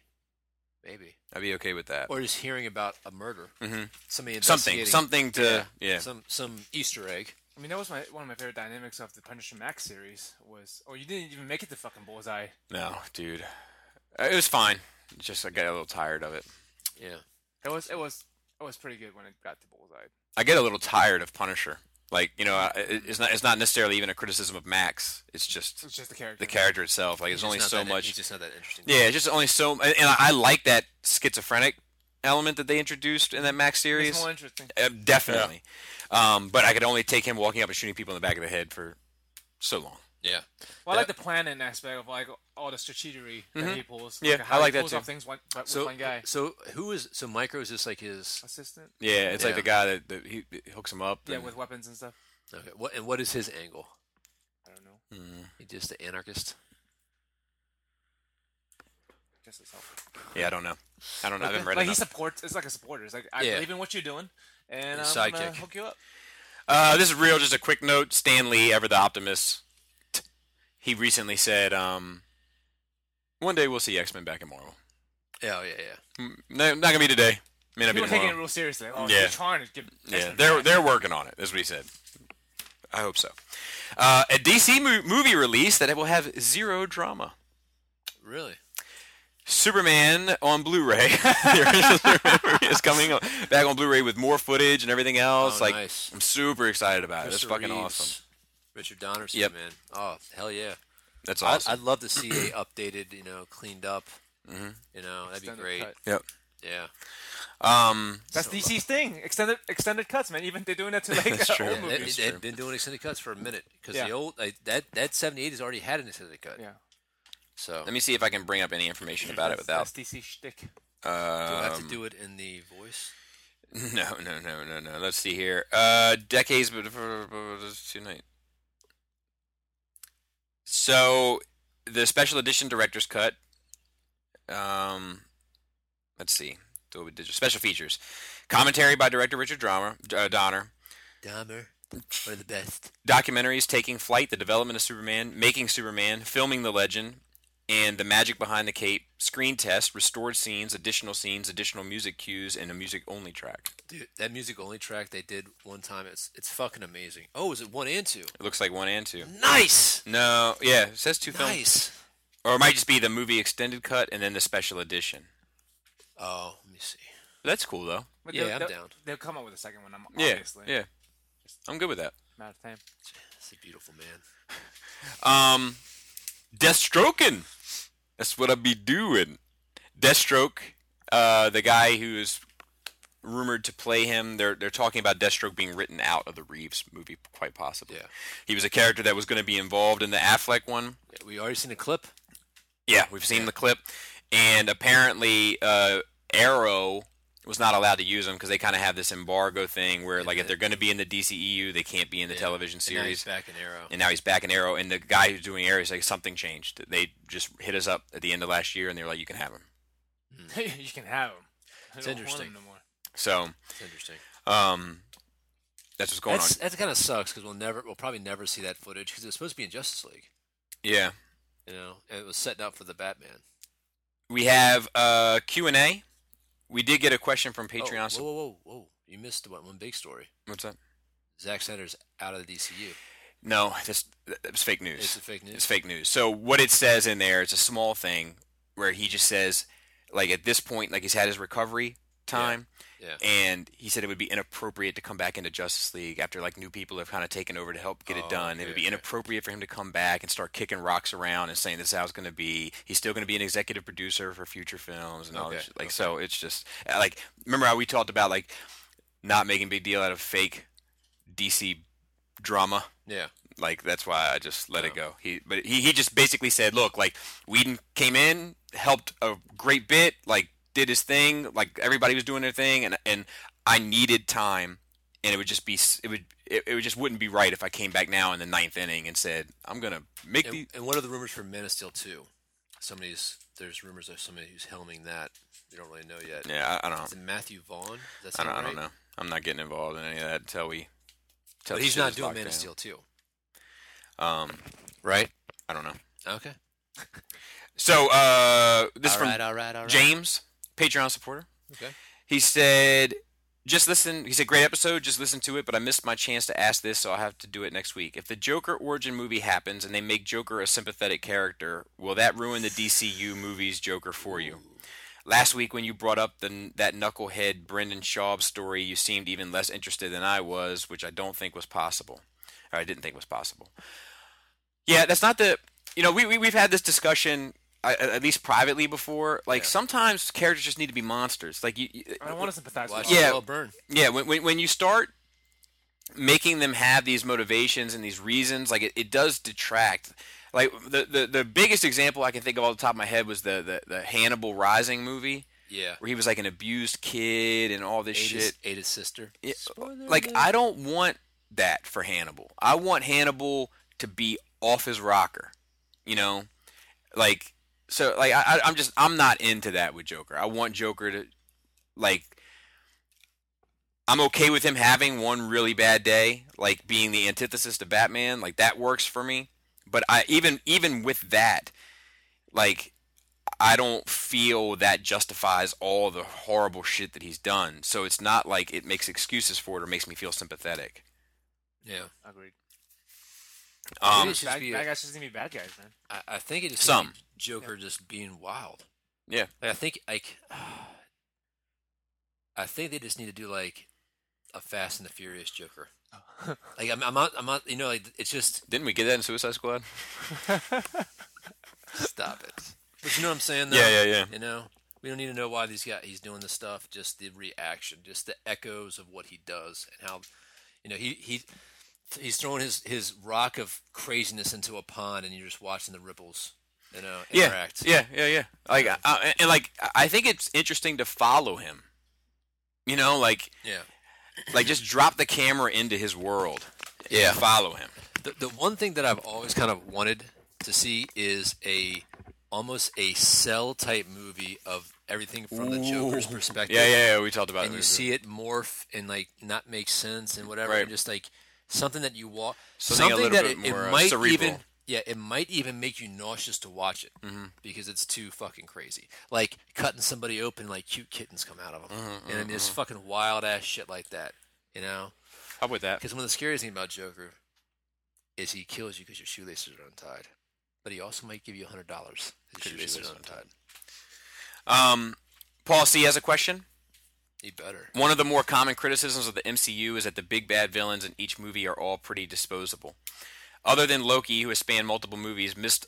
maybe. I'd be okay with that. Or just hearing about a murder, hmm somebody Something, investigating something to yeah. some some Easter egg. I mean, that was my one of my favorite dynamics of the Punisher Max series was. Oh, you didn't even make it to fucking Bullseye. No, dude, Uh, it was fine. Just I got a little tired of it. Yeah, It was it was it was pretty good when it got to Bullseye. I get a little tired of Punisher. Like you know, I- it, it's not it's not necessarily even a criticism of Max. It's just It's just the character. the character itself. Like He's it's just only not so that- much. He's just not that interesting. Yeah, it's just only so. And and I, I like that schizophrenic element that they introduced in that Max series. It's more interesting. Uh, definitely. Um, but I could only take him walking up and shooting people in the back of the head for so long. yeah. Well, I like Yeah. the planning aspect of like all the strategery that he pulls. Mm-hmm. Yeah, how I he like that pulls too. off things one, but So with one guy so who is so Micro is just like his assistant. Yeah, it's like Yeah. the guy that, that he, he hooks him up. Yeah, and- with weapons and stuff. okay. What and what is his angle? I don't know. Mm. He just the anarchist. Just as helpful. yeah, I don't know. I don't know. I haven't read like he enough. supports. It's like a supporter. It's like I Yeah. believe in what you're doing, and um, I'm He's gonna sidekick. hook you up. Uh, this is real. Just a quick note. Stan Lee, ever the optimist, t- he recently said, um, "One day we'll see X Men back in Marvel. Yeah, oh, yeah, yeah. Mm, No, not gonna be today. May not People be are taking it tomorrow. real seriously. Like, oh, Yeah. you're trying to give. Yeah, they're they're working on it. That's what he said. I hope so. Uh, a DC mo- movie release that will have zero drama. Really? Superman on Blu-ray. The original Superman movie is coming on, back on Blu-ray with more footage and everything else. Oh, like, nice. I'm super excited about it. That's Christopher fucking Reeves, awesome. Richard Donner Yep. man. Oh, hell yeah. That's I- awesome. Mm-hmm. I'd love to see a updated, you know, cleaned up. You know, that'd be Extended great. cut. yep. Yeah. Um, That's So- DC's thing. Extended extended cuts, man. Even they're doing that to like That's uh, true. old Yeah, And movies. They, That's they've true. been doing extended cuts for a minute because Yeah. the old like, that that 78 has already had an extended cut. Yeah. So let me see if I can bring up any information about it without. That's DC shtick. Um, do I have to do it in the voice? No, no, no, no, no. Let's see here. Uh, decades, but tonight. So, the special edition director's cut. Um, let's see. Do we did special features? Commentary by director Richard Drama, uh, Donner. Dahmer, one of the best. Documentaries: Taking Flight, The Development of Superman, Making Superman, Filming the Legend, and The Magic Behind the Cape. Screen test, restored scenes, additional scenes, additional music cues, and a music-only track. Dude, that music only track they did one time, it's it's fucking amazing. Oh, is it one and two? It looks like one and two. Nice! No, yeah, it says two films, Nice. or it might just be the movie extended cut and then the special edition. Oh, let me see. That's cool though. But Yeah, they'll- I'm they'll- down. They'll come up with a second one. I'm Yeah, obviously. yeah, I'm good with that. Matter of time. It's a beautiful man. Um, Deathstroking. That's what I be doing. Deathstroke, uh, the guy who is rumored to play him. They're they're talking about Deathstroke being written out of the Reeves movie, quite possibly. Yeah. He was a character that was going to be involved in the Affleck one. We already seen a clip. Yeah, we've seen the clip, and apparently uh, Arrow was not allowed to use them because they kind of have this embargo thing where, like, if they're going to be in the DCEU, they can't be in the television And now he's series. back in Arrow. And now he's back in Arrow, and the guy who's doing Arrow is like, something changed. They just hit us up at the end of last year, and they were like, you can have him. you can have them. Hmm. It's interesting. no more. So, It's interesting. um, that's what's going That's, on. that kind of sucks because we'll never, we'll probably never see that footage because it was supposed to be in Justice League, Yeah. you know, and it was setting up for the Batman. We have uh, Q&A we did get a question from Oh, Patreon. so- whoa, whoa, whoa, whoa! You missed one, one big story. What's that? Zack Snyder's out of the DCU. No, that's that's fake news. It's a fake news? It's fake news. So what it says in there, it's a small thing where he just says, like at this point, like he's had his recovery time, Yeah. and he said it would be inappropriate to come back into Justice League after like new people have kind of taken over to help get Oh, it done. it okay, would be okay. inappropriate for him to come back and start kicking rocks around and saying this is how it's going to be. He's still going to be an executive producer for future films and all Okay, this. Shit. Like so, it's just uh, like remember how we talked about like not making a big deal out of fake DC drama Yeah. like that's why I just let it Yeah. go. He but he, he just basically said, look, like Whedon came in, helped a great bit, like did his thing, like everybody was doing their thing, and and I needed time, and it would just be s- it would it, it would just wouldn't be right if I came back now in the ninth inning and said I'm gonna make And, the and what are the rumors for Man of Steel two? Somebody's there's rumors of somebody who's helming that. We don't really know yet. yeah I, I Is don't it Matthew Vaughn? Does that I sound don't, I right? don't know I'm not getting involved in any of that until we. Until But the he's shit not is doing locked Man of down. Steel two, Um, right? I don't know. Okay. So uh, this is All from right, all right, all right. James, Patreon supporter. Okay. He said, just listen. He said, great episode. Just listen to it, but I missed my chance to ask this, so I'll have to do it next week. If the Joker origin movie happens and they make Joker a sympathetic character, will that ruin the DCU movie's Joker for you? Last week, when you brought up the, that knucklehead Brendan Schaub story, you seemed even less interested than I was, which I don't think was possible. Or I didn't think was possible. Yeah, that's not the. You know, we, we we've had this discussion I, at at least privately before. Like Yeah. sometimes characters just need to be monsters. Like you, you I don't want to sympathize Watch with him. Yeah. Well, burn. yeah, when, when when you start making them have these motivations and these reasons, like it, it does detract. Like the, the the biggest example I can think of off the top of my head was the the, the Hannibal Rising movie Yeah. where he was like an abused kid and all this Ada's, shit. Ada's sister. Yeah, Spoiler like alert. I don't want that for Hannibal. I want Hannibal to be off his rocker, you know, like so. Like I, I- I'm just I'm not into that with Joker. I want Joker to like. I'm okay with him having one really bad day, like being the antithesis to Batman. Like that works for me. But I even even with that, like I don't feel that justifies all the horrible shit that he's done. So it's not like it makes excuses for it or makes me feel sympathetic. Yeah. Agreed. Maybe Um, it should Bad, be a- bad guys just need to be bad guys, man. I, I think it is Some. Joker just being wild. Yeah. Like I think like I think they just need to do like a Fast and the Furious Joker. Like I'm, I'm not, I'm not, you know, like it's just didn't we get that in Suicide Squad? stop it. But you know what I'm saying? Though? Yeah, yeah, yeah. You know, we don't need to know why these guy he's doing this stuff. Just the reaction, just the echoes of what he does, and how, you know, he he he's throwing his his rock of craziness into a pond, and you're just watching the ripples. You know, Yeah, interact. yeah, yeah, yeah. Like, I, I- and like, I think it's interesting to follow him. You know, like, yeah. like just drop the camera into his world. Yeah, follow him. The, the one thing that I've always kind of wanted to see is a almost a cell type movie of everything from the Joker's Ooh. perspective. Yeah, yeah, yeah. We talked about And it. you see it morph and like not make sense and whatever, Right. and just like something that you watch, Something a little that bit it, it more, uh, might cerebral. even yeah, it might even make you nauseous to watch it Mm-hmm. because it's too fucking crazy. Like cutting somebody open, like cute kittens come out of them, Mm-hmm, and I mean, it's fucking wild ass shit like that, you know. How about that? Because one of the scariest things about Joker is he kills you because your shoelaces are untied, but he also might give you hundred dollars because your shoelaces are untied. Um, Paul C has a question. He better. One of the more common criticisms of the MCU is that the big bad villains in each movie are all pretty disposable. Other than Loki, who has spanned multiple movies, missed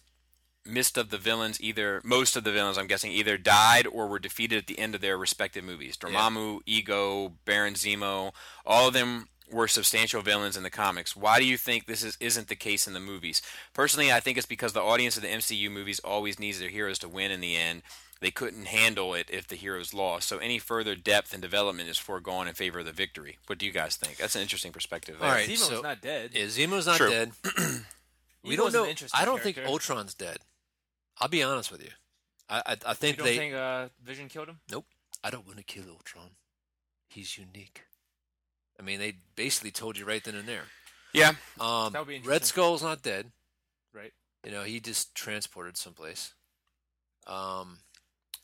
missed of the villains either most of the villains I'm guessing either died or were defeated at the end of their respective movies. Dormammu, Ego, Baron Zemo, all of them were substantial villains in the comics. Why do you think this is, isn't the case in the movies? Personally, I think it's because the audience of the MCU movies always needs their heroes to win in the end. They couldn't handle it if the heroes lost, so any further depth and development is foregone in favor of the victory. What do you guys think? That's an interesting perspective. There. All right, Zemo's so not dead. yeah, Zemo's not True. dead. we He don't was an know. interesting I don't think character. Ultron's dead. I'll be honest with you. I I, I You think don't they. think uh, Vision killed him? Nope. I don't want to kill Ultron. He's unique. I mean, they basically told you right then and there. Yeah, Um, That would be Red interesting. Skull's not dead. Right. You know, he just transported someplace. Um,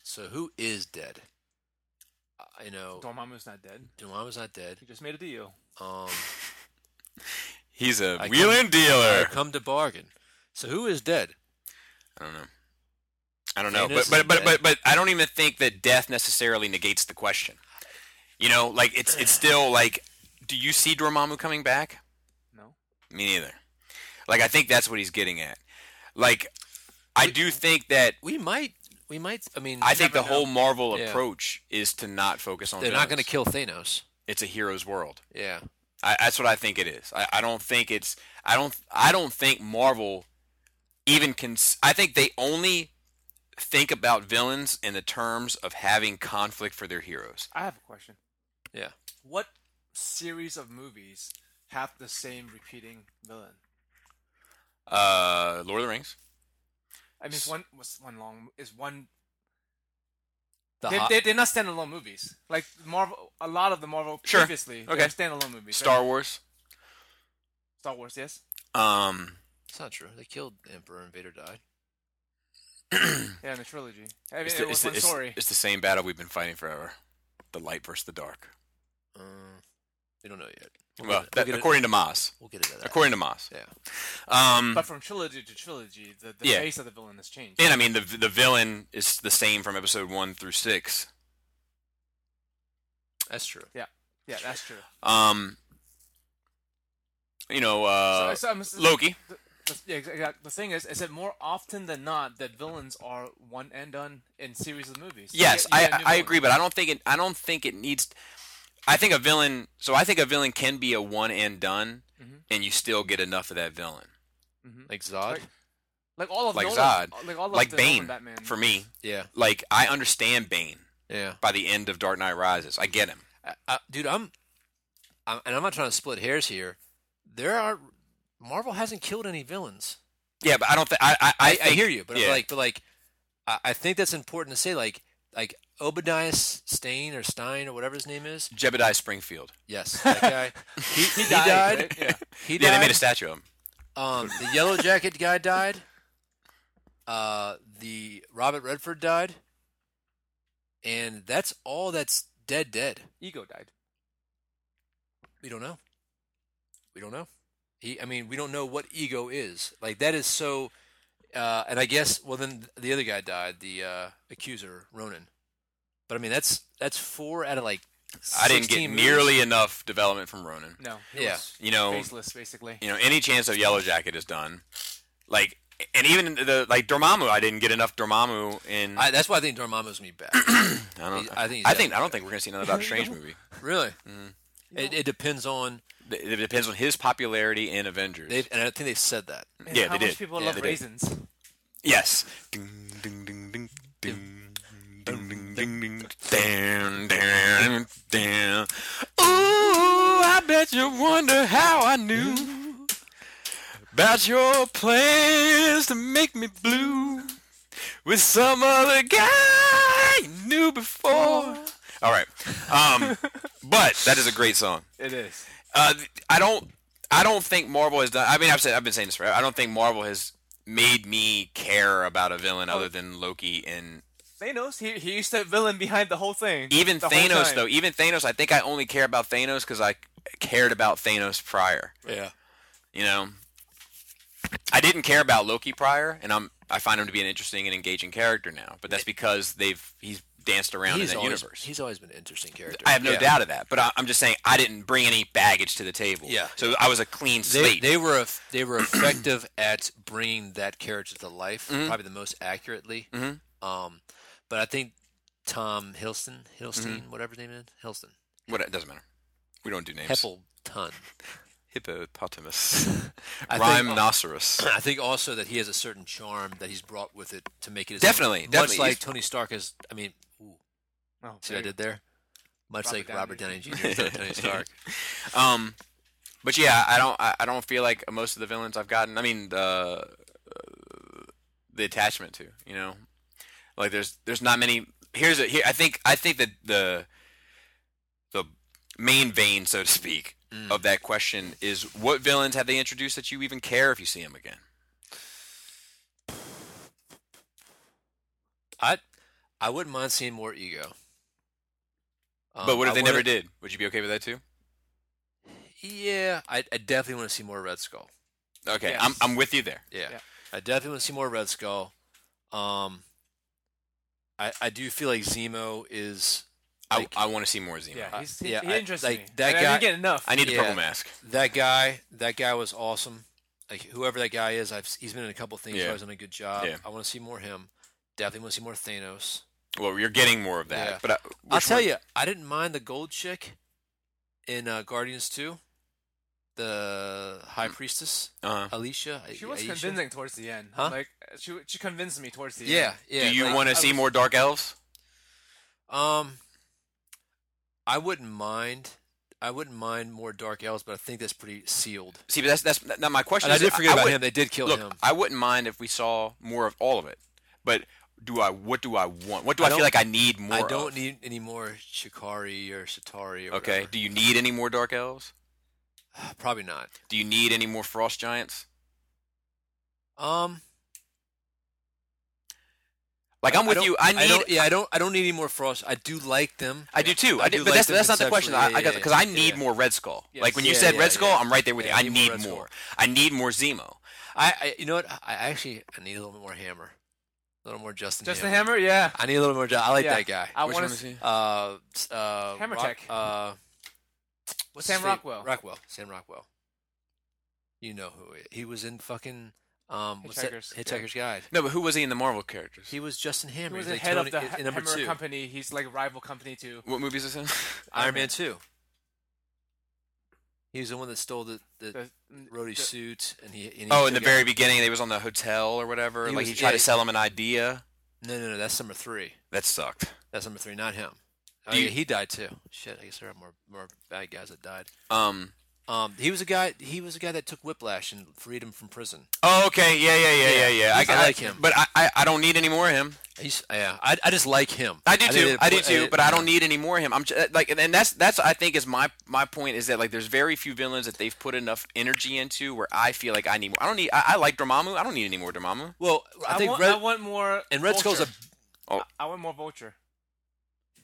so who is dead? uh, you Oh. know, Dormammu's not dead. Dormammu's not dead. He just made a deal. Um, He's a I come- wheel and I dealer. come to bargain. So who is dead? I don't know. I don't know, but Thanos but, is but dead. but but I don't even think that death necessarily negates the question. You know, like it's it's still like, do you see Dormammu coming back? No. Me neither. Like I think that's what he's getting at. Like I do think that We might. We might. I mean, I think the never know. whole Marvel Yeah. approach is to not focus on. they're not villains. going to kill Thanos. It's a hero's world. Yeah. I, that's what I think it is. I, I don't think it's. I don't. I don't think Marvel even can. I think they only think about villains in the terms of having conflict for their heroes. I have a question. Yeah. What series of movies have the same repeating villain? Uh, Lord of the Rings. I mean, it's one was one long is one. The They, Ho- they, they're not standalone movies. Like Marvel, a lot of the Marvel Sure. previously they Okay. were standalone movies. Star right? Wars. Star Wars, yes, Um, It's not true. They killed the Emperor and Vader died. yeah, in the trilogy. I mean, Mm. it's it the, was it's, the, one it's, story. it's the same battle we've been fighting forever. The light versus the dark. Um, we don't know yet. Well, get- that, get according it, to Moss. we'll get it. At that. According to Moss. yeah. Um, But from trilogy to trilogy, the, the Yeah. face of the villain has changed. and I mean the the villain is the same from episode one through six. That's true. Yeah, that's true. Um, you know, uh, so, so I'm, so- Loki. The, yeah, exact- the thing is, is that more often than not that villains are one and done in series of movies. You Yes, get- you I get a new I villain. agree, but I don't think it. I don't think it needs. I think a villain. So I think a villain can be a one and done, Mm-hmm. Mhm. and you still get enough of that villain, Like Zod. Like- Mm-hmm. Like all of like Nolan, Zod, like all of like the Bane. Nolan Batman. For me, yeah. like I understand Bane Yeah. by the end of Dark Knight Rises. I get him. I, I, Uh, dude, I'm, I'm, and I'm not trying to split hairs here. There are Marvel hasn't killed any villains. Yeah, but I don't think I I, I, I, I hear you, but yeah. like, but like, I, I think that's important to say. Like, like Obadiah Stein or Stein or whatever his name is. Jebediah Springfield. Yes, that guy. he, he, died, died. right? Yeah. He yeah, they died. made a statue of him. Um, the Yellow Jacket guy died. Uh, the Robert Redford died, and that's all that's dead. Dead. Ego died. We don't know. We don't know. He, I mean, we don't know what ego is. Like that is so. Uh, and I guess well, then the other guy died, the uh, accuser Ronan. But I mean, that's that's four out of like. I didn't get 16 movies. nearly enough development from Ronan. No. he Yeah. was You know, Faceless, basically. you know any chance of yellow jacket is done like and even the like Dormammu I didn't get enough Dormammu in I, I, that's why I think Dormammu's gonna be back. don't I think he's I think I definitely don't think we're going to see another Doctor Strange movie really, Mm-hmm. it, it depends on it, it depends on his popularity in Avengers they. And I think they've said that. And yeah how they did much people Yeah, love they did. raisins. yes Ding, ding, ding, ding, ding. Ding, ding, ding, ding. Dun, dun, dun. Ooh, I bet you wonder how I knew about your plans to make me blue with some other guy you knew before. All right, um, but that is a great song. It is. Uh, th- I don't. I don't think Marvel has done. I mean, I've said I've been saying this forever. I don't think Marvel has made me care about a villain other than Loki and Thanos, he, he used to villain behind the whole thing. even The whole Thanos time. though. Even Thanos, I think I only care about Thanos because I cared about Thanos prior. Yeah. You know, I didn't care about Loki prior, and I'm I find him to be an interesting and engaging character now. But that's because they've he's danced around He's in that always, universe. he's always been an interesting character. I have no Yeah. doubt of that, but I, I'm just saying I didn't bring any baggage to the table. Yeah. So I was a clean They, slate. they were eff- they were effective at bringing that character to life, Mhm. probably the most accurately. Mhm. Um, but I think Tom Hiddleston, Hiddleston, whatever his name is, Hiddleston, what it doesn't matter. We don't do Mm-hmm. names. Heppelton. Hippopotamus. I think- Rhinoceros. I think also that he has a certain charm that he's brought with it to make it his Definitely, own, definitely. much like He's- Tony Stark is. I mean, ooh, Oh, see what I there you did there? Much Robert like Robert Downey Downey. Jr. is not Tony Stark. um, but yeah, I don't. I, I don't feel like most of the villains I've gotten. I mean, the uh, the attachment to you know, like there's there's not many. Here's a here. I think I think that the the main vein, so to speak, Mm. of that question is what villains have they introduced that you even care if you see them again? I I wouldn't mind seeing more ego. Um, but what if I they never wanna- did? Would you be okay with that too? Yeah, I, I definitely want to see more Red Skull. Okay, Yes. I'm I'm with you there. Yeah. Yeah. I definitely want to see more Red Skull. Um, I I do feel like Zemo is I, Like- I want to see more Zemo. Yeah, he's, he, yeah, he I- interests like, me. that And I guy- didn't get enough. I need a Yeah. purple mask. that guy. That guy was awesome. Like whoever that guy is, I've he's been in a couple things. Yeah. Where he's done a good job. Yeah. I want to see more him. Definitely want to see more Thanos. Well, you're getting more of that. Yeah. But I, I'll which tell one- you, I didn't mind the gold chick in uh, Guardians Two, the High Priestess Uh-huh. Alicia. She was Aisha? convincing towards the end. Huh? Like she she convinced me towards the Yeah, end. yeah. Do you like- want to I see was- more dark elves? Um, I wouldn't mind. I wouldn't mind more Dark Elves, but I think that's pretty sealed. See, but that's that's not my question. And I is- did forget about would- him. They did kill Look, him. I wouldn't mind if we saw more of all of it, but do I? What do I want? What do I I, feel don't- like I need more? I don't of? need any more Shikari or Shatari. Or Okay. whatever. Do you need any more dark elves? probably not. Do you need any more frost giants? Um, Like I'm I with don't- you. I need. I, don't, yeah, I don't. I don't need any more Frost. I do like them. do too. I I, do do, like but that's, them that's not the question. conceptually, I, I yeah, got because I yeah, need yeah. more Red Skull. Yes. Like when you Yeah, said yeah, Red Skull, yeah. I'm right there with Yeah, I you. I need more need Red Skull. more. I need more Zemo. I, I. You know what? I actually. I need a little bit more Hammer. A little more Justin. Just the Hammer. hammer, yeah. I need a little more. Ju- I like Yeah. that guy. I Which want one to is see. he? uh, s- uh, Hammer Rock- Tech. Uh, what's Sam his name? Rockwell. Rockwell. Sam Rockwell. You know who he, he was in? Fucking um, what's that? Hitchhiker's Hitchhiker's Guide. No, but who was he in the Marvel characters? He was Justin Hammer. He was He's the like Tony, head of the in- in Hammer number two. company. He's like rival company to what movie is this in? Iron Man two. He was the one that stole the the, The, Rhodey the- suit, and he. And he Oh, in the took very out- beginning, they was on the hotel or whatever. He like was- he tried yeah. to sell him an idea. No, no, no. That's number three. That sucked. That's number three, not him. Oh, Do you- yeah, he died too. Shit, I guess there are more more bad guys that died. Um. Um, he was a guy. He was a guy that took whiplash and freed him from prison. Oh, okay. Yeah, yeah, Yeah, yeah, yeah, yeah. he's- I like him. but I, I, I don't need any more of him. He's yeah. I, I just like him. I do think too. that- I do too. But I don't yeah. need any more of him. I'm j- uh, like, and- and that's that's I think is my my point is that like there's very few villains that they've put enough energy into where I feel like I need more. I don't need. I, I like Dormammu. I don't need any more Dormammu. Well, I, I, think want, Red I want more. and Red Skull's a. Vulture. Oh. I want more Vulture.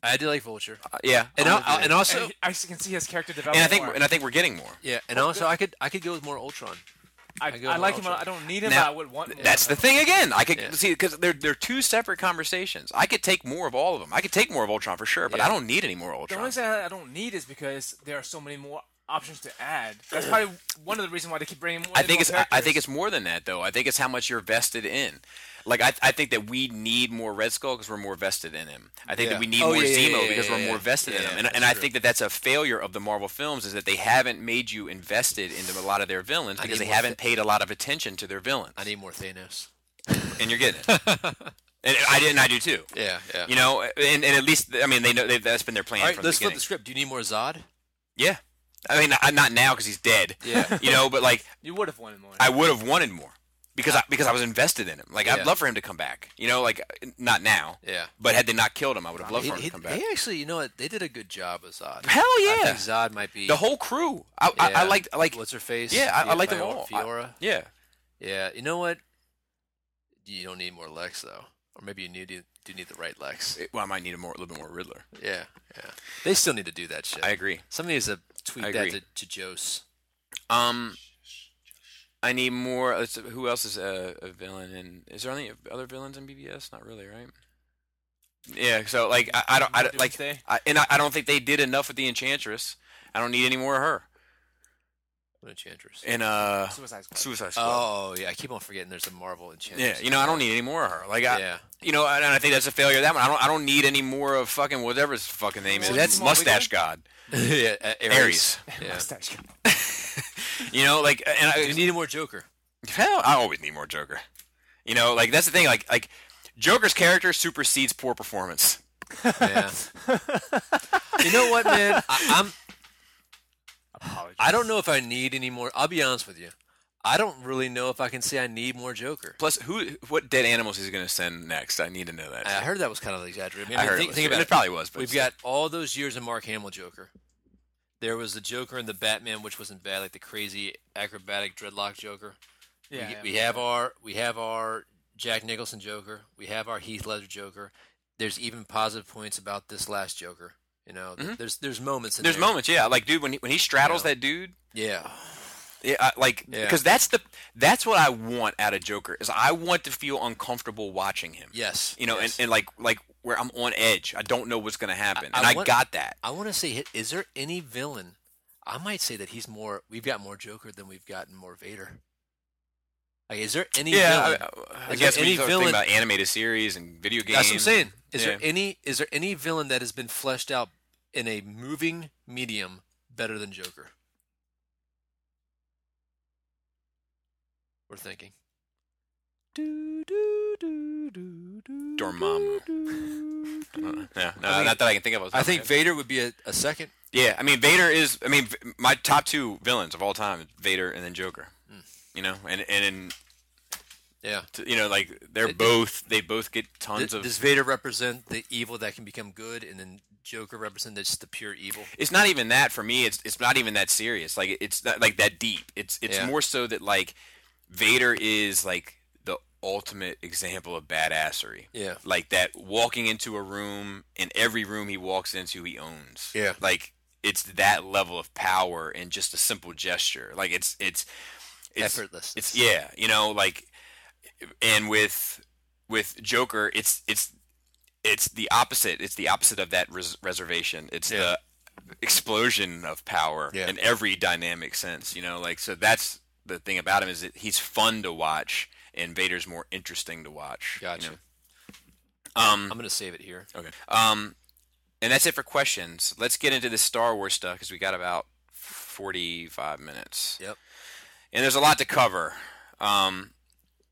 I do like Vulture, Uh, yeah. and I'm with I, you I- there. and also and he- I can see his character and developing. I think more. and I think we're getting more. yeah, and Oh, also I could I could go with more Ultron. I, I go I with like him. Vulture. I don't need him. Now, but I would want. More That's of the him. thing again. I could Yeah. see because they're they're two separate conversations. I could take more of all of them. I could take more of Ultron for sure, but Yeah. I don't need any more The Ultron. only thing I don't need is because there are so many more options to add. That's probably one of the reasons why they keep bringing more. I think more it's I, I think characters. it's more than that though. I think it's how much you're vested in. Like I, I think that we need more Red Skull because we're more vested in him. I think Yeah. that we need Oh, more yeah, yeah, Zemo yeah, because yeah, we're yeah. more vested in Yeah, him. And, that's and I true. think that that's a failure of the Marvel films is that they haven't made you invested into a lot of their villains I because need they more haven't paid a lot of attention to their villains. I need more Thanos. and you're getting it. and I did, and I do too. Yeah, yeah. You know, and, and at least I mean they know they that's been their plan All right, from let's the beginning. flip the script. Do you need more Zod? yeah, I mean I- not now because he's dead. Yeah. you know, but like you would have wanted more. I would have wanted more because I because I was invested in him. Like Yeah. I'd love for him to come back. You know, like not now, Yeah. but had they not killed him, I would have loved He- for him he- to come back. they actually, you know what? They did a good job with Zod. Hell I yeah, think Zod might be the whole crew. I I, yeah. I liked I like what's her face? yeah I, I Fi- liked them all. I- Fiora. yeah, Yeah, you know what? You don't need more Lex though, or maybe you need do need the right Lex. It- well I might need a more a little bit more Riddler. Yeah, yeah. They still need to do that shit. I agree. Somebody needs to tweet I that agree. to, to Jose. Um, I need more. let's- Who else is a, a villain? And is there any other villains in BBS? Not really, right? Yeah. So like I, I don't I don't- like Doomsday? I, and I, I don't think they did enough with the Enchantress. I don't need any more of her. What enchantress? And uh, Suicide Squad. Suicide Squad. Oh yeah, I keep on forgetting there's a Marvel yeah, enchantress. you know, I don't need any more of her. Like, I, Yeah. you know, and I think that's a failure. of That one, I don't, I don't need any more of fucking whatever his fucking name See, is. that's- Mustache God, yeah, A- Ares. Ares. Yeah. Mustache. You know, like, and I, You need more Joker. Hell, I always need more Joker. You know, like that's the thing. Like, like Joker's character supersedes poor performance. Yeah. you know what, man? I, I'm. I don't know if I need any more. I'll be honest with you. I don't really know if I can say I need more Joker. Plus, who, what dead animals he's gonna send next? I need to know that. I heard that was kind of exaggerated. mean, I heard it, think, was, think yeah. about it probably was, but We've got all those years of Mark Hamill Joker. There was the Joker in the Batman, which wasn't bad, like the crazy acrobatic dreadlock Joker. Yeah, we, yeah. we have our we have our Jack Nicholson Joker. We have our Heath Ledger Joker. There's even positive points about this last Joker. You know, th- there's there's moments. In Mm-hmm. There's there. moments, yeah. Like, dude, when he, when he straddles that dude, Yeah. yeah, I, like, Yeah. because that's the that's what I want out of Joker is I want to feel uncomfortable watching him. Yes. you know, yes. and, and like like where I'm on edge. I don't know what's gonna happen, I- I and I, want- got that. I want to say, hi- is there any villain? I might say that he's more. We've got more Joker than we've gotten more Vader. Like, is there any? Yeah, villain- I- I, Is guess there when any you start villain- thinking about animated series and video games. that's what I'm saying. Is there yeah. any? Is there any villain that has been fleshed out in a moving medium better than Joker? We're thinking. Dormammu. Uh, yeah, no, not that I can think of. off the top of I my think head. Vader would be a, a second. Yeah, I mean Vader is. I mean, v- my top two villains of all time: is Vader and then Joker. You know, and and, and Yeah. t- you know, like they're Th- both they both get tons Th- of. Does Vader represent the evil that can become good, and then Joker represent just the pure evil? it's not even that for me. It's it's not even that serious. Like it's not like that deep. It's it's Yeah. more so that like Vader is like the ultimate example of badassery. Yeah. Like that walking into a room and every room he walks into he owns. Yeah. Like it's that level of power and just a simple gesture. Like it's it's it's Effortless. it's yeah, you know, like and with with Joker, it's it's it's the opposite. It's the opposite of that res- reservation. It's Yeah. the explosion of power Yeah. in every dynamic sense, you know, like so that's the thing about him is that he's fun to watch and Vader's more interesting to watch. you Gotcha. know? Um I'm gonna save it here. Okay. Um, and that's it for questions. Let's get into the Star Wars stuff because we got about forty-five minutes. Yep. And there's a lot to cover. Um,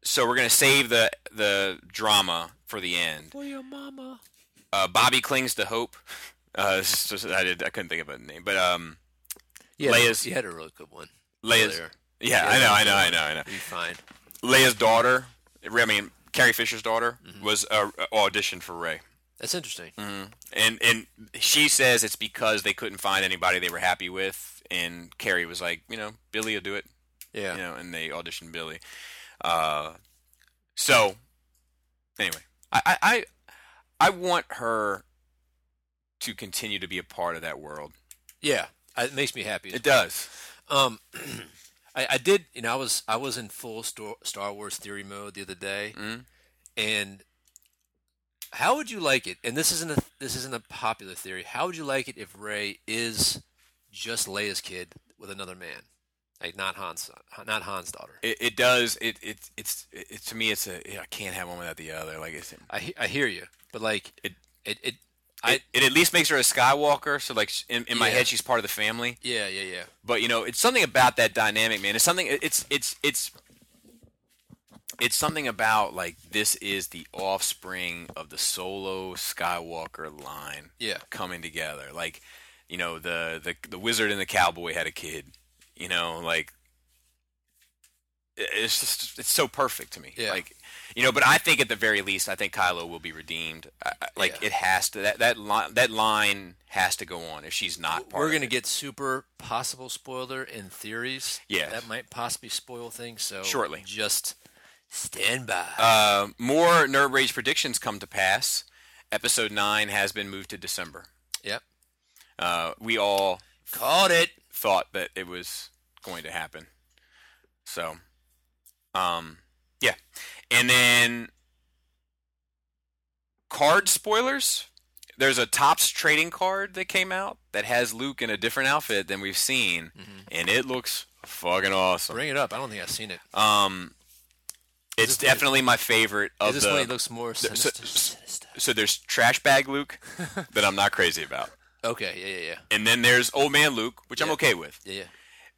so we're gonna save the the drama for the end. For your mama. Uh, Bobby clings to hope. Uh, this is just- I did. I couldn't think of a name, but um, Yeah, Leia's- You had a really good one. Leia's. earlier. Yeah, I know, I know, I know, I know. Be fine. Leia's daughter. I mean, Carrie Fisher's daughter Mm-hmm. was uh, auditioned for Ray. That's interesting. Mm, And and she says it's because they couldn't find anybody they were happy with, and Carrie was like, you know, Billy will do it, Yeah. you know, and they auditioned Billy. Uh, so anyway, I I I, I want her to continue to be a part of that world. Yeah. I- It makes me happy. It does. Um, I, I did. You know, I was I was in full Star, Star Wars theory mode the other day, Mhm. and how would you like it? And this isn't a this isn't a popular theory. How would you like it if Ray is just Leia's kid with another man, like not Han's not Han's daughter? It, it does. It it it's it, it- to me. It's a I can't have one without the other. Like it's I he- I hear you, but like It- it, it I it, it at least makes her a Skywalker. So like sh- in, in my Yeah. head, she's part of the family. yeah yeah yeah but you know it's something about that dynamic man it's something it's it's it's it's something about like this is the offspring of the solo skywalker line yeah. coming together like you know the the the wizard and the cowboy had a kid you know like it- it's just it's so perfect to me Yeah. like you know but i think at the very least i think kylo will be redeemed I, I- like Yeah. it has to that that line that line has to go on if she's not part We're of gonna it. get super possible spoiler and theories. Yes. that might possibly spoil things. So Shortly. just stand by. Uh, more Nerd Rage predictions come to pass. Episode 9 has been moved to December. yep, Uh, we all called it. thought that it was going to happen. So, um, yeah. And then card spoilers. There's a Topps trading card that came out that has Luke in a different outfit than we've seen, Mm-hmm. and it looks fucking awesome. Bring it up. I don't think I've seen it. Is Um, it's this when he- definitely my favorite of this the. one he looks more sinister? so- sinister. so there's trash bag Luke that I'm not crazy about, Okay, yeah, yeah, yeah, and then there's old man Luke, which I'm Yeah. okay with. yeah, yeah.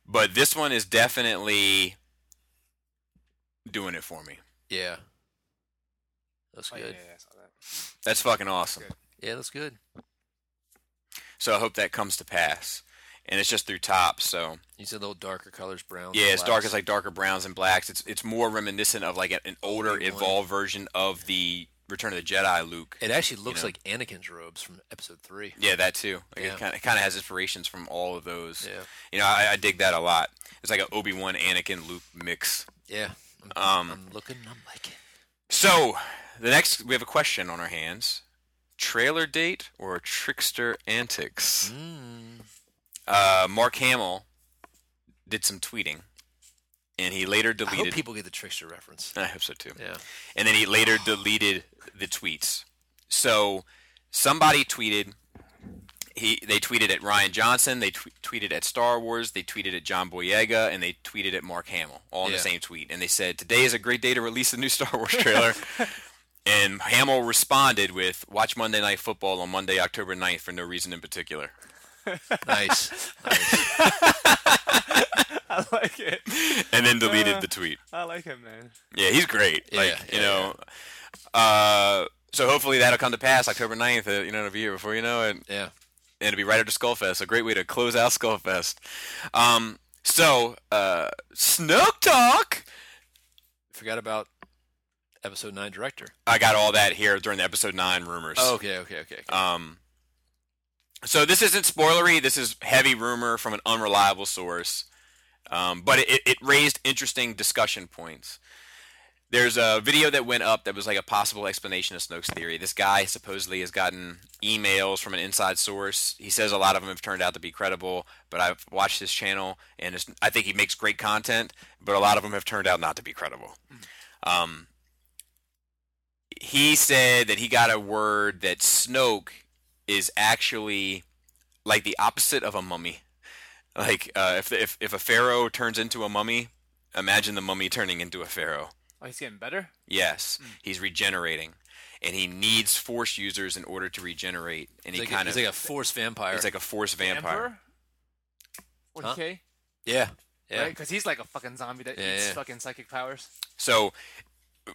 But this one is definitely doing it for me. yeah. Looks Oh, yeah, yeah, good. yeah, I saw that. That's fucking awesome. Good. Yeah, looks good. So I hope that comes to pass. And it's just through tops, so You said a little darker colors, brown. yeah, it's dark. It's like darker browns and blacks. It's it's more reminiscent of like an, an older, Obi-Wan. evolved version of the Return of the Jedi Luke. It actually looks know. like Anakin's robes from Episode Three. Yeah, that too. Like Yeah. It kind of kind of has inspirations from all of those. Yeah. You know, I, I dig that a lot. It's like an Obi Wan, Anakin, Luke mix. Yeah, I'm, Um, I'm looking. I'm liking. So, the next we have a question on our hands. trailer date or trickster antics? Hmm. Uh, Mark Hamill did some tweeting, and he later I deleted. hope people get the trickster reference. I hope so too. Yeah. And then he later deleted the tweets. So somebody tweeted. He they tweeted at Ryan Johnson. They tw- tweeted at Star Wars. They tweeted at John Boyega, and they tweeted at Mark Hamill, all in Yeah. the same tweet. And they said, "Today is a great day to release the new Star Wars trailer." and Hamill responded with, "Watch Monday Night Football on Monday, October 9th for no reason in particular." Nice. nice. I like it. And then deleted the tweet. I like him, man. Yeah, he's great. Yeah, like, yeah, you know, uh, so hopefully that'll come to pass October 9th, uh, you know, it'll be here before you know it. And Yeah. it'll be right after Skullfest. A great way to close out Skullfest. Um, so, uh, Snook Talk. Forgot about episode nine director. Oh, I got all that here during the episode 9 rumors. okay, okay, okay. Um, so this isn't spoilery. This is heavy rumor from an unreliable source, um, but it, it raised interesting discussion points. There's a video that went up that was like a possible explanation of Snoke's theory. This guy supposedly has gotten emails from an inside source. He says a lot of them have turned out to be credible, but I've watched his channel and it's, I think he makes great content, but a lot of them have turned out not to be credible. Um, he said that he got a word that Snoke is actually like the opposite of a mummy. Like uh, if, if if a pharaoh turns into a mummy, imagine the mummy turning into a pharaoh. Oh, he's getting better. Yes, Hmm. he's regenerating, and he needs force users in order to regenerate. And He's he like, kind a, of he's like a force vampire. it's like a force vampire. Emperor. 40k, yeah, yeah. right? Because he's like a fucking zombie that Yeah, eats yeah. fucking psychic powers. So,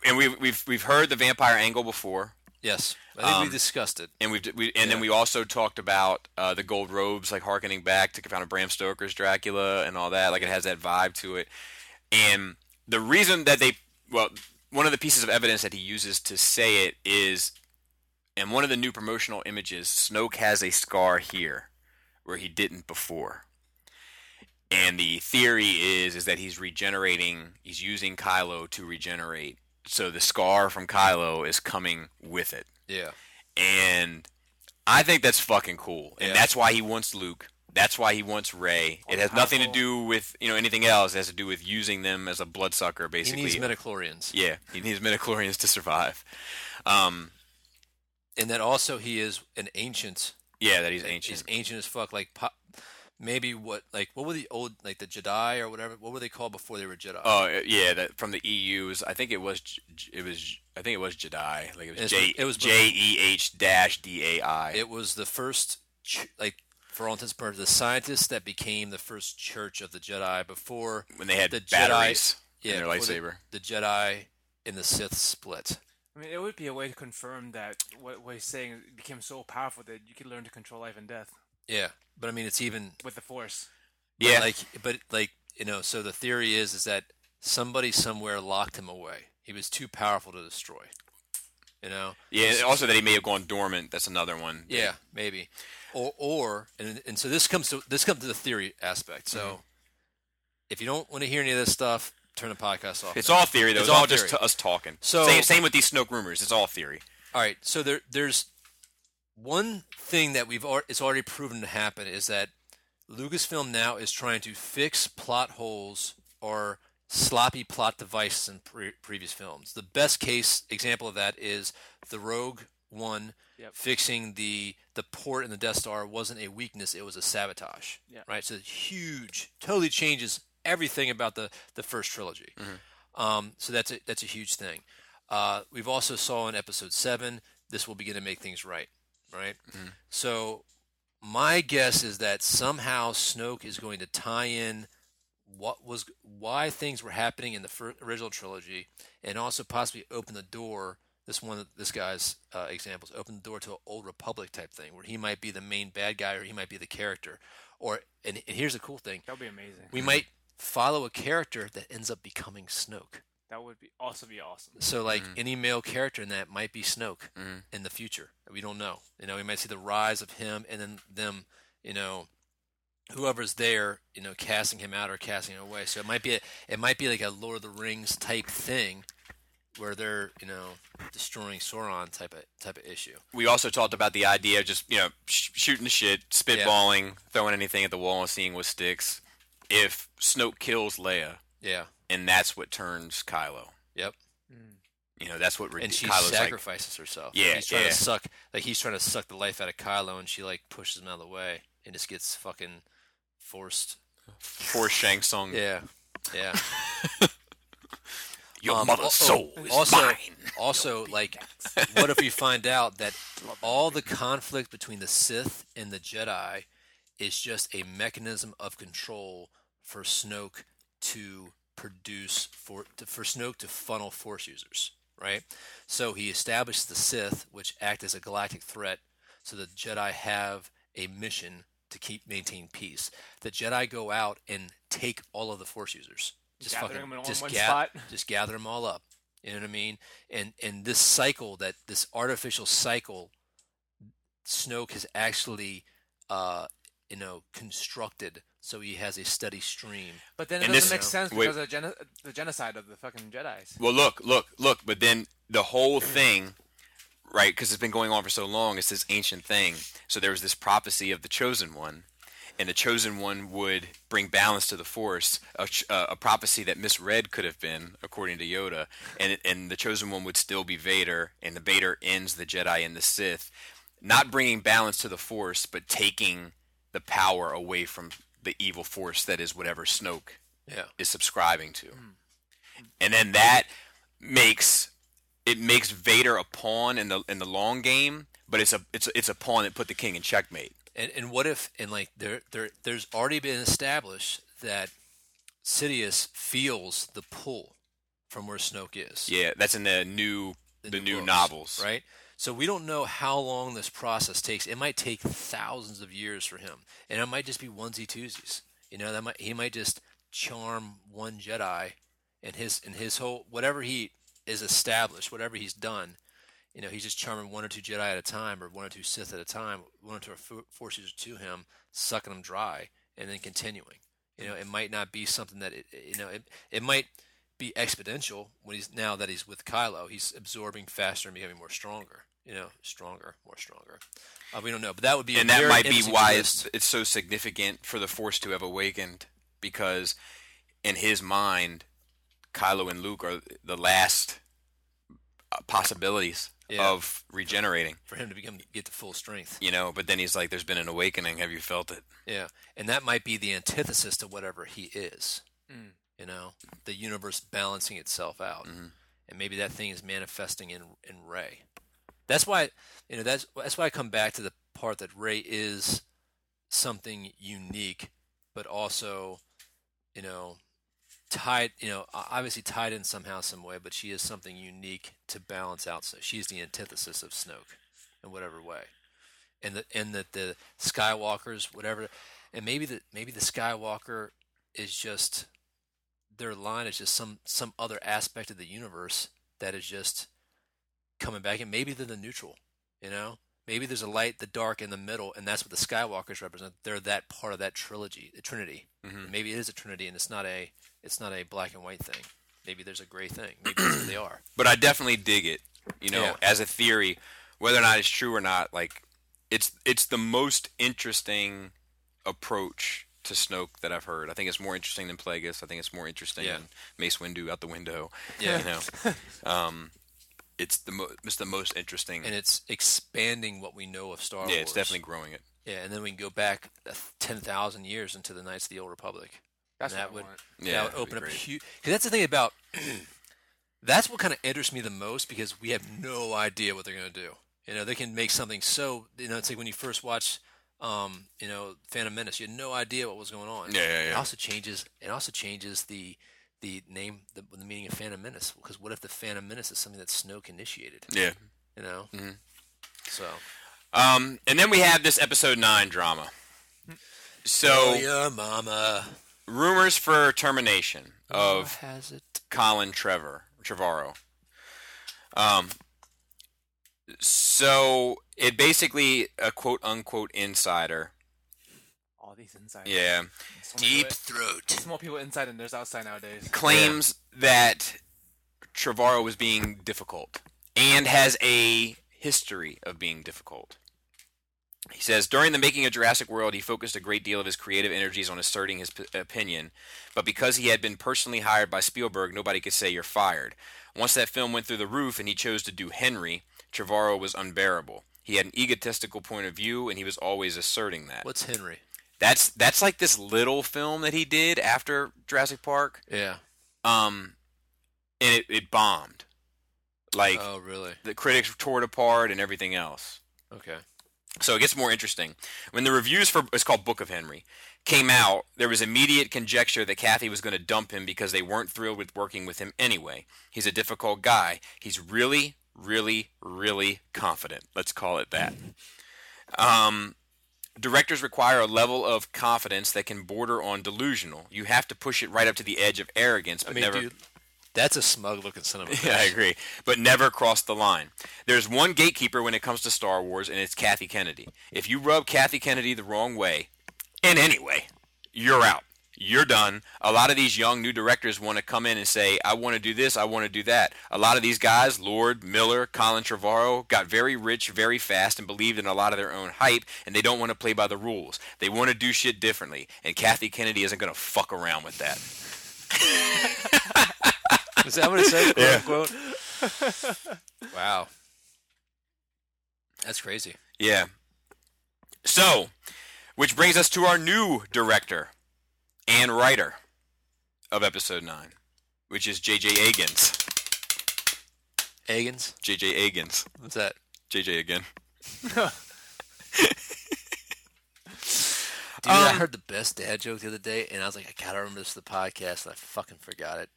and we've we've we've heard the vampire angle before. Yes, I think Um, we discussed it. And we've we, and then Yeah. we also talked about uh, the gold robes, like harkening back to kind of Bram Stoker's Dracula and all that. Like it has that vibe to it. And the reason that they well, one of the pieces of evidence that he uses to say it is, in one of the new promotional images, Snoke has a scar here, where he didn't before. And the theory is is that he's regenerating. He's using Kylo to regenerate. So the scar from Kylo is coming with it Yeah, and I think that's fucking cool. And Yeah. that's why he wants Luke. That's why he wants Ray. It has nothing to powerful. do with you know anything else. It has to do with using them as a bloodsucker, he basically. needs midichlorians, yeah, he needs midichlorians to survive. Um, and then also he is an ancient. yeah, that he's ancient. He's ancient as fuck. Like po- maybe what like what were the old like the Jedi or whatever? What were they called before they were Jedi? oh uh, yeah, that from the EU's. I think it was J- J- it was J- I think it was Jedi. Like it was It's- J it was- J E H dash D A I. it was the first ch- like for all intents and purposes the scientists that became the first Church of the Jedi before When they had the batteries Jedi, yeah, in their before the- lightsaber. The, Jedi and the Sith split. I mean, it would be a way to confirm that what, what he's saying became so powerful that you could learn to control life and death Yeah, but I mean it's even with the Force. Yeah, Like, but like you know, so the theory is is that somebody somewhere locked him away. He was too powerful to destroy. You know. yeah. and Also, that he may have gone dormant. That's another one. Yeah, maybe. Or or and and so this comes to this comes to the theory aspect. So Mm-hmm. if you don't want to hear any of this stuff, turn the podcast off. It's all theory, though. It's, It's all, all just theory. t- us talking. So- same, same with these Snoke rumors. It's all theory. All right. So there, there's one thing that we've al- it's already proven to happen is that Lucasfilm now is trying to fix plot holes or sloppy plot devices in pre- previous films. The best case example of that is the Rogue One Yep. fixing the the port in the Death Star wasn't a weakness; it was a sabotage. Yeah. Right. So huge, totally changes everything about the the first trilogy. Um, so that's a that's a huge thing. Uh, we've also saw in episode seven this will begin to make things right, right? So my guess is that somehow Snoke is going to tie in what was why things were happening in the fir- original trilogy, and also possibly open the door. This one, this guy's uh, examples open the door to an old Republic type thing, where he might be the main bad guy, or he might be the character. Or and, and here's the cool thing: That would be amazing. we might follow a character that ends up becoming Snoke. That would be also be awesome. So like Mm. any male character in that might be Snoke in the future. We don't know. You know, we might see the rise of him and then them, you know, whoever's there, you know, casting him out or casting him away. So it might be a, it might be like a Lord of the Rings type thing where they're you know destroying Sauron type of type of issue. We also talked about the idea of just you know sh- shooting the shit, spitballing, throwing anything at the wall, and seeing what sticks. If Snoke kills Leia, Yeah. and that's what turns Kylo. Yep. You know, that's what rede- And she Kylo's like. sacrifices herself. Yeah, He's trying yeah. to suck like he's trying to suck the life out of Kylo, and she like pushes him out of the way, and just gets fucking forced. For Shang Tsung, Yeah. Yeah. your Um, mother's oh, soul oh, is also, mine. Also, like, what if you find out that all the conflict between the Sith and the Jedi is just a mechanism of control for Snoke to produce for to, for Snoke to funnel Force users, right? So he established the Sith, which act as a galactic threat, so the Jedi have a mission to keep maintain peace. The Jedi go out and take all of the Force users, just Gather fucking them in all just one gather spot. just gather them all up. You know what I mean? And and this cycle that this artificial cycle, Snoke has actually, uh, you know, constructed. So he has a steady stream. But then it And doesn't this- make sense wait. because of the, geno- the genocide of the fucking Jedi's. Well, look, look, look. But then the whole thing, right? Because it's been going on for so long. It's this ancient thing. So there was this prophecy of the chosen one, and the chosen one would bring balance to the force. A, ch- uh, a prophecy that misread could have been, according to Yoda, and it- and the chosen one would still be Vader, and the Vader ends the Jedi and the Sith, not bringing balance to the force, but taking the power away from the evil force that is whatever Snoke Yeah. is subscribing to. Hmm. And then that makes it makes Vader a pawn in the in the long game, but it's a it's a, it's a pawn that put the king in checkmate. And and what if and like there there there's already been established that Sidious feels the pull from where Snoke is. Yeah, that's in the new the, new, books, novels. right? So we don't know how long this process takes. It might take thousands of years for him, and it might just be onesie twosies. You know, that might he might just charm one Jedi, and his and his whole whatever he is established, whatever he's done. You know, he's just charming one or two Jedi at a time, or one or two Sith at a time, one or two fo- Force users to him, sucking them dry, and then continuing. You know, it might not be something that it, you know it it might be exponential when he's now that he's with Kylo. He's absorbing faster and becoming more stronger. You know, stronger, more stronger. Uh, we don't know, but that would be a And that very might be interesting why twist. it's, it's so significant for the force to have awakened because in his mind Kylo and Luke are the last uh, possibilities Yeah. of regenerating, for him to become get to full strength. you know, but then he's like there's been an awakening, have you felt it? Yeah, and that might be the antithesis to whatever he is. Mm. You know, the universe balancing itself out, Mhm. and maybe that thing is manifesting in in Ray. That's why you know that's that's why I come back to the part that Ray is something unique, but also you know tied you know o- obviously tied in somehow some way, but she is something unique to balance out. So she's the antithesis of Snoke in whatever way and the and that the Skywalkers, whatever, and maybe the maybe the Skywalker is just their line is just some some other aspect of the universe that is just coming back, and maybe they're the neutral, you know. Maybe there's a light, the dark, in the middle, and that's what the Skywalkers represent. They're that part of that trilogy, the Trinity. Mhm. Maybe it is a Trinity, and it's not a it's not a black and white thing. Maybe there's a gray thing. Maybe that's what they are. but I definitely dig it. You know, Yeah. as a theory, whether or not it's true or not, like it's it's the most interesting approach to Snoke that I've heard. I think it's more interesting than Plagueis. I think it's more interesting Yeah. than Mace Windu out the window. Yeah. you know, um, it's the mo- it's the most interesting. And it's expanding what we know of Star Wars. Hmm. yeah, it's definitely growing it. Yeah, and then we can go back a th- 10,000 years into the Knights of the Old Republic. That's That what I would- want. Yeah, that would open up great. huge. Because that's the thing about. that's what kind of interests me the most because we have no idea what they're going to do. You know, they can make something so. You know, it's like when you first watch, um, you know, Phantom Menace. You had no idea what was going on. Yeah, yeah, It yeah. also changes. It also changes the the name, the, the meaning of Phantom Menace. Because what if the Phantom Menace is something that Snoke initiated? yeah. You know. Mhm. So. Um, and then we have this episode nine drama. So Oh, yeah, Mama. rumors for termination Mama of has it. Colin Trevor Trevorrow. Um, so it basically a quote unquote insider. All these inside. Yeah, So many Deep people- throat. There's more people inside than there's outside nowadays. claims that Trevorrow was being difficult and has a history of being difficult. He says during the making of Jurassic World, he focused a great deal of his creative energies on asserting his p- opinion, but because he had been personally hired by Spielberg, nobody could say you're fired. Once that film went through the roof and he chose to do Henry, Trevorrow was unbearable. He had an egotistical point of view and he was always asserting that. What's Henry? That's that's like this little film that he did after Jurassic Park. Yeah. Um and it, it bombed. Like oh, really? the critics tore it apart and everything else. Okay. So it gets more interesting. When the reviews for it's called Book of Henry came out, there was immediate conjecture that Kathy was going to dump him because they weren't thrilled with working with him anyway. He's a difficult guy. He's really, really, really confident. Let's call it that. Um, directors require a level of confidence that can border on delusional. You have to push it right up to the edge of arrogance, but I mean, never. dude, that's a smug looking son of a bitch. Yeah, I agree. But never crossed the line. There's one gatekeeper when it comes to Star Wars, and it's Kathy Kennedy. If you rub Kathy Kennedy the wrong way, in any way, you're out. You're done. A lot of these young new directors want to come in and say, I want to do this, I want to do that. A lot of these guys, Lord, Miller, Colin Trevorrow, got very rich very fast and believed in a lot of their own hype, and they don't want to play by the rules. They want to do shit differently, and Kathy Kennedy isn't going to fuck around with that. Is that what it says? Quote unquote. wow. That's crazy. Yeah. So, which brings us to our new director and writer of episode 9, which is JJ Agins. Agans? JJ Agins. What's that? JJ again. Dude, I Um, heard the best dad joke the other day, and I was like, I gotta remember this for the podcast, and I fucking forgot it.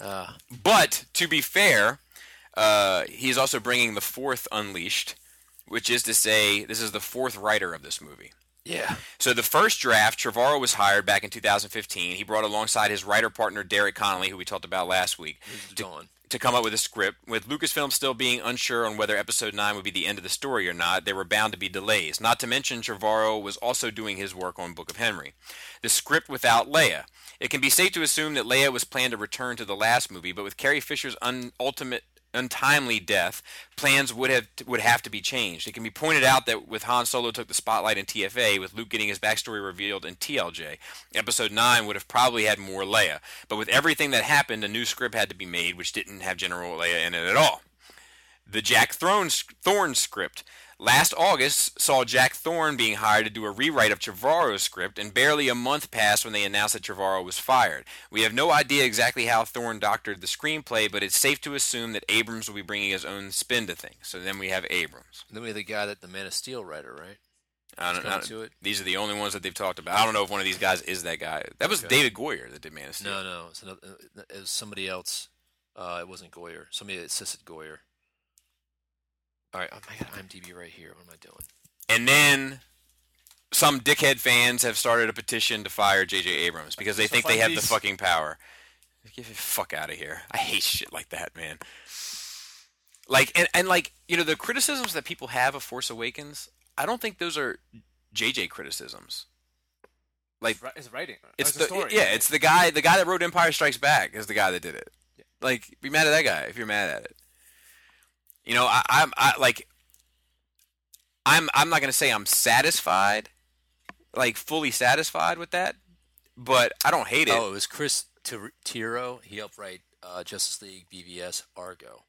Uh, But to be fair, uh, he's also bringing the fourth Unleashed, which is to say, this is the fourth writer of this movie. yeah. So the first draft, Trevorrow was hired back in 2015. He brought alongside his writer partner Derek Connolly, who we talked about last week, Who's to gone? to come up with a script. With Lucasfilm still being unsure on whether Episode 9 would be the end of the story or not, there were bound to be delays. Not to mention, Trevorrow was also doing his work on Book of Henry. The script without Leia. It can be safe to assume that Leia was planned to return to the last movie, but with Carrie Fisher's un- ultimate untimely death, plans would have would have to be changed. It can be pointed out that with Han Solo took the spotlight in TFA, with Luke getting his backstory revealed in TLJ, Episode Nine would have probably had more Leia. But with everything that happened, a new script had to be made, which didn't have General Leia in it at all the Jack Thorne, Thorne script. Last August saw Jack Thorne being hired to do a rewrite of Trevorrow's script, and barely a month passed when they announced that Trevorrow was fired. We have no idea exactly how Thorne doctored the screenplay, but it's safe to assume that Abrams will be bringing his own spin to things. So then we have Abrams. And then we had the guy that the Man of Steel writer, right? I don't, Let's go I don't- to it. These are the only ones that they've talked about. I don't know if one of these guys is that guy. That was Okay. David Goyer that did Man of Steel. No, no, it's another, it was somebody else. Uh, it wasn't Goyer. Somebody that assisted Goyer. All right, oh, I got IMDb right here. What am I doing? And then some dickhead fans have started a petition to fire J.J. Abrams because they So think they fuck have the these. fucking power. Get the fuck out of here. I hate shit like that, man. Like and, and like, you know, the criticisms that people have of Force Awakens, I don't think those are JJ criticisms. Like It's ri- It's writing. Or it's, it's the a story. yeah, it's the guy the guy that wrote Empire Strikes Back is the guy that did it. Like, be mad at that guy if you're mad at it. You know, I, I'm I like I'm I'm not gonna say I'm satisfied, like fully satisfied with that, but I don't hate it. Oh, it was Chris Tir- Tiro. He helped write uh, Justice League, BVS, Argo.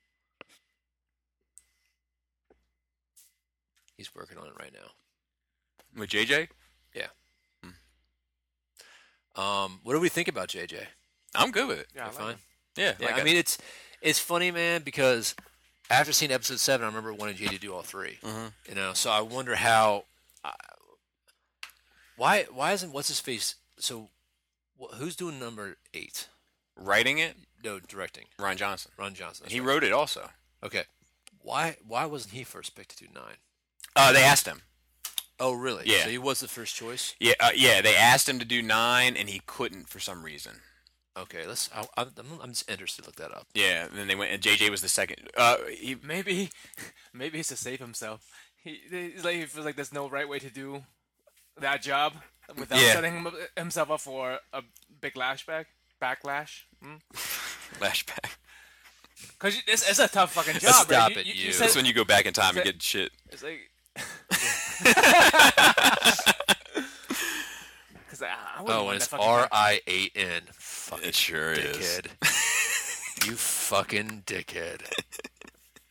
He's working on it right now. With JJ, Um, what do we think about JJ? I'm good with it. Yeah, I We're like fine. it. Yeah, Yeah, like I mean it's it's funny, man, because after seeing episode seven, I remember wanting you to do all 3 Mhm. You know, so I wonder how. I why why isn't what's his face? So wh- who's doing number eight? writing it, No, directing Ryan Johnson. Ron Johnson. that's He right. wrote it also. okay. Why why wasn't he first picked to do nine? Uh, they asked him. Oh, really? Yeah. So he was the first choice. Yeah, uh, yeah, they asked him to do nine, and he couldn't for some reason. Okay, let's. I, I'm, I'm just interested to look that up. Yeah, and then they went, and JJ was the second. Uh, he Maybe, maybe he's to save himself. He, he's like, he feels like there's no right way to do that job without Yeah. setting him, himself up for a big lashback, backlash. Hmm? flashback. Because it's, it's a tough fucking job. right? Stop it, you. said- That's when you go back in time and said- get shit. It's like. Because I, I wouldn't Oh, want and it's that fucking R I A N. Fucking It sure is. dickhead. you fucking dickhead.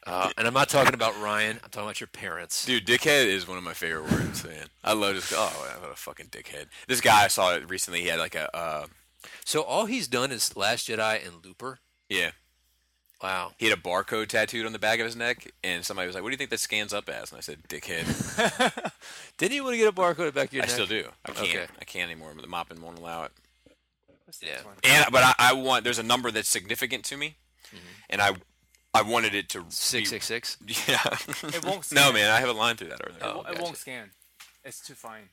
Uh, and I'm not talking about Ryan. I'm talking about your parents. Dude, dickhead is one of my favorite words, man. I love this. Oh, what a fucking dickhead. This guy I saw it recently. He had like a, uh, So all he's done is Last Jedi and Looper. yeah, Wow. he had a barcode tattooed on the back of his neck, and somebody was like, "What do you think that scans up as?" And I said, "Dickhead." Didn't you want to get a barcode back your I neck? still do. I can't. Okay. I can't anymore. The mopping won't allow it. What's this Yeah. one? And but I, I want. There's a number that's significant to me, and I, I wanted it to Mm-hmm. Six be- six six. Yeah. It won't no, scan. man. I have a line through that earlier. It, won't- it Oh, gotcha. won't scan. It's too fine.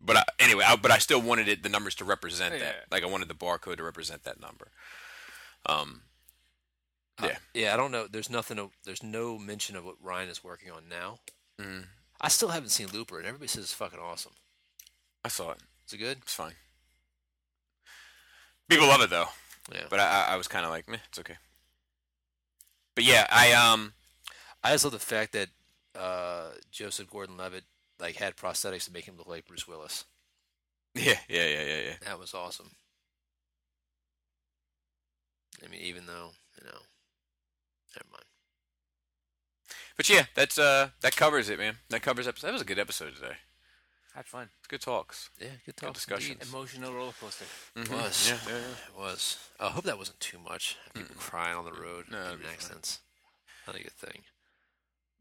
But I, anyway, I, but I still wanted it, the numbers to represent Yeah. that. Like I wanted the barcode to represent that number. Um, Uh, yeah. yeah, I don't know. There's nothing. To, there's no mention of what Ryan is working on now. Mm. I still haven't seen Looper, and everybody says it's fucking awesome. I saw it. Is it good? It's fine. People love it though. Yeah. But I, I- I was kind of like, meh, it's okay. But yeah, I um, I just love the fact that uh, Joseph Gordon-Levitt like had prosthetics to make him look like Bruce Willis. yeah, yeah, yeah, yeah, yeah. That was awesome. I mean, even though you know, never mind. But yeah, that's uh, that covers it, man. That covers episode. That was a good episode today. Had fun. It's good talks. Yeah, good talk. discussions. indeed. Emotional roller coaster. Mhm. was. Yeah, yeah, yeah. It was. I hope that wasn't too much. People crying on the road No, that'd in be fine. accidents. Not a good thing.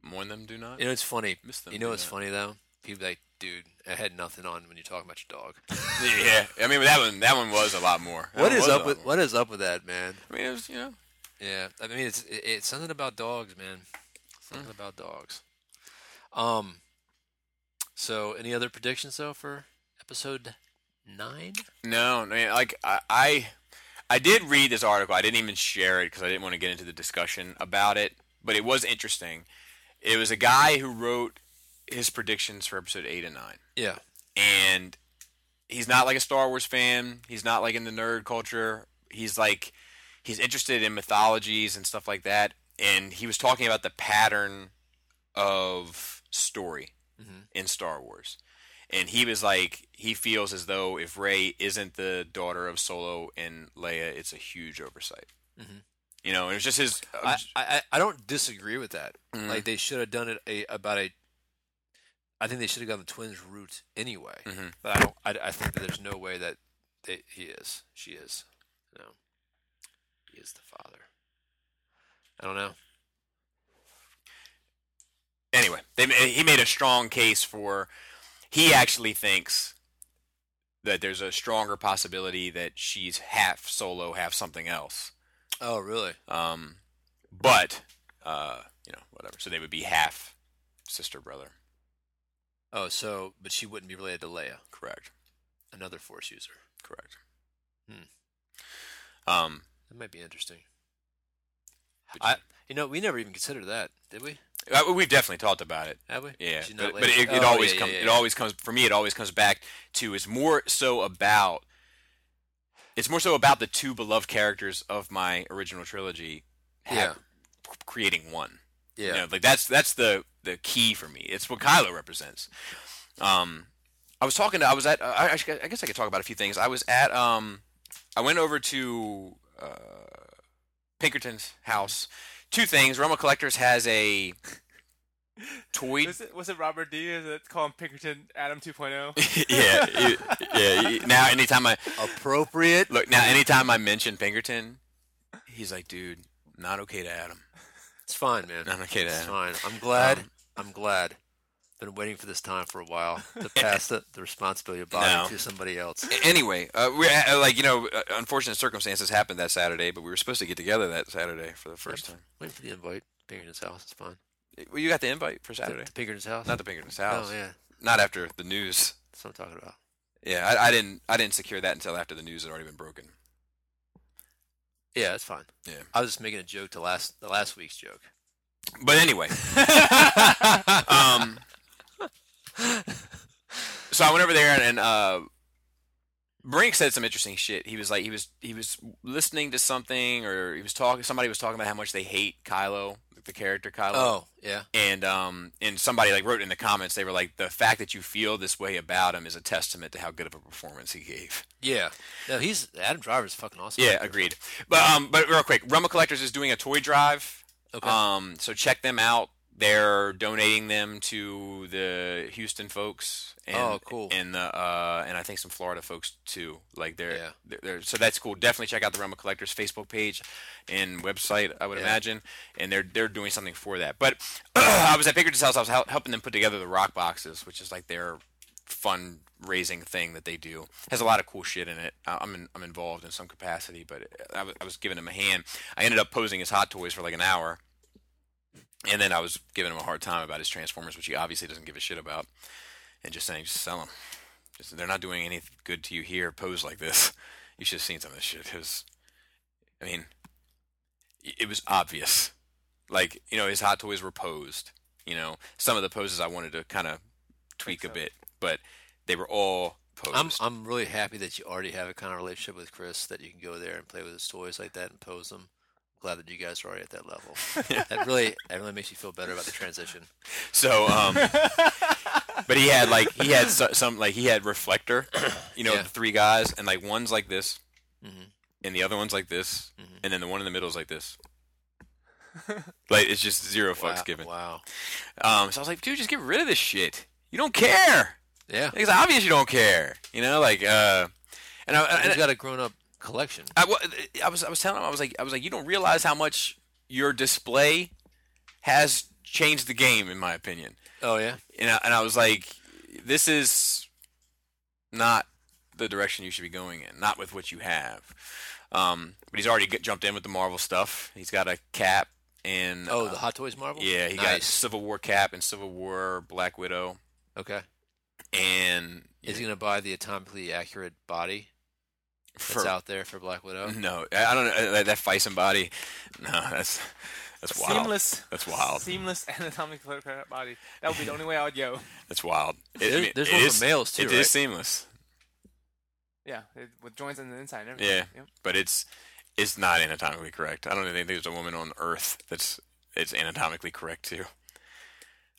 Mourn them, do not. You know, it's funny. Miss them, You know do what's not. funny though? People be like, dude, I had nothing on when you're talking about your dog. Yeah, I mean that one. That one was a lot more. That what one is was a up lot with more. what is up with that, man? I mean, it was you know. Yeah, I mean, it's it, it's something about dogs, man. Something about dogs. Um. So, any other predictions though for episode nine? No, man. Like I, I, I did read this article. I didn't even share it because I didn't want to get into the discussion about it. But it was interesting. It was a guy who wrote his predictions for episode eight and nine, Yeah. and he's not like a Star Wars fan. He's not like in the nerd culture. He's like he's interested in mythologies and stuff like that. And he was talking about the pattern of story Mm-hmm. in Star Wars. And he was like, he feels as though if Rey isn't the daughter of Solo and Leia, it's a huge oversight. Mhm. You know, and it was just his. I, I, I don't disagree with that. Mhm. Like they should have done it a, about a. I think they should have gone the twins route anyway. Mhm. But I don't. I, I think that there's no way that they, he is. She is. No. He is the father. I don't know. anyway, they, ma- he made a strong case for. He actually thinks that there's a stronger possibility that she's half Solo, half something else. Oh really? Um, but uh, you know, whatever. So they would be half sister brother. Oh so but she wouldn't be related to Leia, Correct. another Force user. Correct. Hmm. Um, That might be interesting. but- I you know we never even considered that did we? Uh, we've definitely talked about it. Have we? Yeah, She's not but, but Leia? it, it Oh, always yeah, yeah, comes. yeah, It yeah. always comes for me. It always comes back to it's more so about. It's more so about the two beloved characters of my original trilogy, Yeah. have, creating one. yeah. You know, like that's that's the the key for me. It's what Kylo represents. Um, I was talking to I was at uh, I, I should- I guess I could talk about a few things. I was at um, I went over to uh, Pinkerton's house. Two things. Roma Collectors has a toy. Was it, was it Robert D? Is it call him Pinkerton Adam oh? 2.0? yeah, you- yeah. you- Now anytime I Appropriate. look now anytime I mention Pinkerton, he's like, dude, not okay to Adam. It's fine, man. Not okay to It's Adam. fine. I'm glad. Um, I'm glad. Been waiting for this time for a while to pass the, the responsibility of body No. to somebody else. anyway, uh, we uh, like you know, uh, unfortunate circumstances happened that Saturday, but we were supposed to get together that Saturday for the first time. Waiting for the invite. Pinkerton's house. It's fine. Well, you got the invite for To, Saturday, to Pinkerton's house. not the Pinkerton's house, Oh yeah, not after the news. that's what I'm talking about. Yeah, I, I didn't, I didn't secure that until after the news had already been broken. Yeah, that's fine. Yeah. I was just making a joke to last the last week's joke. But anyway, um, so I went over there and, and uh, Brink said some interesting shit. He was like he was he was listening to something or he was talking somebody was talking about how much they hate Kylo, the character Kylo. Oh, yeah. And um and somebody like wrote in the comments they were like the fact that you feel this way about him is a testament to how good of a performance he gave. Yeah. No, he's Adam Driver's fucking awesome. Yeah, agreed. But um but real quick, Rumble Collectors is doing a toy drive. Okay. Um so check them out. They're donating them to the Houston folks and Oh, cool. and the uh and I think some Florida folks too. Like they're, Yeah. they're, they're- so that's cool. Definitely check out the Realm of Collectors Facebook page and website. I would Yeah. imagine, and they're they're doing something for that. But I was at Baker's house. I was hel- helping them put together the rock boxes, which is like their fundraising thing that they do. Has a lot of cool shit in it. I- I'm in, I'm involved in some capacity, but I was, I was giving him a hand. I ended up posing as hot toys for like an hour. And then I was giving him a hard time about his Transformers, which he obviously doesn't give a shit about, and just saying, just sell them. Just, they're not doing any good to you here. Pose like this. You should have seen some of this shit. It was, I mean, i- it was obvious. Like you know, his hot toys were posed. You know, some of the poses I wanted to kind of tweak a so. bit, but they were all posed. I'm I'm really happy that you already have a kind of relationship with Chris that you can go there and play with his toys like that and pose them. glad that you guys are already at that level. that really that really makes you feel better about the transition. So, um, but he had like he had so- some like he had reflector, you know, Yeah. the three guys, and like one's like this, Mhm. and the other one's like this, Mm-hmm. and then the one in the middle is like this. like it's just zero fucks wow, given. Wow. Um, so I was like, dude, just get rid of this shit. You don't care. Yeah. Like, It's obvious you don't care. You know, like uh, and I, and He's got a grown up collection. I, wa- I was I was telling him I was like I was like you don't realize how much your display has changed the game in my opinion Oh yeah. and I, and I was like, this is not the direction you should be going in, not with what you have. Um, but he's already get, jumped in with the Marvel stuff. He's got a cap and Oh, uh, the Hot Toys Marvel? yeah, he got nice. Civil War cap and Civil War Black Widow Okay. and Is he gonna buy the atomically accurate body that's for- Mm-hmm. out there for Black Widow? No, I I don't know uh, that, that Fison body. No, that's that's wild. Seamless. That's wild. Seamless anatomical body. That would be the only way I would go. That's wild. It, I There- mean, there's it one for is- males, too, It is right? seamless, Yeah, it, with joints on the inside. And everything. yeah, Yep. but it's it's not anatomically correct. I don't even think there's a woman on Earth that's it's anatomically correct too.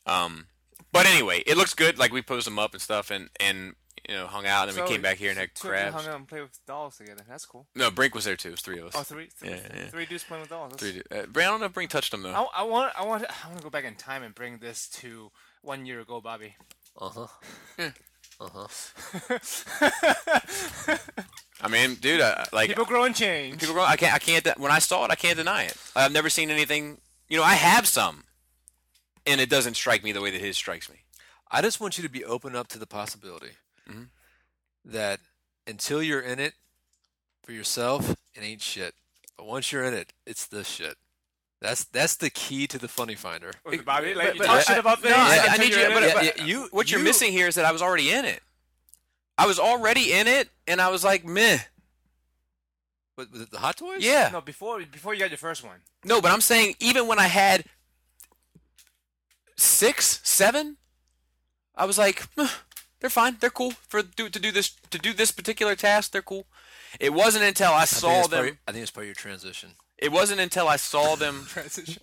Um, but anyway, it looks good. Like we posed them up and stuff, and and you know hung out, and then So, we came back here and had two of you crabs. hung out and played with dolls together. That's cool. No, Brink was there too. It was three of us. Oh, three, three, Yeah, yeah. three dudes playing with dolls. That's- Three. dude- Uh, Brink- I don't know if Brink touched them though. I, I want, I want, I want to go back in time and bring this to one year ago, Bobby. Uh Uh-huh. huh. Uh huh. I mean, dude, I, like People grow and change. people go, I can't, I can't. de- When I saw it, I can't deny it. I've never seen anything. You know, I have some, and it doesn't strike me the way that his strikes me. I just want you to be open up to the possibility Mhm. that until you're in it for yourself, it ain't shit. But once you're in it, it's the shit. That's that's the key to the funny finder. Was it Bobby, like, But- you but- talk I- shit about no, things. I- I until need you're you- in but- it, but- Yeah, yeah, you- what you're you- missing here is that I was already in it. I was already in it, and I was like, meh. But with the hot toys? Yeah. No, before, before you got your first one. No, but I'm saying even when I had six, seven, I was like, "Huh, they're fine, they're cool for do, to do this to do this particular task. They're cool. It wasn't until I I think saw that's them. part of- I think it's part of your transition. It wasn't until I saw them Transition.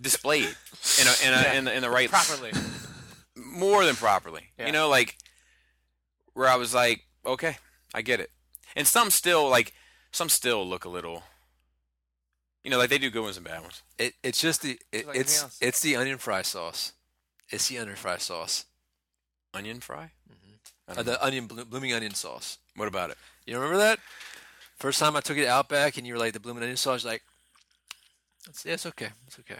displayed in a, in, a, in, the, in the right Properly. more than properly. Yeah. You know, like where I was like, okay, I get it. And some still like some still look a little. You know, like they do good ones and bad ones. It, it's just the it, It's like it's anything else. it's the onion fry sauce. It's the onion fry sauce. Onion fry. I Uh, don't know. the onion blo- blooming onion sauce. What about it? You remember that? First time I took it out back, and you were like the blooming onion sauce. Like, it's, yeah, it's okay, it's okay,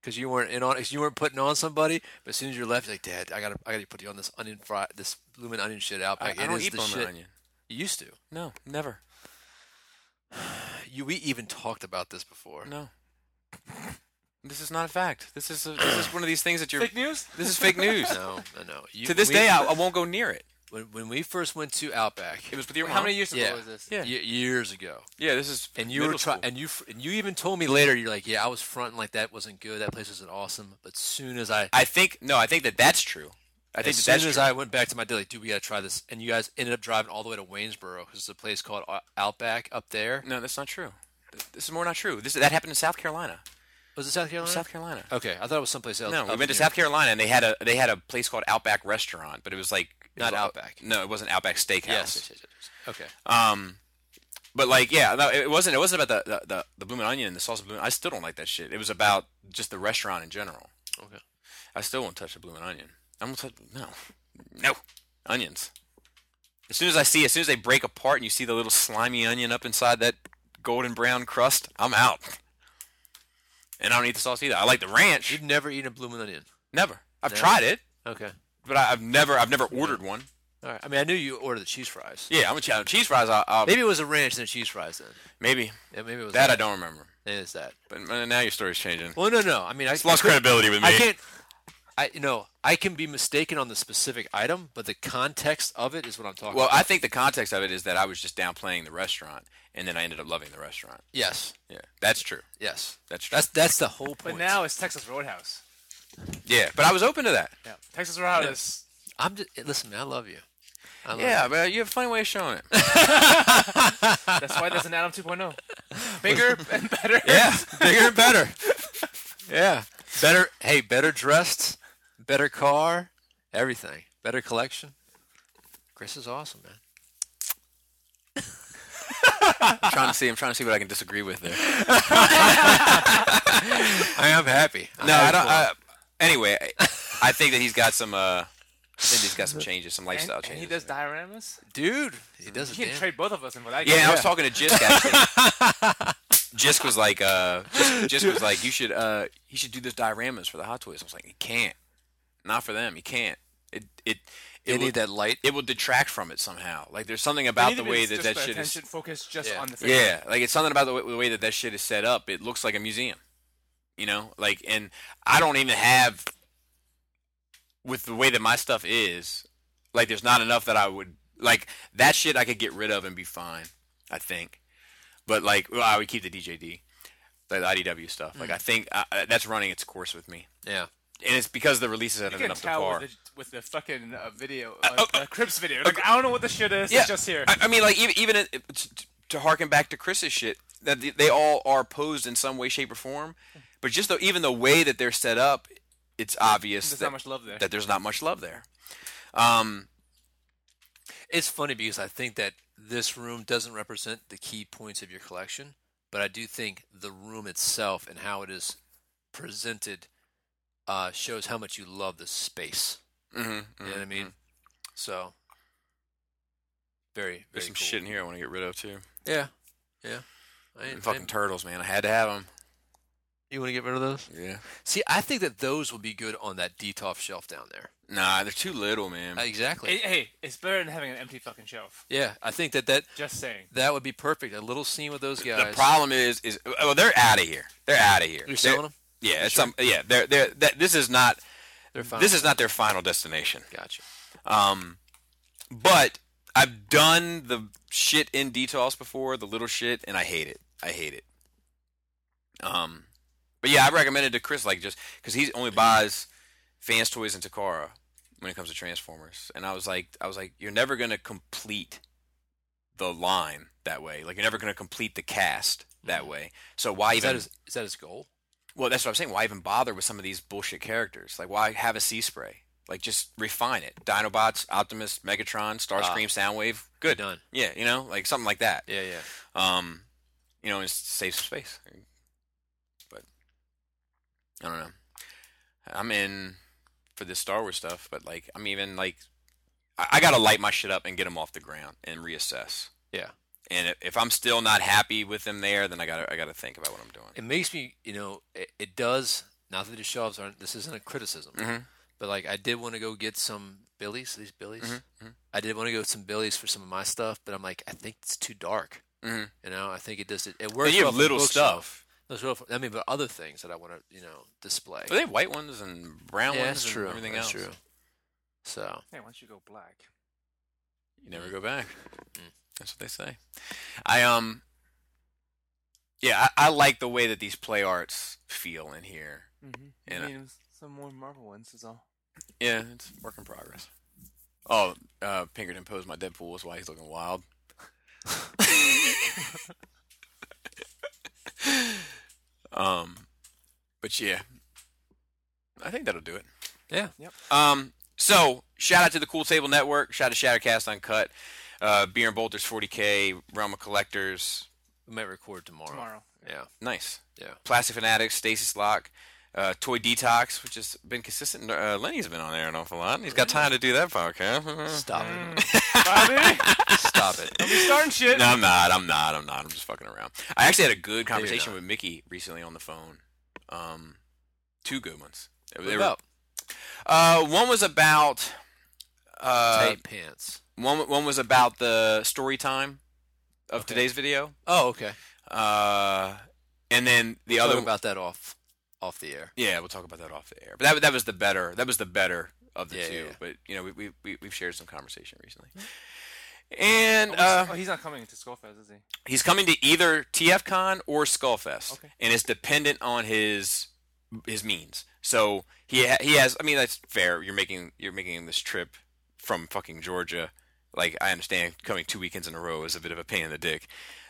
because you weren't in on, 'cause you weren't putting on somebody. But as soon as you're left, you're like, Dad, I gotta, I gotta put you on this onion fry, this blooming onion shit out I, back. I It don't is eat the blooming shit. onion. You used to. No, never. You, we even talked about this before. No. This is not a fact. This is a, this is one of these things that you're. Fake news? This is fake news. no, no. no. You, to this we- day, I, I won't go near it. when, when we first went to Outback It was with your mom. How many years ago Yeah. was this? Yeah. y- years ago, Yeah, this is. and you middle were trying, school. and you, fr- and you even told me later, you're like, yeah, I was fronting like that wasn't good. That place isn't awesome. But soon as I I think no. I think that that's true. I think as that soon that's as true. I went back to my daily, dude, we gotta try this, and you guys ended up driving all the way to Waynesboro because it's a place called Ou- Outback up there. No, that's not true. Th- This is more not true. This that happened in South Carolina. Was it South Carolina? South Carolina. Okay, I thought it was someplace else. No, we up went to near- South Carolina and they had a they had a place called Outback Restaurant, but it was like it Not was- Outback. No, it wasn't Outback Steakhouse. Yes. yes, yes, yes, yes. Okay. Um, but like, yeah, no, it wasn't. It wasn't about the the the, the blooming onion and the sauce. of Blooming, I still don't like that shit. It was about just the restaurant in general. Okay. I still won't touch the blooming onion. I'm gonna touch no, no onions. As soon as I see, as soon as they break apart and you see the little slimy onion up inside that golden brown crust, I'm out. And I don't eat the sauce either. I like the ranch. You've never eaten a blooming onion. Never. I've Never. tried it, Okay. but I, I've never, I've never ordered one. All right. I mean, I knew you ordered the cheese fries. Yeah, I'm a cheese, cheese fries. I, I'll, Maybe it was a ranch and the cheese fries then. maybe Yeah, maybe it was that I don't remember. Maybe it's that. But uh, now your story's changing. Well, no, no. I mean, I It's lost credibility with me. I can't. I you know I can be mistaken on the specific item, but the context of it is what I'm talking. Well, about. I think the context of it is that I was just downplaying the restaurant, and then I ended up loving the restaurant. yes, Yeah, that's true. yes. That's true. That's that's the whole point. But now it's Texas Roadhouse. yeah, but I was open to that. Yeah, Texas Roadhouse. I'm just listen, man. I love you. I love Yeah, but you have a funny way of showing it. That's why there's an Adam 2.0. Bigger and better. yeah, bigger and better. yeah, better. Hey, better dressed, better car, everything, better collection. Chris is awesome, man. I'm trying to see. I'm trying to see what I can disagree with there. I am happy. No, I don't. I, anyway, I, I think that he's got some. Uh, I think he's got some changes, some And, lifestyle and changes. he does dioramas. dude. He does a He can damn. trade both of us in for that. yeah, guy. I was talking to Jisk actually. Jisk was like, uh, Jisk, Jisk was like, you should, uh, he should do this dioramas for the Hot Toys. I was like, he can't, not for them. He can't. It, it, They it will- need that light. it will detract from it somehow. Like there's something But about the even if way it's that just that the shit is. attention focused just Yeah. on the thing. Yeah, like it's something about the way, the way that that shit is set up. It looks like a museum, you know. Like, and I don't even have with the way that my stuff is. Like, there's not enough that I would like that shit. I could get rid of and be fine. I think, but like, well, I would keep the DJD, like the IDW stuff. Like, I think uh, uh, that's running its course with me, Yeah. and it's because the releases haven't You been can up to tell par. with the, with the fucking uh, video, uh, the Crips video. Like, I don't know what the shit is. Yeah, It's just here. I, I mean, like even, even it- it- t- to harken back to Chris's shit, that th- they all are posed in some way, shape, or form. But just the, even the way that they're set up, it's obvious There's that, not much love there. that there's not much love there. Um, It's funny because I think that this room doesn't represent the key points of your collection, but I do think the room itself and how it is presented uh, shows how much you love this space. mhm, You know what I mhm, mean? mhm. So very, very There's some cool. shit in here I want to get rid of too. Yeah, yeah. I And ain't- I fucking ain't- turtles, man. I had to have them. you want to get rid of those? Yeah. See, I think that those would be good on that detox shelf down there. Nah, they're too little, man. Uh, exactly. Hey, hey, it's better than having an empty fucking shelf. yeah, I think that that Just saying. that would be perfect. A little scene with those guys. the problem is, is oh, they're out of here. They're out of here. You're They're- selling them. Yeah, it's some. Yeah, they're they're. That, this is not. They're fine. This is not their final destination. gotcha. Um, but I've done the shit in detox before, the little shit, and I hate it. I hate it. Um, but yeah, I recommended to Chris like just because he only buys fans toys and Takara when it comes to Transformers, and I was like, I was like, you're never gonna complete the line that way. Like you're never gonna complete the cast that way. So why Mm-hmm. Is that even? his, is that his goal? Well, that's what I'm saying. Why even bother with some of these bullshit characters? Like, why have a sea spray? Like, just refine it. Dinobots, Optimus, Megatron, Starscream, Soundwave. Good. Done. Yeah, you know, like something like that. Yeah, yeah. Um, you know, and save some space. But I don't know. I'm in for this Star Wars stuff, but like, I'm even like, I, I gotta light my shit up and get them off the ground and reassess. Yeah. And if, if I'm still not happy with them there, then I gotta I gotta think about what I'm doing. It makes me, you know, it, it does. Not that the shelves aren't. This isn't a criticism, Mhm. but like I did want to go get some billies. These billies. Mhm, mhm. I did want to go get some billies for some of my stuff, but I'm like, I think it's too dark. Mm-hmm. You know, I think it just it, it works. But you well have for little bookshelf. stuff. That's well for- I mean, but other things that I want to, you know, display. But they have white ones and brown yeah, ones that's and true. everything that's else. true. So Hey, why don't you go black? You never go back. Mm. That's what they say. I um Yeah, I, I like the way that these play arts feel in here. Mm-hmm. And, uh, I mean, some more Marvel ones is all. Yeah, it's work in progress. Oh, uh, Pinkerton posed my Deadpool. That's why he's looking wild. um, but yeah, I think that'll do it. Yeah. Um, so shout out to the Cool Table Network. Shout out to Shattercast Uncut, uh, Beer and Bolters 40K, Realm of Collectors. We might record tomorrow. Tomorrow. Yeah. Nice. Yeah. Plastic Fanatics, Stasis Lock, uh, Toy Detox, which has been consistent. Uh, Lenny's been on there an awful lot. and He's got time to do that podcast. Stop it. Bobby, Stop it. you starting shit. no, I'm not. I'm not. I'm not. I'm just fucking around. I actually had a good conversation not. with Mickey recently on the phone. Um, two good ones. They What were- about Uh, one was about. Uh, tight pants? one one was about the story time of today's video. Oh, okay. Uh, and then the Talk other about that off off the air. Yeah, we'll talk about that off the air. But that that was the better that was the better of the Yeah, two. yeah, yeah. But you know, we, we we we've shared some conversation recently. And oh, uh, he's not coming to Skullfest, is he? he's coming to either TFCon or Skullfest, Okay. and it's dependent on his his means. So he ha- he has. I mean, that's fair. You're making you're making this trip from fucking Georgia. Like I understand, coming two weekends in a row is a bit of a pain in the dick.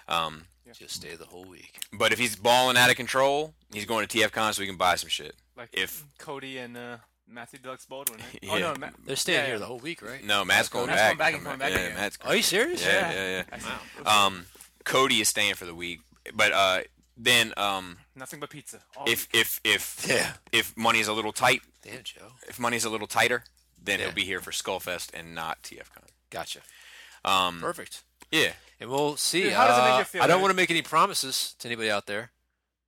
Um, Just stay the whole week. but if he's balling out of control, he's going to TFCon so he can buy some shit. Like If- Cody and uh, Matthew Deluxe Baldwin. Right? Yeah. Oh no, Ma- They're staying yeah, here yeah. the whole week, right? No, Matt's going Matt's back. going back and coming back yeah, again. Matt's Are you serious? yeah, yeah, I see. yeah. Um, Cody is staying for the week, but uh, then um, Nothing but pizza. All if if if Yeah. if money's a little tight, Damn, Joe. if money's a little tighter, then Yeah. he'll be here for Skullfest and not TFCon. Gotcha. Um, Perfect. yeah, And we'll see. Dude, how does it make Uh, you feel, I don't dude? want to make any promises to anybody out there,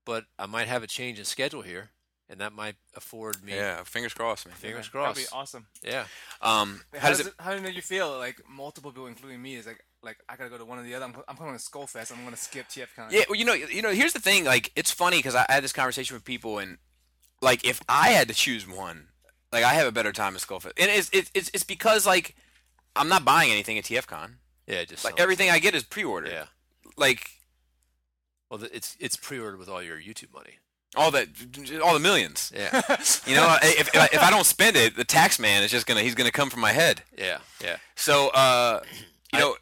but I might have a change in schedule here, and that might afford me. yeah. Fingers crossed, man. Fingers That'd be crossed. awesome. Yeah. Um, How, how does does it? it, how does it make you feel? Like multiple people, including me, is like like I gotta go to one or the other. I'm, I'm coming to Skullfest. I'm gonna skip TFCon. Yeah, well, you know, you know. Here's the thing. Like, it's funny because I, I had this conversation with people, and like, if I had to choose one, like, I have a better time at Skullfest, and it's it's it's, it's because like, I'm not buying anything at TFCon. Yeah. Just Like sounds- everything I get is pre-ordered. Yeah. Like Well, th- it's it's pre-ordered with all your YouTube money. all that, all the millions. Yeah. You know, if if I, if I don't spend it, the tax man is just gonna he's gonna come from my head. yeah. Yeah. So, uh, you know,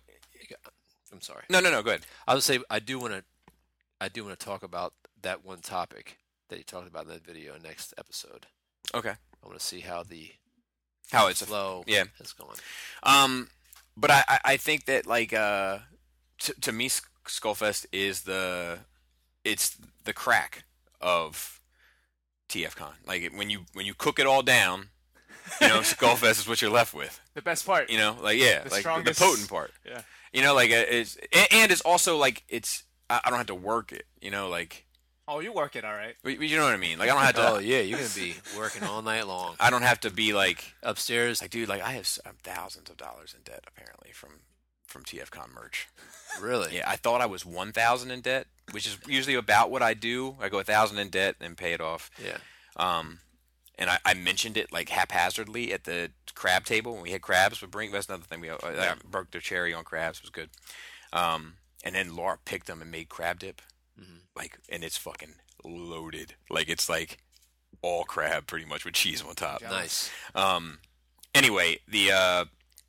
I'm sorry. no, no, no, go ahead. I would say I do want to, I do want to talk about that one topic that you talked about in that video next episode. Okay, I want to see how the how it's a, flow yeah. has gone. um, but I I- I think that like uh, to to me, Sk- Skullfest is the it's the crack of TFCon. Like it- when you when you cook it all down, you know, Skullfest is what you're left with. The best part. You know, like yeah, The like strongest- the potent part. Yeah. You know, like uh, it's a- and it's also like it's I I don't have to work it. You know, like Oh, you work it all right. but- but you know what I mean. Like I don't have to. Oh yeah, you're gonna be working all night long I don't have to be like upstairs. like dude. Like I have s- I'm thousands of dollars in debt apparently from from TFCon merch. Really? Yeah, I thought I was one thousand in debt, which is usually about what I do. I go a thousand in debt and pay it off. Yeah. Um, and I, I mentioned it like haphazardly at the crab table when we had crabs with Brink. That's another thing we uh, I broke their cherry on crabs. It was good. Um, and then Laura picked them and made crab dip, like, and it's fucking loaded. Like it's like all crab pretty much with cheese on top. Nice. Um, anyway, the uh,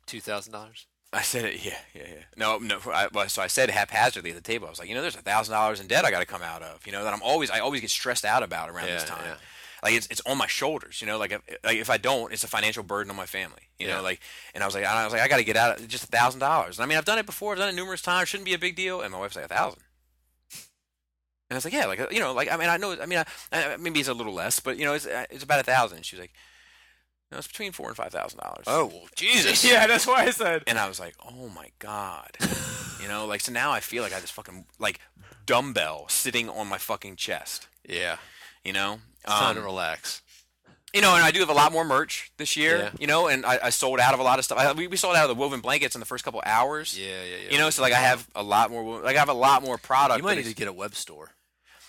Two thousand dollars. I said it. Yeah, yeah, yeah. No, no. I, well, so I said haphazardly at the table. I was like, you know, there's a thousand dollars in debt I got to come out of. You know that I'm always I always get stressed out about around this Yeah, time. yeah. Like it's it's on my shoulders. You know, like if, like if I don't, it's a financial burden on my family. You Yeah. know, like and I was like I was like I got to get out of just a thousand dollars. And I mean I've done it before. I've done it numerous times. Shouldn't be a big deal. And my wife's like a thousand. And I was like, yeah, like you know, like I mean, I know, I mean, I, I, maybe it's a little less, but you know, it's uh, it's about a thousand. She's like, no, it's between four and five thousand dollars. well, Jesus. Yeah, that's why I said. And I was like, oh my God. you know, like, so now I feel like I just fucking, like, dumbbell sitting on my fucking chest, Yeah. you know? It's time to Um, relax. you know, and I do have a lot more merch this year, Yeah. you know, and I, I sold out of a lot of stuff. I, we, we sold out of the woven blankets in the first couple hours. Yeah, yeah, yeah. You know, so like I have a lot more, wo- like I have a lot more product. you might but need to it's- get a web store.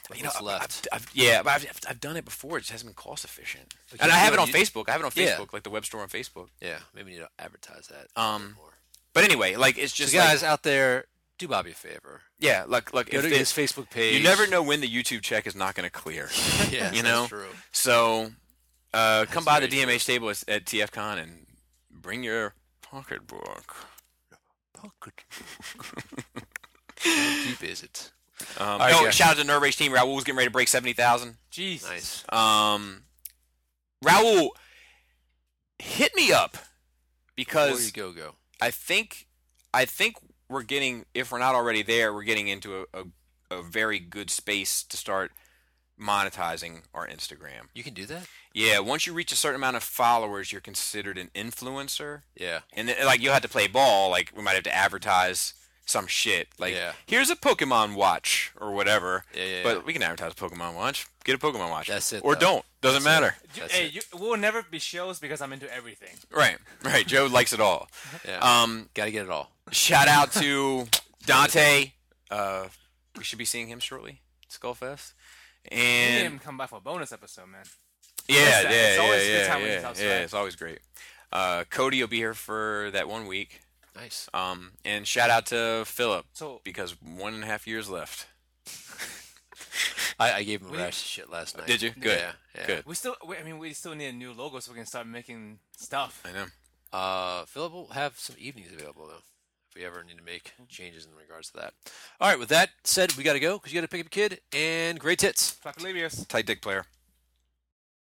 Like you know, what's I- left? I've, I've, yeah, but I've, I've- I've done it before. It just hasn't been cost efficient. But And you- I have you it on need- Facebook. I have it on Yeah. Facebook, like the web store on Facebook. yeah, maybe you need to advertise that. a Um, bit more. But anyway, like it's So just like- guys out there, do Bobby a favor. yeah, look, look. Go if to they- his Facebook page. You never know when the YouTube check is not going to clear. Yeah, you know? that's true. So Uh, come by the DMH table at, at TFCon and bring your pocketbook. How deep is it? Um, right, oh, guys. shout out to Nerd Rage Team. Raul's getting ready to break 70,000. Jesus. Nice. Um, Raul, hit me up Where you because go, go. I think I think we're getting if we're not already there, we're getting into a, a, a very good space to start monetizing our Instagram. You can do that. Yeah, once you reach a certain amount of followers, you're considered an influencer. Yeah. And then, like you'll have to play ball, like we might have to advertise some shit. Like Yeah. here's a Pokemon watch or whatever. Yeah, yeah, But yeah. we can advertise a Pokemon watch. Get a Pokemon watch. That's it, Or though. don't. Doesn't That's it. matter. You- That's hey, it. you, we'll never be shows because I'm into everything. Right. Right. Joe likes it all. Yeah. Um Got to get it all. Shout out to Dante. Uh, we should be seeing him shortly. Skullfest. You didn't even And come by for a bonus episode, man. yeah, yeah, It's yeah, always a good yeah, time when he's yeah, outside. yeah. It's always great. Uh, Cody will be here for that one week. Nice. Um, and shout out to Philip So because one and a half years left. I, I gave him a We- rash of shit last night. Did you? Good. Yeah. yeah. Good. we still, we, I mean, we still need a new logo so we can start making stuff. I know. Uh, Philip will have some evenings available though, if we ever need to make changes in regards to that. All right. With that said, we got to go because you got to pick up a kid and great tits. Fuck Libius. Tight dick player.